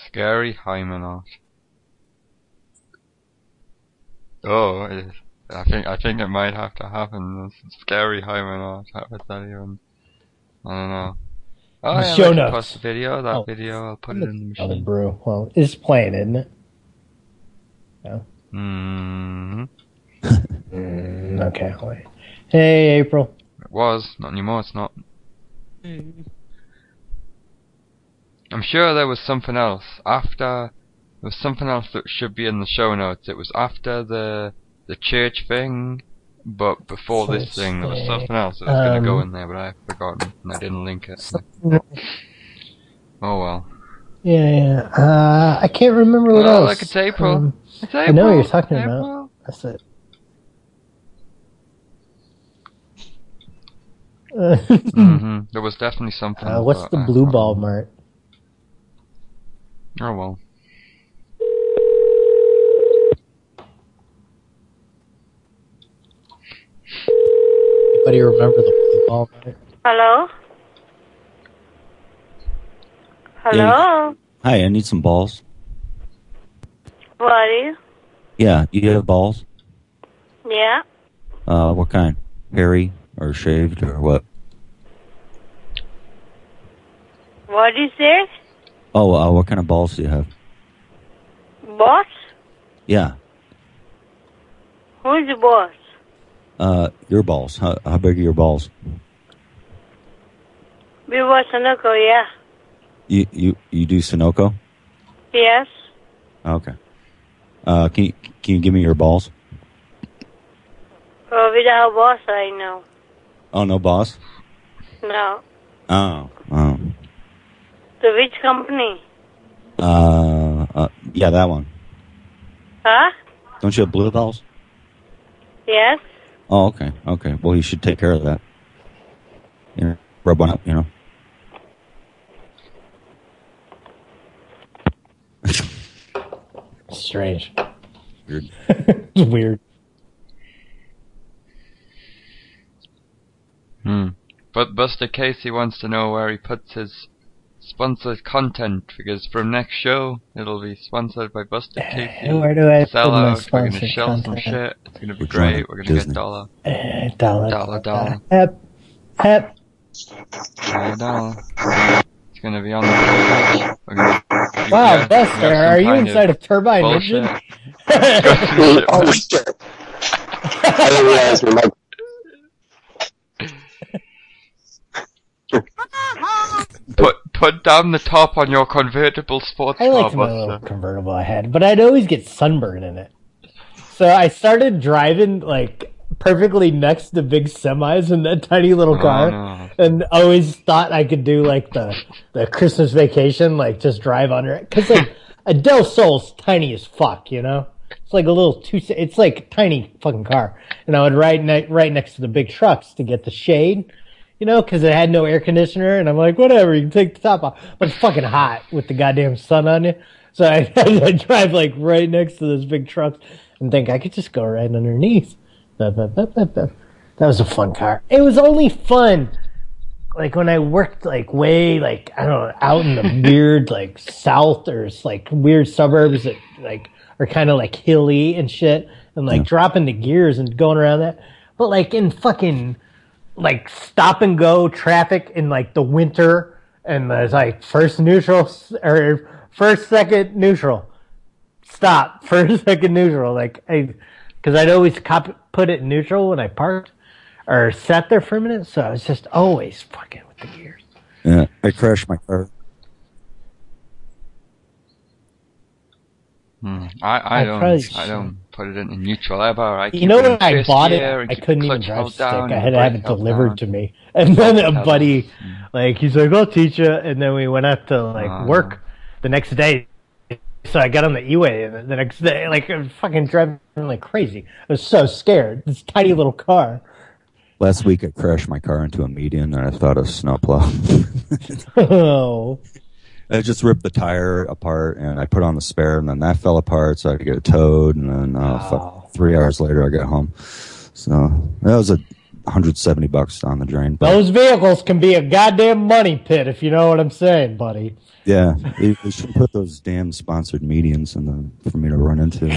Scary Hymenot. Oh, it- I think I think it might have to happen. It's scary Hymenot. How would that even? I don't know.
The
Oh, yeah,
show
I can
notes.
Post a video. That
Oh.
video, I'll put it in the
another
machine.
brew. Well, it's playing, isn't it? No.
Mm-hmm.
Mm, okay. Wait. Hey, April.
It was not anymore. It's not. Hmm. I'm sure there was something else after. There was something else that should be in the show notes. It was after the the church thing, but before this thing, there was something else that was going to go
Um,
in there, but I've forgotten and I didn't link it. Oh well.
Yeah, yeah. Uh, I can't remember what
Oh,
else. um,
look, it's April. It's
I know what you're
April.
talking
April.
about. That's it. Uh,
hmm There was definitely something.
uh, what's
but
the
I-
blue ball mart?
Oh well.
Anybody remember the blue ball mart?
Hello? Hello?
Hi, I need some balls.
Buddy?
Yeah, you have balls?
Yeah?
Uh, what kind? Hairy or shaved or what?
What is this?
Oh, uh, what kind of balls do you have?
Boss?
Yeah,
Who's the boss?
uh, your balls. How, how big are your balls?
We was Sunoco, yeah.
You you you do Sunoco?
Yes?
Okay. Uh, can you, can you give me your balls?
Oh, without boss, I know.
Oh no, boss.
No.
Oh, oh.
To which company?
Uh, uh, yeah, that one.
Huh?
Don't you have blue balls?
Yes?
Oh, okay, okay. Well, you should take care of that. You know, rub one up. You know.
Strange.
Weird.
it's weird.
Hmm. But Buster Casey wants to know where he puts his sponsored content because from next show it'll be sponsored by Buster Casey.
Uh, where do I
Sell
put my
out. We're gonna
sponsored
shell some
content?
shit. It's gonna be
We're trying
great.
to
We're gonna
Disney.
get dollar,
Eh, dollar.
dollar, dollar,
Hep. Hep.
dollar, dollar. It's gonna be on the page. We're gonna,
Wow,
we got-
Buster,
we got some
are you
kind
inside a
of
turbine
bullshit.
engine?
oh
shit! I didn't realize my mic.
Put put down the top on your convertible sports
I
car,
liked my
Buster.
little convertible I had, but I'd always get sunburn in it. So I started driving like perfectly next to big semis in that tiny little
Oh,
car,
no.
and always thought I could do like the the Christmas vacation, like just drive under it, because like a Del Sol's tiny as fuck, you know. It's like a little two. It's like a tiny fucking car, and I would ride ne- right next to the big trucks to get the shade you know, because it had no air conditioner, and I'm like, whatever, you can take the top off, but it's fucking hot with the goddamn sun on you. So I, I drive like right next to those big trucks and think I could just go right underneath. Bup, bup, bup, bup, bup. That was a fun car. It was only fun, like when I worked like way like I don't know out in the weird like south or s- like weird suburbs that like are kind of like hilly and shit, and like dropping the gears and going around that. But like in fucking like stop and go traffic in like the winter and there's like first neutral s- or first second neutral stop first second neutral like I because I'd always cop, put it in neutral when I parked or sat there for a minute so I was just always fucking with the gears
Yeah, I crashed my car.
Hmm. I, I
I
don't
probably
Hmm. I
should.
don't put it into neutral. I'm all right.
You
keep
know
it in
when I
fist
bought
gear
it,
and
I
keep
couldn't
the
even
clutch
drive
held
stick.
down,
I had to
brake
have it
held
delivered
down.
to me. And then
Brake
a
held
buddy, like, he's like, "I'll teach you." And then we went out to like
Ah.
work the next day. So I got on the E-way and the next day, like, I'm fucking driving like crazy. I was so scared. This tiny little car.
Last week, I crashed my car into a median, and I thought a snowplow.
oh,
I just ripped the tire apart, and I put on the spare, and then that fell apart, so I had to get it towed. And then, uh, fuck, three hours later, I got home. So that was a hundred seventy bucks down the drain. But
those vehicles can be a goddamn money pit if you know what I'm saying, buddy.
yeah, they, they should put those damn sponsored medians in the for me to run into.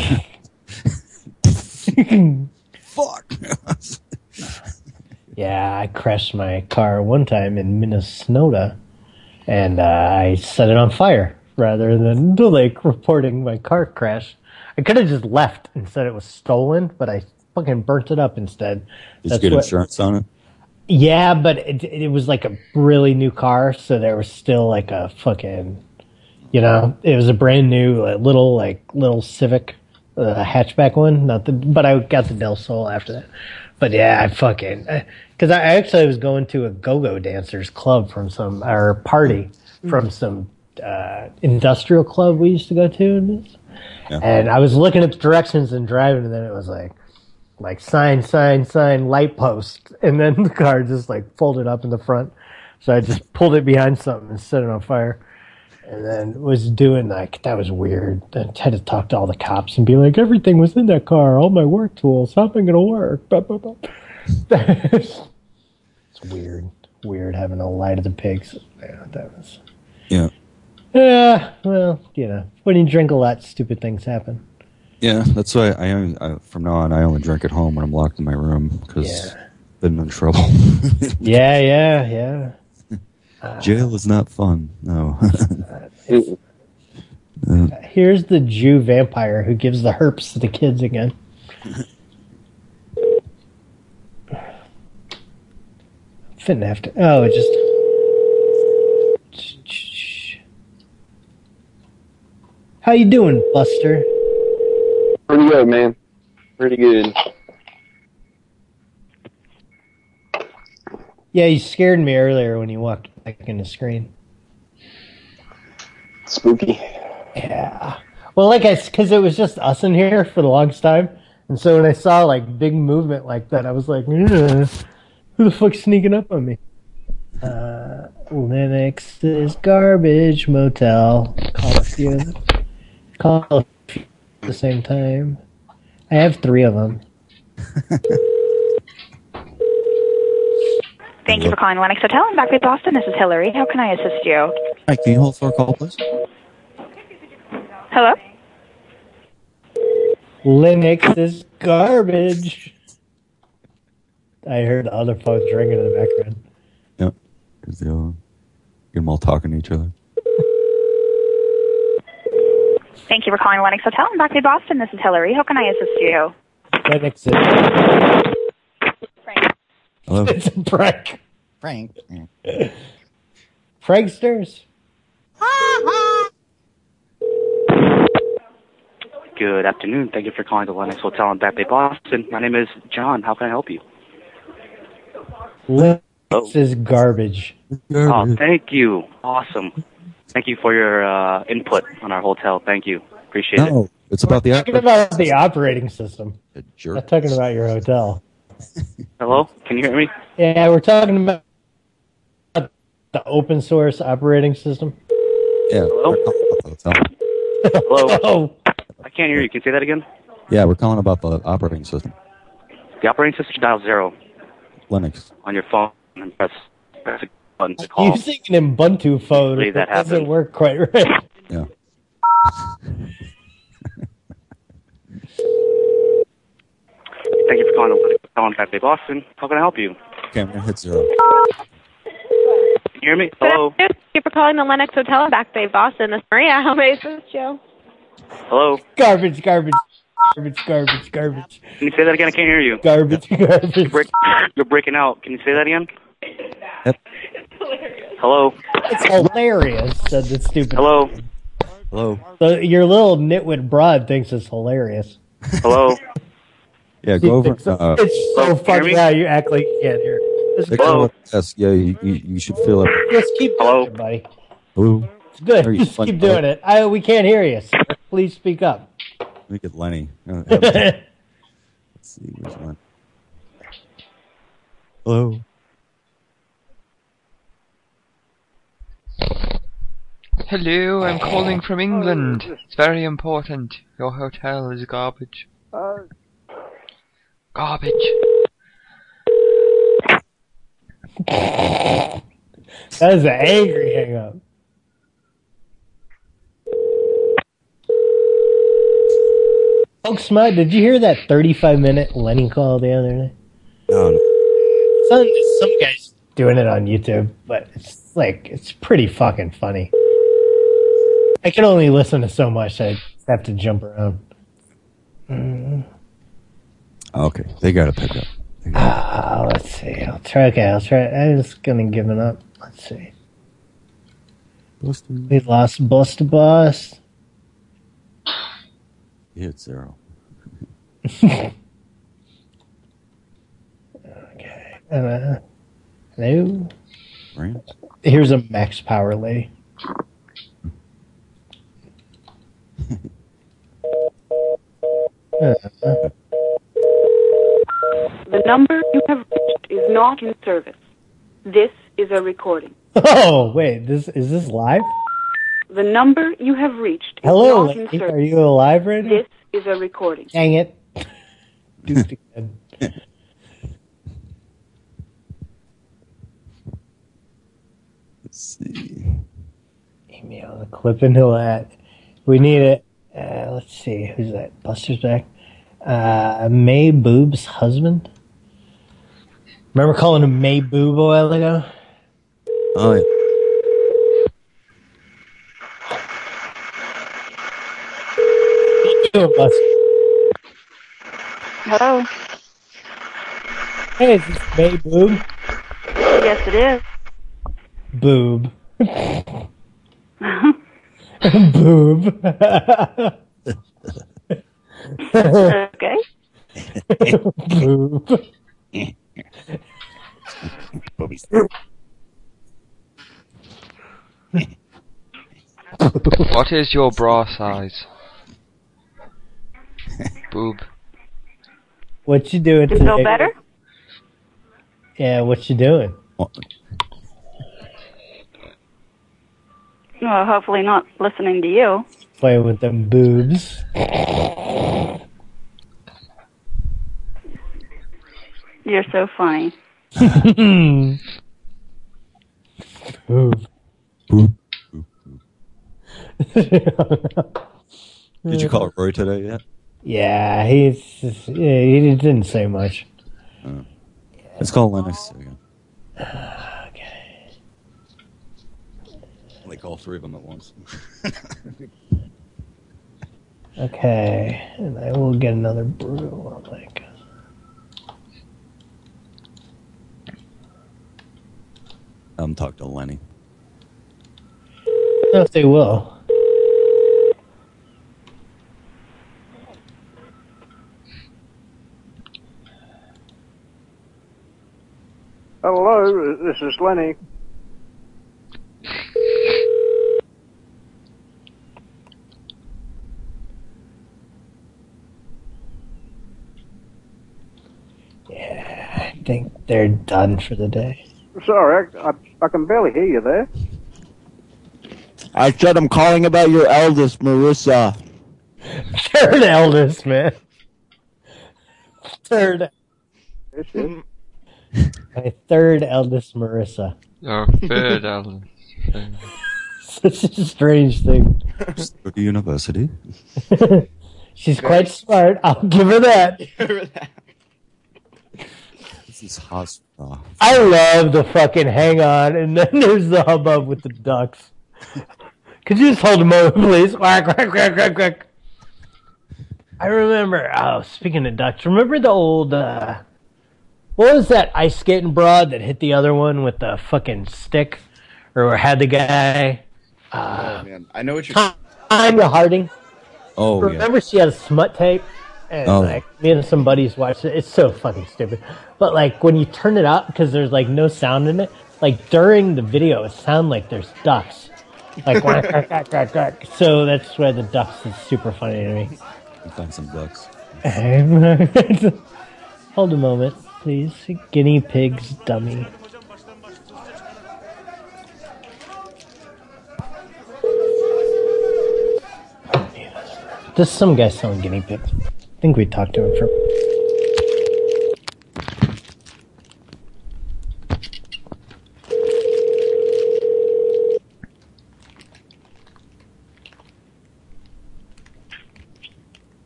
Fuck.
Yeah, I crashed my car one time in Minnesota, and uh, I set it on fire rather than like reporting my car crash. I could have just left and said it was stolen, but I fucking burnt it up instead.
Did you get insurance on it?
Yeah, but it, it was like a really new car, so there was still like a fucking, you know, it was a brand new uh, little like little Civic, uh, hatchback one. Not the, but I got the Del Sol after that. But yeah, I fucking because I, I actually was going to a go-go dancers club from some or party from some uh, industrial club we used to go to, and, and I was looking at the directions and driving, and then it was like like sign, sign, sign, light post, and then the car just like folded up in the front. So I just pulled it behind something and set it on fire, and then was doing like that was weird. I had to talk to all the cops and be like, everything was in that car, all my work tools. How's it gonna work? Blah, blah, blah. it's weird, weird having to lie to the pigs. Yeah, that was.
Yeah.
Yeah, well, you know, when you drink a lot, stupid things happen.
Yeah, that's why I, only- I from now on I only drink at home when I'm locked in my room because been in trouble.
Yeah, yeah, yeah.
Jail is not fun. No.
Here's the Jew vampire who gives the herps to the kids again. Fitting after. Oh, it just. How you doing, Buster?
Pretty good, man. Pretty good.
Yeah, you scared me earlier when you walked back in the screen.
Spooky.
Yeah. Well, like I, because it was just us in here for the longest time, and so when I saw like big movement like that, I was like, "Ugh, "Who the fuck's sneaking up on me?" Uh, Linux is garbage motel. Call a few of them. Call a few at the same time. I have three of them.
Thank you for calling Lennox Hotel in Back with Boston. This is Hillary. How can I assist you?
Hi, can you hold for a call, please?
Hello?
Linux is garbage. I heard the other phones ringing in the background.
Yep. Here's the other one. Get them all talking to each other.
Thank you for calling Lennox Hotel in Back with Boston. This is Hillary. How can I assist you?
Linux is.
Hello.
It's a prank.
Frank.
Pranksters.
Good afternoon. Thank you for calling the Lennox Hotel in Back Bay, Boston. My name is John. How can I help you?
Linux is garbage.
Oh, thank you. Awesome. Thank you for your uh, input on our hotel. Thank you. Appreciate
No, it's about the
talking about the operating system. Not talking about your hotel.
it. Hello? Can you hear me?
Yeah, we're talking about the open source operating system.
Yeah. Hello?
Hello? I can't hear you. Can you say that again?
Yeah, we're calling about the operating system,
The operating system dial zero
Linux.
on your phone and press, press the button to call.
Oh.
Using an Ubuntu phone
Believe that
it doesn't
happened.
work quite right.
Yeah.
Thank you for calling the Lennox Hotel in Back Bay, Boston. How can I help you?
Okay, I'm gonna hit zero.
Can you hear me? Hello?
Thank you for calling the Lennox Hotel in Back Bay, Boston. This is Maria. How may I assist you?
Hello?
Garbage, garbage, garbage, garbage, garbage,
Can you say that again? I can't hear you.
garbage, garbage.
You're breaking out. Can you say that again?
Yep.
Hello?
It's hilarious. Said the stupid.
Hello?
Hello.
So your little nitwit broad thinks it's hilarious.
Hello?
Yeah, go over. Uh,
It's so funny how you act like you can't hear. Just,
Take over the desk. Yeah, you, you, you should feel it.
just keep doing it, buddy.
Hello?
It's good.
Are you
Just
fun-
keep doing it. I we can't hear you. so Please speak up.
Let me get Lenny. Uh, Let's
Hello.
see, where's Lenny? Hello?
Hello, I'm calling from England. It's very important. Your hotel is garbage.
Uh,
Garbage.
That is an angry hang up. Folks, Smut, did you hear that 35 minute Lenny call the other day?
No,
Some, some guy's doing it on YouTube, but it's like, it's pretty fucking funny. I can only listen to so much, I have to jump around. Mm.
Ah, Okay, they got to pick up.
Ah, let's see. I'll try. Okay, I'll try. I'm just gonna give it up. Let's see. We lost Buster Boss.
You hit zero.
Uh, hello.
Right?
Here's a Max Power lady. Uh,
The number you have reached is not in service. This is a recording.
oh wait, this is this live?
The number you have reached is
Hello,
not in
lady.
service.
Are you alive right now?
This is a recording.
Dang it! Duped again.
Let's see.
Email the clip into that. We need it. Uh, let's see. Who's that? Buster's back. Uh, May Boob's husband. Remember calling him May Boob a while ago?
Oh, yeah.
Doing Buster.
Hello.
Hey, is this May Boob?
Yes, it is.
Boob. Boob.
okay.
Boob.
Boobies.
What is your bra size? Boob.
What you doing
You
today?
feel better?
Yeah, what you doing?
Well, hopefully not listening to you.
Playing with them boobs.
You're so funny.
Boob.
Did you call Roy today yet?
Hmm. Yeah, he's just- yeah, he didn't say much. Uh,
Let's call Lennox again. Okay. Like all three of them at once.
Okay, and I will get another brew. I'm like,
I'm talking Um, to Lenny.
I don't know if they will.
Hello, this is Lenny.
I think they're done for the day.
Sorry, I, I, I can barely hear you there.
I said I'm calling about your eldest, Marissa.
Third eldest, man. Third, my third eldest, Marissa.
Your third album.
Such a strange thing.
Go to university.
She's quite smart. I'll give her that.
This is hospital.
I love the fucking hang on, and then there's the hubbub with the ducks. Could you just hold a moment, please? Quack, quack, quack, quack, quack. I remember, oh, speaking of ducks, remember the old, uh, what was that ice skating broad that hit the other one with the fucking stick? Or had the guy, uh,
Oh, man. I know what you're.
Tanya Harding?
Oh, yeah.
remember she had a smut tape? and
Oh.
like me and some buddies watched it. It's so fucking stupid. But like when you turn it up because there's like no sound in it, like during the video, it sound like there's ducks. Like quack, quack, quack, quack, quack. so that's why the ducks is super funny to me.
I've done some ducks.
Hold a moment, please. Guinea pigs, dummy. There's some guy selling guinea pigs. I think we talked to him for.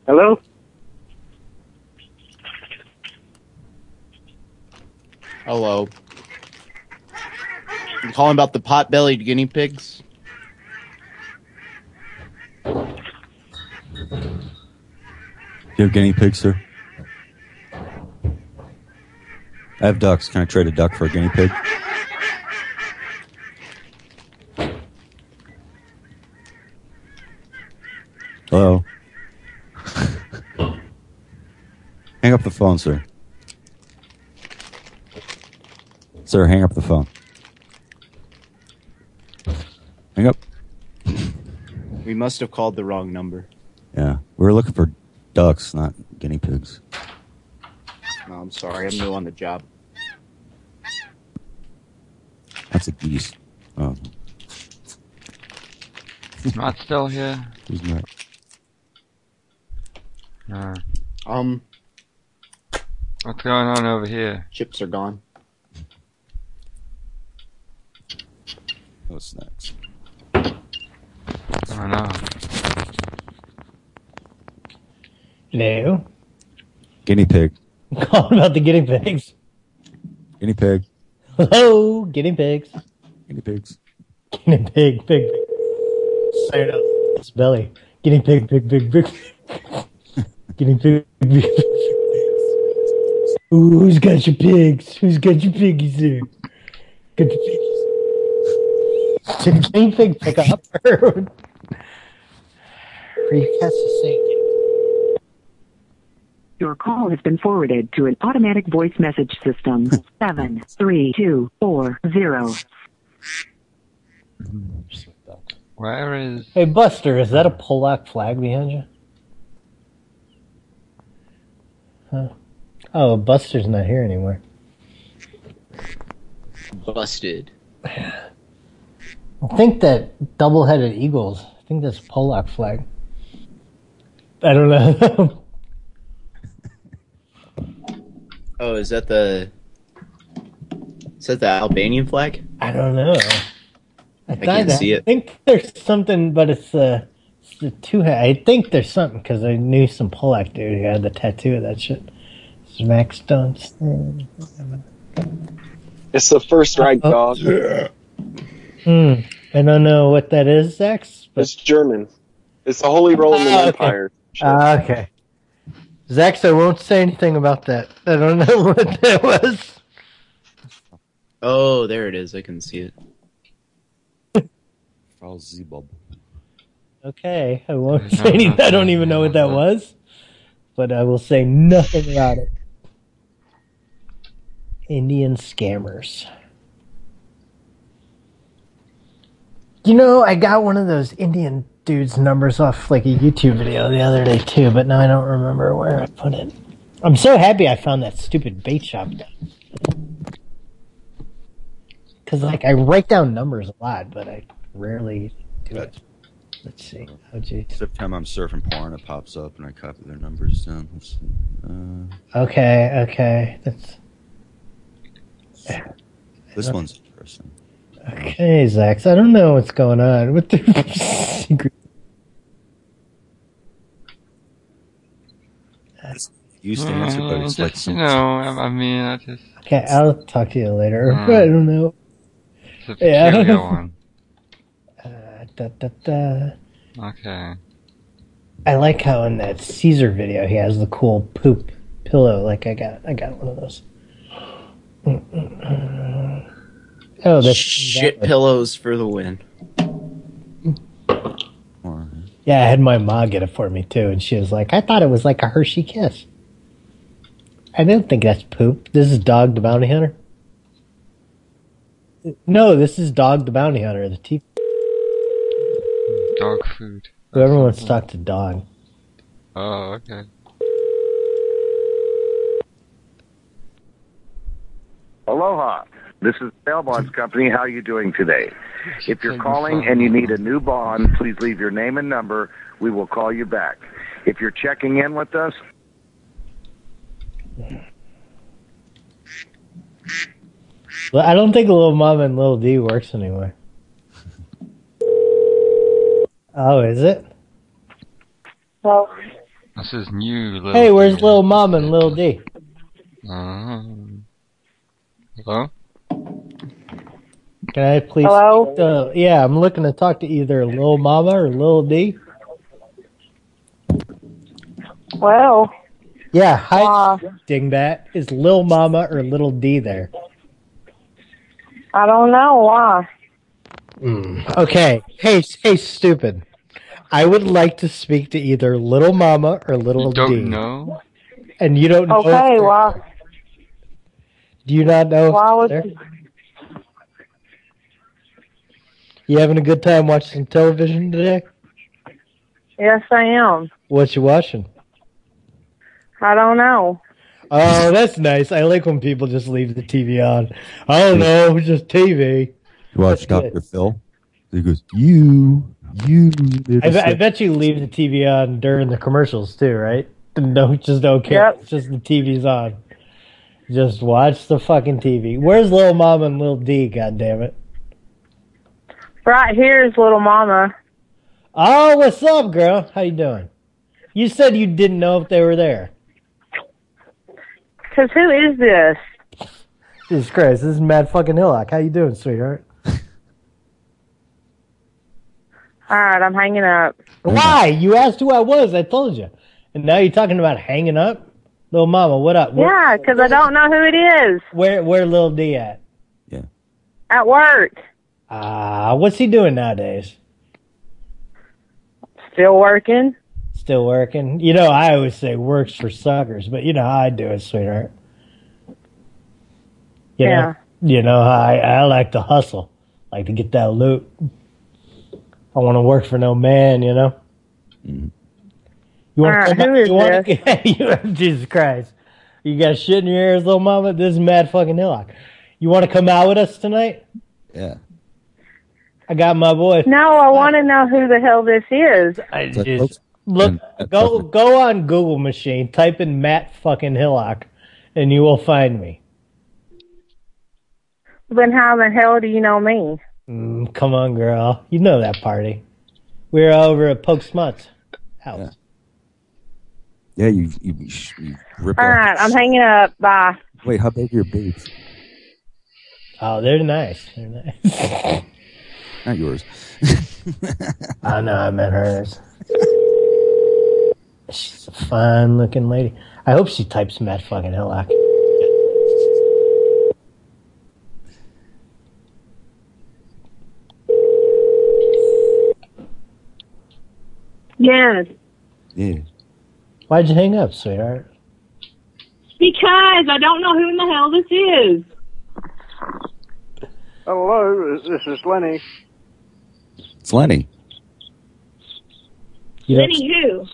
Hello?
Hello. You calling about the pot-bellied guinea pigs?
Do you have guinea pigs, sir? I have ducks. Can I trade a duck for a guinea pig? Hello. hang up the phone, sir. Sir, hang up the phone. Hang up.
We must have called the wrong number.
Yeah, we were looking for ducks, not guinea pigs.
No, I'm sorry. I'm new on the job.
That's a geese. Oh,
Matt's still here.
he's not.
Uh,
Um,
what's going on over here?
Chips are gone.
No snacks.
I know.
Hello?
Guinea pig.
Call about the guinea pigs.
Guinea pig.
Hello, guinea pigs.
Guinea pigs.
Guinea pig, pig. Sorry, no, it's belly. Guinea pig, pig, pig, pig. guinea pig, pig, pig, pig. Ooh, who's got your pigs? Who's got your piggies there? Got your piggies. Did guinea pig pick up? Recast the sink.
Your call has been forwarded to an automatic voice message system. Seven three two four zero.
Where is?
Hey, Buster, is that a Polack flag behind you? Huh? Oh, Buster's not here anymore.
Busted.
I think that double-headed eagles. I think that's Polack flag. I don't know.
Oh, is that the? Is that the Albanian flag?
I don't know. I,
can't
thought-
see it.
I think there's something, but it's uh, it's the two. I think there's something because I knew some Polack dude who had the tattoo of that shit. It's Max Stone's thing.
It's the first right
Uh-huh.
dog.
Hmm. I don't know what that is, Zax.
It's German. It's the Holy Roman
Ah, okay.
Empire.
Ah, okay. Zax, I won't say anything about that. I don't know what that was.
Oh, there it is. I can see it.
Frau Zebob.
Okay, I won't say anything. I don't even know what that was, but I will say nothing about it. Indian scammers. You know, I got one of those Indian dudes' numbers off like a YouTube video the other day too, but now I don't remember where I put it. I'm so happy I found that stupid bait shop now. Cause like I write down numbers a lot, but I rarely do it. Let's see. Oh jeez.
Every time I'm surfing porn, it pops up and I copy their numbers down. Let's see. Uh,
Okay, okay. That's
this one's interesting.
okay, Zax. I don't know what's going on. What the secret
Used to answer, but it's
Uh,
like
just,
some
you know, I, I mean, I just
Okay, I'll talk to you later.
Hmm.
I don't know.
it's a peculiar one.
Uh, da, da, da.
Okay.
I like how in that Caesar video he has the cool poop pillow. Like I got, I got one of those. Mm, Oh, that's
Shit pillows for the win.
Yeah, I had my ma get it for me too, and she was like, "I thought it was like a Hershey Kiss." I don't think that's poop. This is Dog the Bounty Hunter. No, this is Dog the Bounty Hunter. The TV.
Dog food.
Whoever wants to talk to Dog.
Oh, okay.
Aloha. This is Bail Bonds Company. How are you doing today? If you're calling and you need a new bond, please leave your name and number. We will call you back. If you're checking in with us,
Well, I don't think Little Mom and Little D works anywhere. Oh, is it?
Well. This is new. Little
Hey, where's Little Mom and Little D?
Um, hello?
Can I please?
Hello?
Uh, yeah, I'm looking to talk to either Lil Mama or Lil D.
Well, uh,
Yeah, hi, dingbat. Is Lil Mama or Little D there?
I don't know why.
Hmm, Okay. Hey, s- hey, stupid. I would like to speak to either Little Mama or Little
Don't
D.
know.
And you don't know? if
Okay,
they're-
why?
Do you not know? if
Why
they're
would
there?
you?
You having a good time watching television today?
Yes, I am.
What you watching?
I don't know.
Oh, that's nice. I like when people just leave the TV on. I don't know, it's just TV.
You watch Dr. Phil? He goes, You, you.
I, bet- I bet you leave the TV on during the commercials too, right? No, just don't care. It's Just the TV's on. Just watch the fucking TV. Where's Lil Mom and Lil D? God damn it!
Right here is little mama.
Oh, what's up, girl? How you doing? You said you didn't know if they were there.
Cause who is this?
Jesus Christ, this is Mad fucking Hillock. How you doing, sweetheart?
All right, I'm hanging up.
Why? You asked who I was. I told you, and now you're talking about hanging up. Lil Mama, what up? Where-
Yeah, cause I don't know who it is.
Where where Lil D at?
At work,
Ah, what's he doing nowadays?
still working.
Still working. You know, I always say works for suckers, but you know how I do it, sweetheart. You
Yeah.
Know, you know, how I, I like to hustle, like to get that loot. I want to work for no man, you know. You want
All
to
right,
come
who
out,
is
you want to, Jesus Christ. You got shit in your ears, little mama. This is mad fucking hillock. You want to come out with us tonight?
Yeah.
I got my boy.
No, I want to know who the hell this is.
I just look go go on Google machine, type in Matt fucking Hillock, and you will find me.
Then how the hell do you know me?
Mm, come on, girl, you know that party. We were over at Poke Smuts house.
Yeah, you, you, you, sh- you rip
All
off.
right, I'm hanging up. Bye.
Wait, how big are your boobs?
Oh, they're nice. They're nice.
Not yours.
I know I meant hers. She's a fine looking lady. I hope she types Matt fucking Hillock.
Yes.
Yeah.
Why'd you hang up, sweetheart?
Because I don't know who in the hell this is.
Hello, this is Lenny.
It's Lenny. You don't-
Lenny who?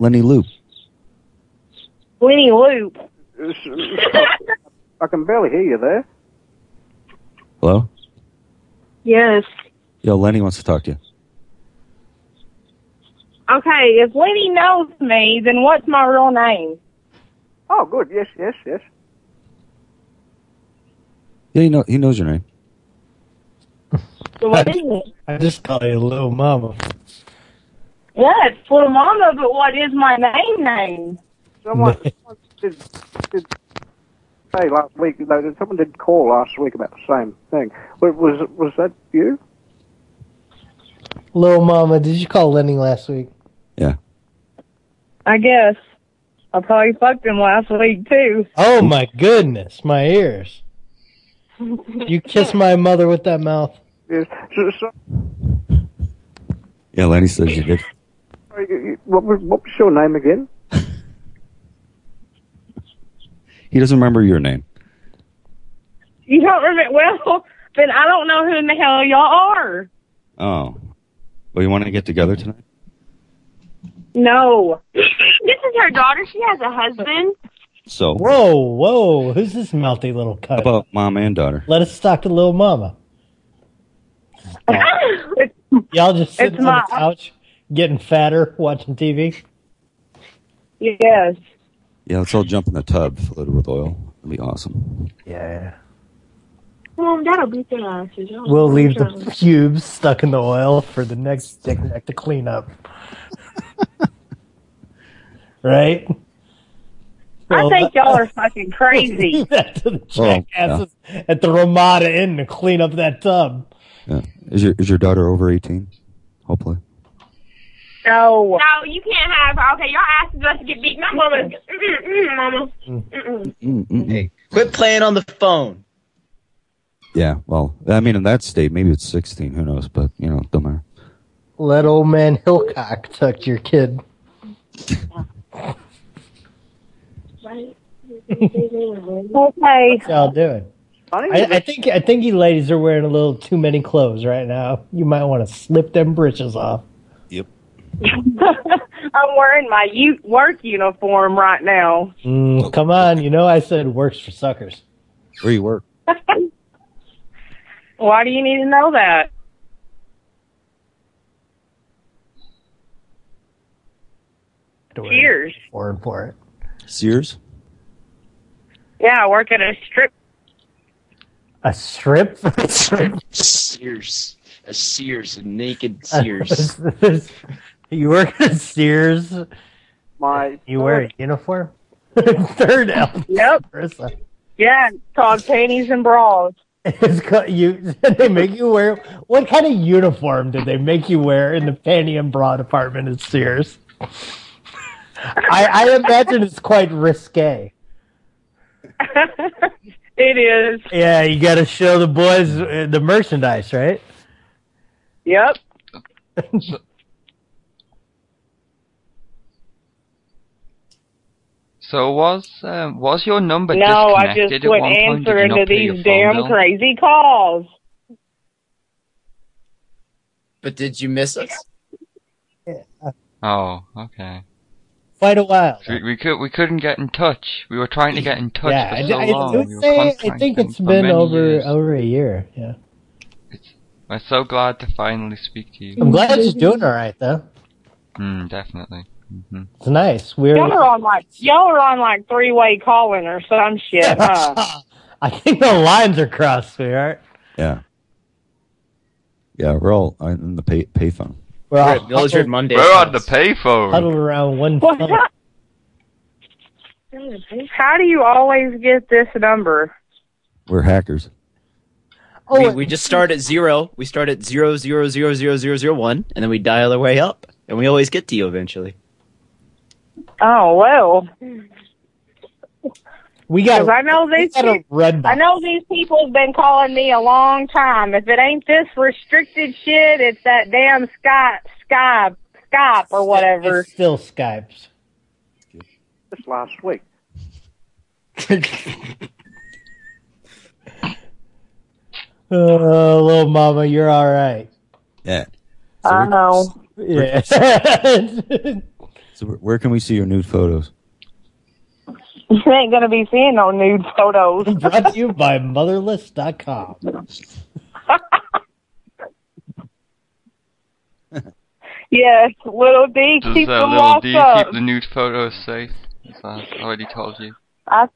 Lenny Loop.
Lenny Loop.
I can barely hear you there.
Hello?
yes.
Yo, Lenny wants to talk to you.
Okay, if Lenny knows me, then what's my real name?
Oh, good. Yes, yes, yes.
Yeah, he, know, he knows your name.
So what is it?
I just call you little mama.
Yes, little mama, but what is my name name?
Someone did, did say last week, no, did- someone did call last week about the same thing. Wa- Was was that you?
Little mama, did you call Lenny last week?
I guess. I probably fucked him last week too.
Oh my goodness, my ears. You kiss my mother with that mouth.
Yes. So, so,
Yeah, Lenny says you did.
Are you- you- What was, what was your name again?
He doesn't remember your name.
You don't remember? Well, then I don't know who in the hell y'all are.
Oh. Well, you want to get together tonight?
No.
This is her daughter. She has a husband.
So.
Whoa, whoa. Who's this melty little
How
cut?
about mom and daughter?
Let us talk to little mama. Y'all just sitting
It's
on
my-
the couch, getting fatter, watching TV.
Yes.
Yeah, let's all jump in the tub flooded with oil. That'd be awesome.
Yeah.
Mom, that'll beat their asses.
We'll leave the pubes stuck in the oil for the next dick neck to clean up. right? Well,
I think y'all are fucking crazy.
Oh, jackasses at the Ramada Inn to clean up that tub.
Yeah. Is your is your daughter over eighteen? Hopefully.
No.
No, you can't have. Okay, y'all asked us to get beat. My mama. Mm-mm, mm, mama.
Mm.
Mm-mm.
Hey, quit playing on the phone.
Yeah. Well, I mean, in that state, maybe it's sixteen. Who knows? But you know, don't matter.
Let old man Hillcock tuck your kid.
okay.
Y'all doing? I, I think I think you ladies are wearing a little too many clothes right now. You might want to slip them britches off.
I'm wearing my u- work uniform right now.
Mm, come on, you know I said works for suckers.
Where you work?
Why do you need to know that? Cheers.
Word for it.
Sears.
Yeah, I work at a strip.
A strip? A strip?
Sears. A Sears. A naked
Sears.
Sears.
you work at Sears.
My
You wear a uniform. Third L.
Yep.
Marissa.
Yeah, it's called panties and bras.
It's co- you. They make you wear. What kind of uniform did they make you wear in the panty and bra department at Sears? I, I imagine it's quite risque.
It is.
Yeah, you got to show the boys uh, the merchandise, right?
Yep.
So was um, was your number
no, I
disconnected
just
at one
wouldn't
point? Did
answer
you not
into
pay your
these
phone
damn
bill?
crazy calls.
But did you miss us?
Oh, okay.
Quite a while.
We, we could we couldn't get in touch. We were trying to get in touch
yeah,
for
I,
so
I- I
long.
would
we were
say I
contacting
think it's
for
been
many
over
years. Mm-hmm.
over a year. Yeah,
We're so glad to finally speak to you.
I'm glad she's doing all right though.
Mm, definitely. hmm
It's nice. We're
Y'all are on like y'all are on like three way calling or some shit. Huh?
I think the lines are crossed, sweetheart.
Yeah. Yeah, we're all in the pay payphone.
We're, all huddled-
We're on the payphone.
huddled around one
What?
phone.
How do you always get this number?
We're hackers.
we, we just start at zero. We start at zero zero zero zero zero zero one, and then we dial our way up, and we always get to you eventually.
Oh well,
We got.
because I know these.
got a
peop-
red
I
box.
know these people's been calling me a long time. If it ain't this restricted shit, it's that damn Skype, Skype, Skype or whatever.
It's still Skypes.
Just last week.
Oh, little mama, you're all right.
Yeah.
I know.
Yeah.
So where, where can we see your nude photos?
You ain't gonna be seeing no nude photos.
Brought to you by motherless.com.
yes, little D
Does
keeps
uh,
them
little
locked
D
up.
keep the nude photos safe? As I already told you.
I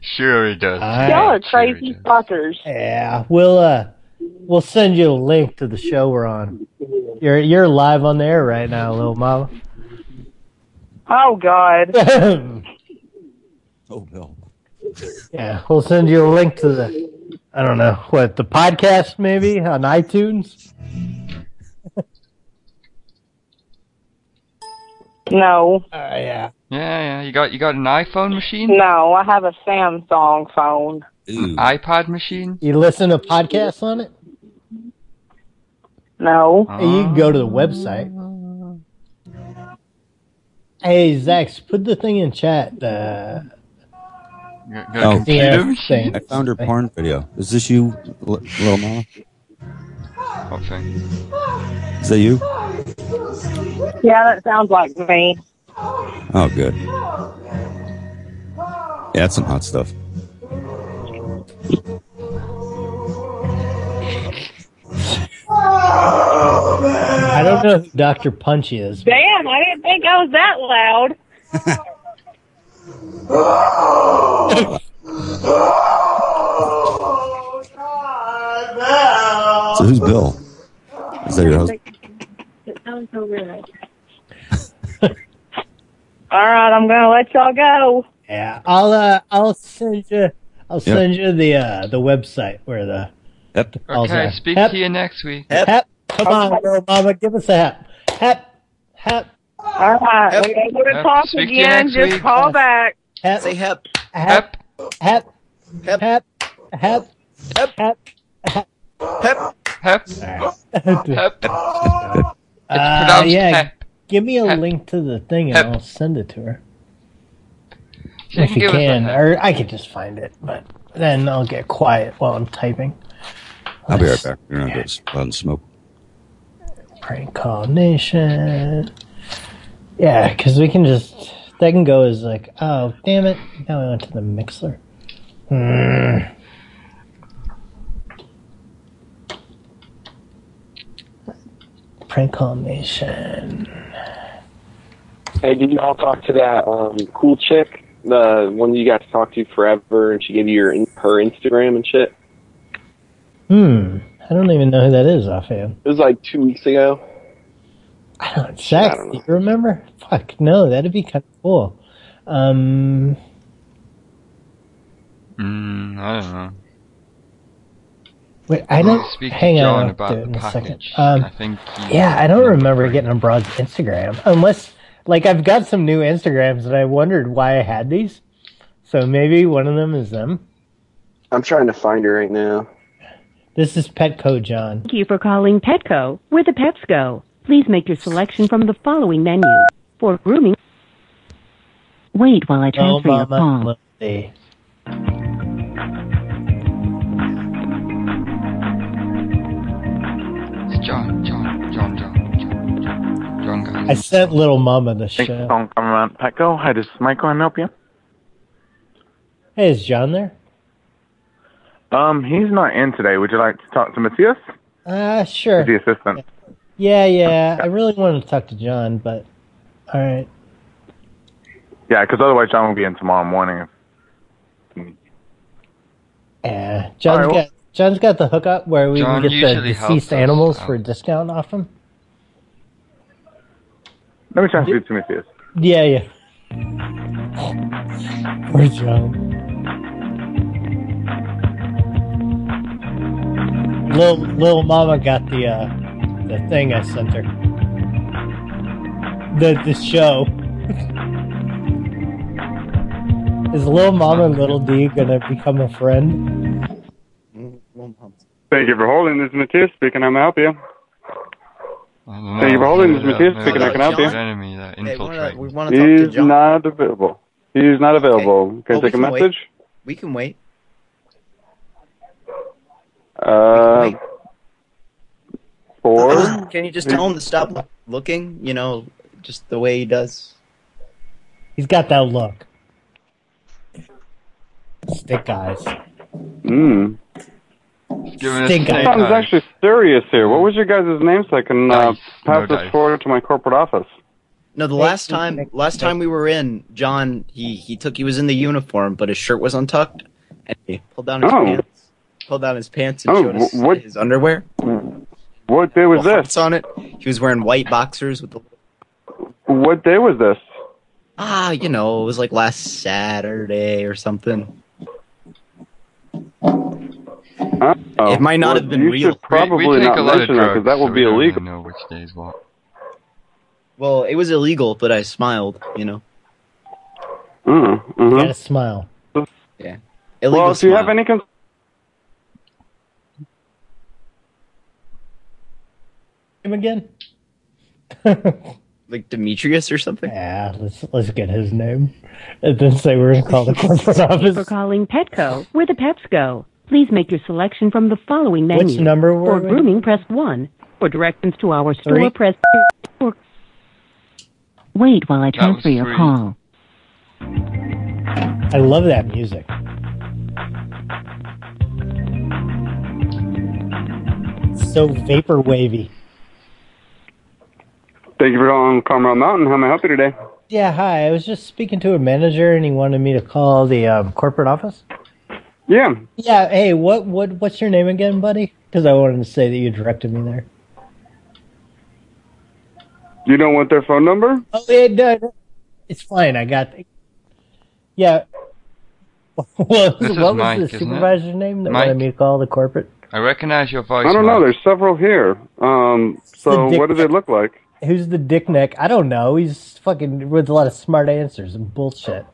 Sure he does.
Y'all are crazy fuckers.
Yeah, we'll uh, we'll send you a link to the show we're on. You're you're live on the air right now, little mama.
Oh God.
Oh no.
yeah, we'll send you a link to the I don't know what the podcast maybe on iTunes.
No,
Uh, yeah.
Yeah, yeah. You got you got an iPhone machine,
no, I have a Samsung phone.
iPad machine.
You listen to podcasts on it?
No.
You can go to the website. Hey, Zax, put the thing in chat. Uh,
Oh,
Yeah, thing.
I found her porn video. Is this you, li- little mama?
What thing?
Is that you?
Yeah, that sounds like me.
Oh, good. Yeah, that's some hot stuff.
I don't know who Dr. Punch is.
Damn, I didn't think I was that loud.
So who's Bill? Is that your husband?
It sounds so weird. All right, I'm gonna let y'all go.
Yeah, I'll uh, I'll send you I'll
Yeah.
send you the uh, the website where the
Yep.
the calls
Okay,
are.
speak to you next week.
Hep. Come on, girl, mama, give us a hep. Hep. Hep.
All right, we ain't gonna
Yep.
talk
Speak to you
again.
next
Just
week.
call back.
Hep.
Say
hep.
Hep. Hep. Hep. Hep. Hep. Hep. Hep. Hep.
Hep.
Uh,
pronounced
yeah.
hep.
Give me a link to the thing and I'll send it to her.
She
if
can
you
give us a
can,
hep.
or I could just find it, but then I'll get quiet while I'm typing.
I'll be right back. You're not going to go out and smoke.
Prank call nation. Yeah, because we can just that can go as like, oh damn it, now I went to the mixer. Hmm. Prank call nation.
Hey, did you all talk to that um, cool chick? The one you got to talk to forever, and she gave you her, her Instagram and shit.
Hmm. I don't even know who that is offhand.
It was like two weeks ago.
I don't. Zach, do you remember? Fuck no, that'd be kind of cool. Um.
Mm, I don't know.
Wait, I
Well,
don't
speak to
hang
John
on
about
to it
the
in a second.
package.
Um,
I think he-
yeah, I don't remember getting a broad's Instagram unless, like, I've got some new Instagrams and I wondered why I had these. So maybe one of them is them.
I'm trying to find her right now.
This is Petco John.
Thank you for calling Petco, where the pets go. Please make your selection from the following menu. For grooming, wait while I
No,
transfer your
Oh, Mama,
call.
Lindsay.
It's John, John, John, John, John, John, John guy.
I sent Little Mama the show.
Don't come around, Petco. Hi, this is Michael. I'm help you.
Hey, is John there?
Um, he's not in today. Would you like to talk to Matthias?
Uh,
He's The
sure.
assistant.
Yeah, yeah. I really wanted to talk to John, but all right.
Yeah, because otherwise John will be in tomorrow morning.
Yeah, John's got John's got the hookup where we
John
can get the
usually helps
deceased
us
animals for a discount off them.
Let me try and speak to Matthias.
Yeah, yeah. Poor John. Little little mama got the uh, the thing I sent her. The the show. Is little mama and little D gonna become a friend?
Thank you for holding. This is Matthias speaking. I'm help you. Thank you for holding. This is Matthias speaking. I can help you.
Enemy that infiltrated.
uh, We want to talk to
He's
John.
not available. He's not available. Can
Well,
I
we
take a
can wait.
message?
We can wait.
Uh,
Uh,
four.
Can you just tell him to stop looking? You know, just the way he does.
He's got that look. Stick eyes.
Mm.
Stink eye.
Something's actually serious here. What was your guys' name so I can uh, pass
No
this forward to my corporate office?
No, the last time, last time we were in, John, he he took, he was in the uniform, but his shirt was untucked, and he pulled down his
Oh.
pants, pulled down his pants and
Oh,
showed us
wh- what-
his underwear.
What day was
this? On it, he was wearing white boxers with the
What day was this?
ah, you know, it was like last Saturday or something.
Oh,
It might not
well,
have been
you
real.
should probably not mention that because that will be illegal.
know which day's what.
Well, it was illegal, but I smiled. You know,
Mm, mhm.
Got a smile.
Well,
Yeah. Illegal
if you have
smile.
any concerns,
name again?
like Demetrius or something.
Yeah, let's let's get his name. It didn't say we were gonna call the corporate
Thank you for
office.
calling Petco, where the pets go. Please make your selection from the following
Which
menu.
number
For
were we?
grooming, press 1. For directions to our
Three?
store, press 2. For- Wait while I transfer your call.
I love that music. So vapor wavy.
Thank you for calling Carmel Mountain. How may I help you today?
Yeah, hi. I was just speaking to a manager, and he wanted me to call the um, corporate office.
Yeah.
Yeah. Hey, what what what's your name again, buddy? Because I wanted to say that you directed me there.
You don't want their phone number?
Oh, it, uh, it's fine. I got. Yeah. what
This is
what was
Mike,
the
isn't it?
supervisor's name that
Mike?
wanted me to call the corporate?
I recognize your voice.
I don't know.
Mike.
There's several here. Um, so
dick
what does it look like?
Who's the dick neck? I don't know. He's fucking with a lot of smart answers and bullshit.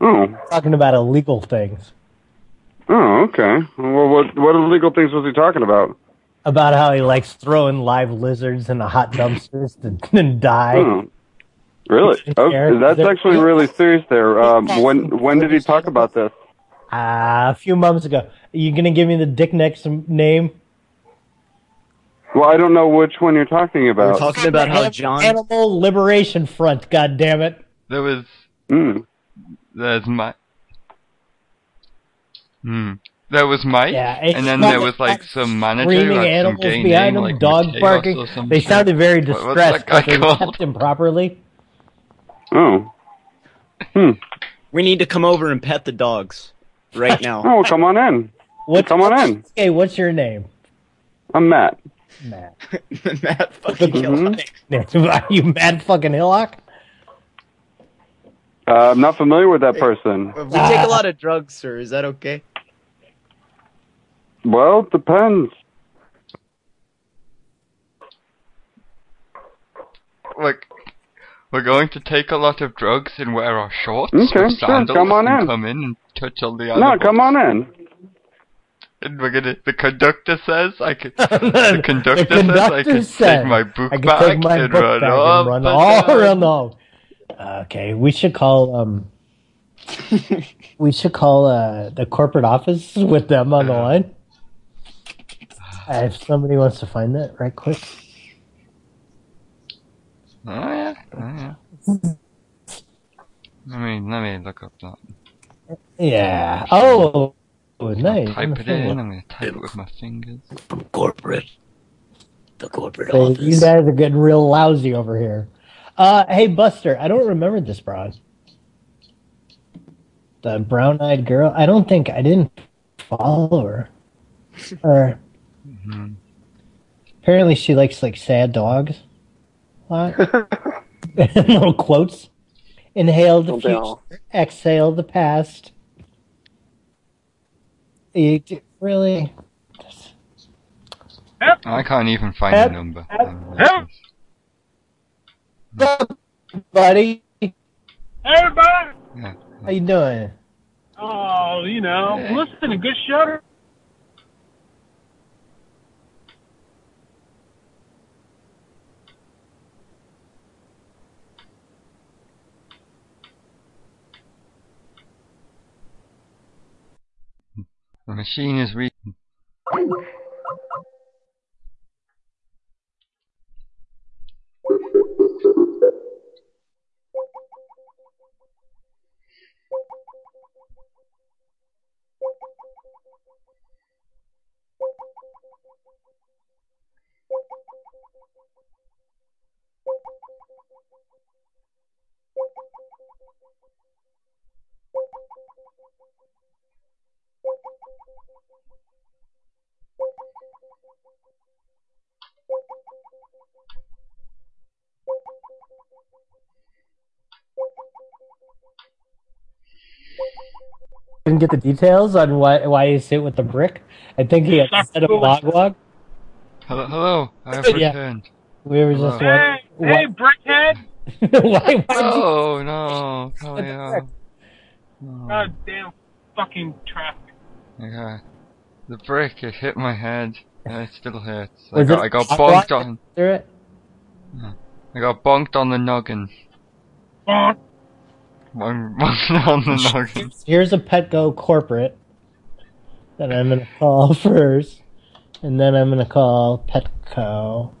Oh,
Talking about illegal things.
oh, okay. Well, what what illegal things was he talking about?
About how he likes throwing live lizards in the hot dumpsters to, and die.
Oh. Really? Oh,
Eric,
that's
there-
actually really serious. There. Um, when when did he talk about this?
Ah, a few months ago. Are you going to give me the dick neck some name?
Well, I don't know which one you're talking about.
Anim- Animal Liberation Front, God damn it!
There was.
Hmm.
There's Mike. Hmm. There was Mike,
Yeah, it's
and then
Mike
there was like some manager,
Screaming
like some
animals
gay
behind
name,
them,
like
dog
Mateos
barking.
or some
They
shit.
sounded very
What- what's
distressed,
that guy
but they
called?
kept improperly.
Oh. Hmm.
We need to come over and pet the dogs right now.
Oh, come on in.
What?
Come on in.
Okay, what's your name?
I'm Matt.
Matt. Mm-hmm.
Matt fucking
Are you Matt fucking Hillock?
Uh, I'm not familiar with that person.
We take a lot of drugs, sir. Is that okay?
Well, it depends.
Look, we're going to take a lot of drugs and wear our shorts
Okay,
with
sure,
sandals
come on
and
in.
come in and touch all the
No,
animals.
come on in.
And we're gonna. The conductor says I can. the conductor, says I
conductor
can
said
take my book
I can
back
take my
and
book
run
bag
up
and run
and
all
down.
around the hall. Okay, we should call um, we should call uh the corporate office with them on the line. Uh, if somebody wants to find that right quick,
Oh yeah, oh yeah. Let me let me look up that.
yeah. Oh, nice.
Type it in. I'm gonna type it with my fingers.
Corporate. The corporate
So you guys are getting real lousy over here. Uh, hey Buster, I don't remember this broad. The brown-eyed girl. I don't think I didn't follow her. Or apparently she likes like sad dogs. A lot. Little quotes. Inhale the
Don't they all?
future, exhale the past. You d- really?
I can't even find
Yep.
the number.
buddy.
Everybody.
How you doing?
Oh, you know, listen to good shutter.
The machine is re.
Didn't get the details on why why he sit with the brick. I think he had said a wog wog.
Hello, hello. I have
Yeah.
returned.
We were just
Hello.
wondering
Hey, brickhead.
why.
Oh no! Come here.
God damn fucking traffic.
Okay. The brick it hit my head. Yeah, it still hurts. I
Was
got,
it
I got
hot
bonked
rock?
on.
Through it?
I got bonked on the noggin.
Bonk.
One, one on the noggin.
Here's a Petco corporate that I'm gonna call first, and then I'm gonna call Petco.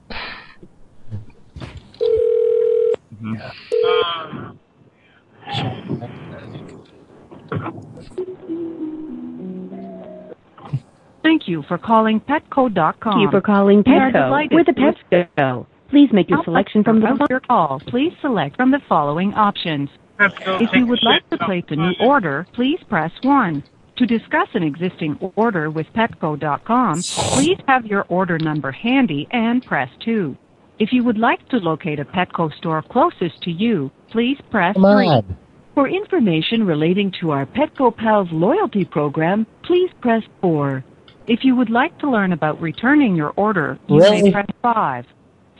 Thank you for calling Petco.com.
Thank you for calling
We are
Petco
delighted
with a
with-
Petco. Please make your
Help
selection
us
from the
promote your call. Please select from the following options. If you would like to place a new order, please press 1. To discuss an existing order with Petco.com, please have your order number handy and press 2. If you would like to locate a Petco store closest to you, please press
Come
3.
on.
For information relating to our Petco Pals loyalty program, please press 4. If you would like to learn about returning your order, you
Really?
may press 5.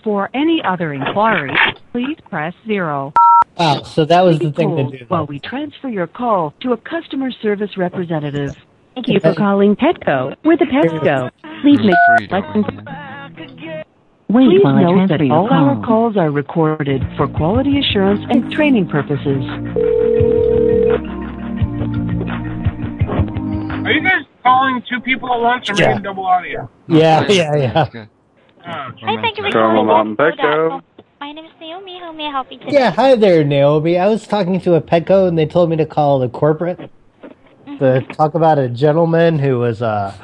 For any other inquiries, please press 0.
Wow, Oh, so that was the thing to
Hold
do.
while we transfer your call to a customer service representative.
Thank you for calling Petco with a Petco. Please make your selection. Wait
Please
while I
note
transfer
that
your
all
call.
our calls are recorded for quality assurance and training purposes.
Are you guys calling two people at once or
Yeah.
making double audio?
Yeah, yeah, yeah.
Oh,
Hi, thank you for
Come
calling
on,
Petco.com. My name is Naomi. How may I help you today?
Yeah, hi there, Naomi. I was talking to a Petco and they told me to call the corporate to talk about a gentleman who was uh,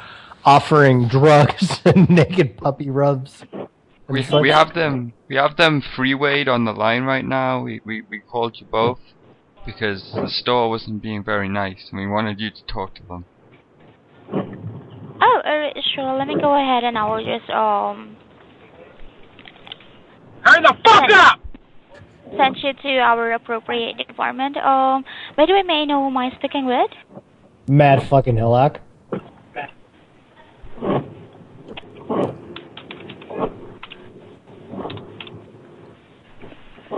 offering drugs and naked puppy rubs. and
We,
such.
we have them. We have them freewayed on the line right now. We, we we called you both because the store wasn't being very nice, and we wanted you to talk to them.
Oh, uh, sure. Let me go ahead and I will just um
Hurry the fuck up!
send you to our appropriate department. Um, by the way, may I know who am I speaking with?
Mad fucking Hillock.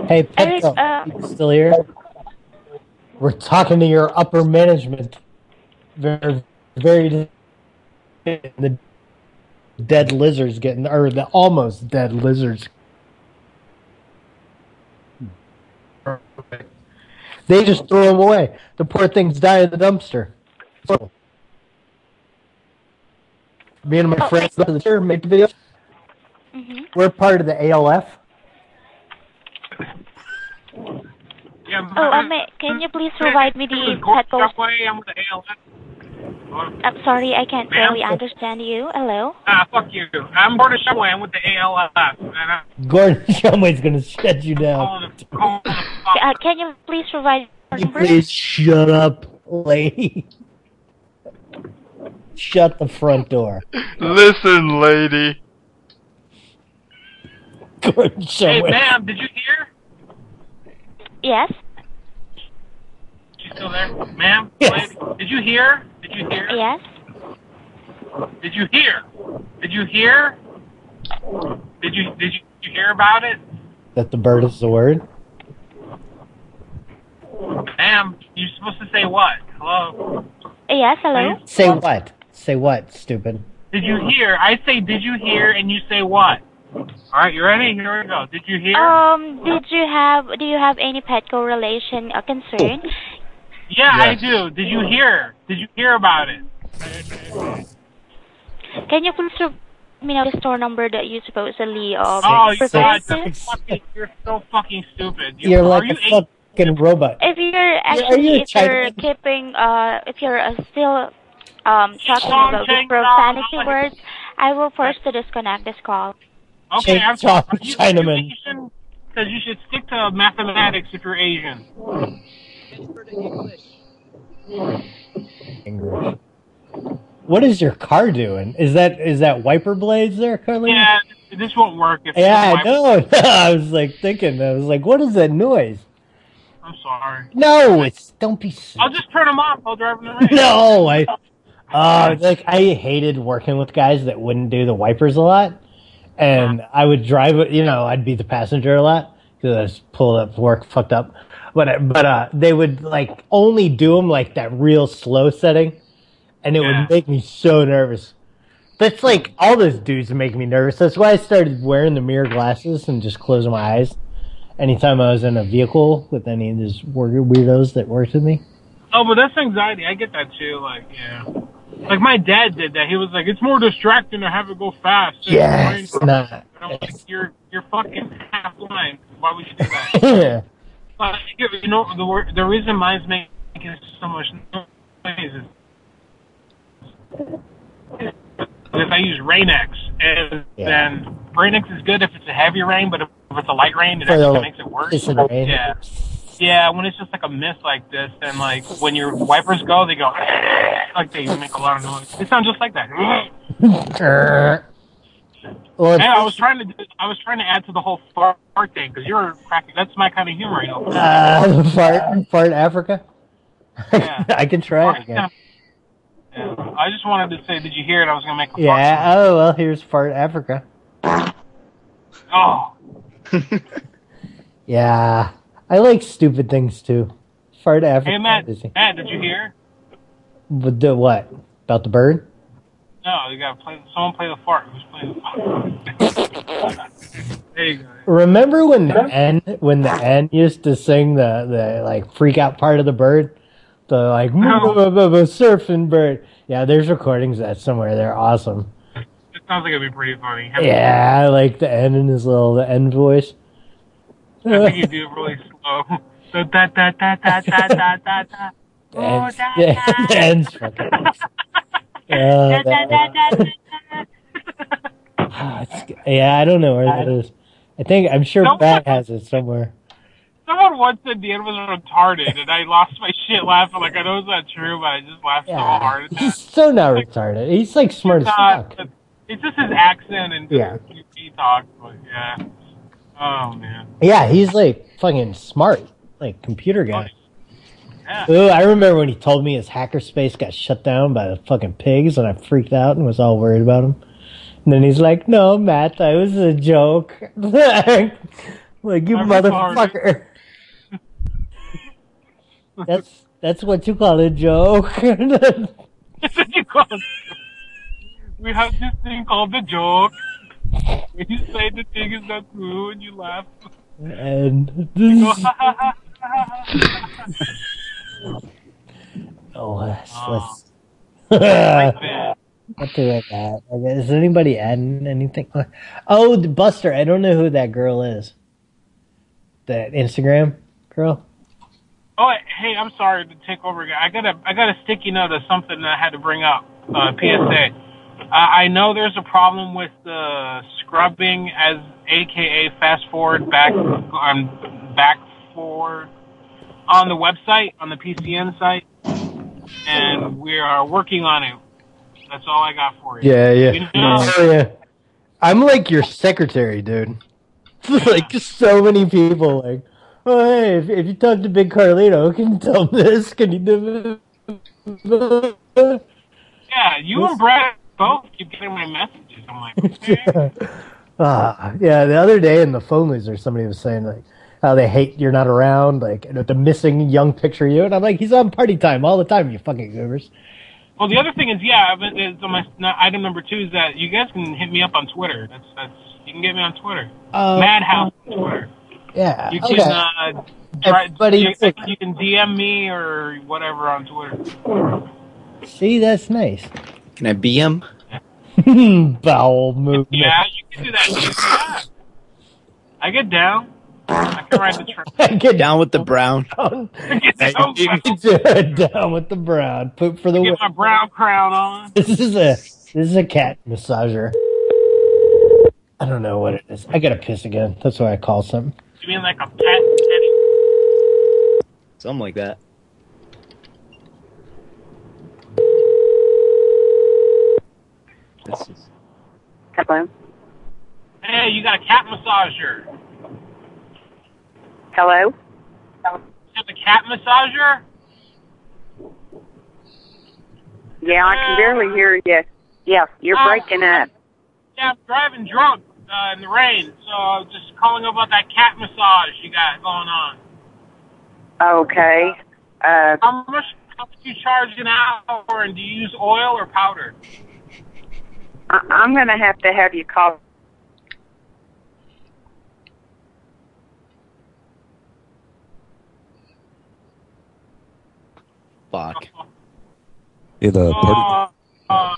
Hey,
Eric,
Petco,
uh,
you still here? We're talking to your upper management. Very, very. The dead lizards getting, or the almost dead lizards. They just throw them away. The poor things die in the dumpster. So, me and
Oh,
my friends go to the church, make the video.
Mhm.
We're part of the ALF.
Oh, um, uh, can you please provide me the Petco?
I'm with the ALS.
I'm sorry, I can't really understand you. Hello.
Ah, fuck you. I'm Gordon Shumway. I'm with the ALS. And I'm
Gordon Shumway's gonna shut you
Oh,
down.
calling the fuck.
Uh, can you please provide your number?
Please shut up, lady. Shut the front door.
Listen, lady.
Gordon
Hey,
Shumway.
ma'am, did you hear?
Yes.
You still there? Ma'am? Lady, Did you hear? Did you hear?
Yes.
Did you hear? Did you hear? Did you did you, did you hear about it?
That the bird is the word.
Ma'am, you're supposed to say what? Hello?
Yes. Hello.
Say what? Say what, stupid?
Did you hear? I say, did you hear? And you say what? All right, you ready? Here we go. Did you hear?
Um, did you have do you have any Petco relation uh, concern?
Oh. yeah,
yes.
I do. Did you hear? Did you hear about it?
Can you please re- let me know the store number that you supposedly um
Oh, you
referred
God,
to?
you're, fucking, you're so fucking stupid. You,
You're
are
like
you
a fucking robot.
If you're
are you
actually
a
if you're
Chinese?
keeping uh if you're uh, still um talking
Long
about
Chang
these profanity words, I will force to disconnect this call.
okay? I'm
Ching Chong
sorry. Are you
Chinaman.
Asian? Because you should stick to mathematics if you're Asian.
English. What is your car doing? Is that is that wiper blades there, Carly?
Yeah, this won't work. If
Yeah, I know. I was like thinking. I was like, what is that noise?
I'm sorry.
No, it's don't be. s-
I'll just turn them off while driving around.
No, I. Uh, like I hated working with guys that wouldn't do the wipers a lot, and I would drive. it- You know, I'd be the passenger a lot because I was pulled up, work fucked up. But I- but uh, they would like only do them like that real slow setting, and it would make me so nervous. That's like all those dudes make me nervous. That's why I started wearing the mirror glasses and just closing my eyes anytime I was in a vehicle with any of those weird- weirdos that worked with me.
Oh, but that's anxiety. I get that too. Like, yeah. Like my dad did that. He was like, "It's more distracting to have it go fast." And
Yeah, it's not.
I'm like, "You're you're fucking half blind. Why would you do that?"
yeah.
But you know the wor- the reason mine's making so much noise is if I use Rain-X, and then Rain-X is good if it's a heavy rain, but if if it's a light rain, it
For the
actually makes it worse.
kiss and rain.
Yeah, yeah. When it's just like a mist like this, and like when your wipers go, they go like they make a lot of noise. It sounds just like that.
Err. Well,
Hey, I was trying to do- I was trying to add to the whole fart thing because you're cracking. That's my kind of humor, you know.
uh, fart, fart Africa. I can try it again.
Yeah. I just wanted to say, did you hear it? I was gonna make.
Yeah. Oh well, here's fart Africa.
Oh,
Yeah, I like stupid things too. Fart Africa.
hey Matt,
is-
Matt, did you hear?
But the what about the bird?
No, you gotta play. Someone play the fart. Who's playing the fart? there you go.
Remember when the N when the N used to sing the the like freak out part of the bird, the like surfing bird. Yeah, there's recordings of that somewhere. They're awesome.
It sounds like it'd be pretty funny.
Yeah, I like the N in his little the N voice.
I think you do it really slow. Da da da da da da da da da. Oh,
Dan's-
da
Dan- Dan's fucking-
da
Yeah,
da
oh, that-
da da.
Ah, it's g- yeah, I don't know where that is. I think I'm sure
Don't
Bat has it somewhere.
Someone once said the end was retarded, and I lost my shit laughing. Like I know it's not true, but I just laughed so hard.
He's so not retarded. He's like smart as
Uh,
fuck.
but it's just his accent and
Yeah.
he talks, but yeah. Oh man.
Yeah, he's like fucking smart, like computer guy.
Yeah.
Ooh, I remember when he told me his hackerspace got shut down by the fucking pigs, and I freaked out and was all worried about him. And then he's like, "No, Matt, that was a joke." like you
I'm
motherfucker. that's that's what you call a joke.
We have this thing called the joke. When you say the thing is not true and you laugh.
and
You go,
this
ha ha ha ha ha.
Oh, let's. let's-
Like
what do I got? Okay, Is anybody adding anything? Oh, the Buster. I don't know who that girl is. That Instagram girl.
Oh, hey, I'm sorry to take over. again. I got a I got a sticky note of something that I had to bring up. Uh, PSA. I I know there's a problem with the scrubbing as AKA fast forward back on back forward on the website on the PCN site, and we are working on it. That's all I got for you. You know-
Oh, yeah. I'm like your secretary, dude. like so many people, like, oh hey, if, if you talk to Big Carlito, can you tell him this? Can you do this?
Yeah, you and Brad both keep getting my messages. I'm like,
Ah, yeah, the other day in the phone loser, somebody was saying like how they hate you're not around, like and the missing young picture of you, and I'm like, he's on party time all the time, you fucking goobers.
Well, the other thing is, yeah, but it's on my no, item number two is that you guys can hit me up on Twitter. That's that's you can get me on Twitter.
Uh,
Madhouse on Twitter.
Yeah,
You
okay.
can uh, dri-
Everybody
you,
click.
you can DM me or whatever on Twitter.
See, that's nice.
Can I BM?
Bowel movement.
Yeah, you can do that. You can do that. I get down. I can ride the train.
Get down with the brown.
Get down,
Down with the brown. Poop for the win.
get my brown crown on.
This is a this is a cat massager. I don't know what it is. I gotta piss again. That's why I call something.
You mean like a pet? petty-
Something like that. This is-
Hello.
Hey, you got a cat massager?
Hello.
You have a cat massager?
Yeah, I can barely hear you. Yeah, you're breaking up.
Yeah, I'm driving drunk uh, in the rain, so I was just calling about that cat massage you got going on.
Okay. Uh,
How much, how much do you charge an hour, and do you use oil or powder?
I- I'm going to have to have you call.
Fuck.
Oh,
Yeah, the
Oh.
party-
Uh, uh,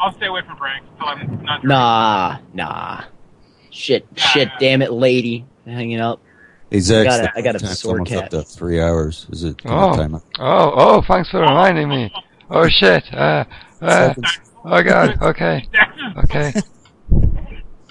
I'll stay away from Frank until I'm not.
Nah, nah. Shit, shit, damn it, lady. Hanging up.
Hey,
I
Zach,
got
the
a- I got a
time's
sword
almost
cat.
up to three hours. Is it?
Oh,
time
oh, oh! Thanks for reminding me. Oh shit! Uh, uh, oh god. Okay. Okay.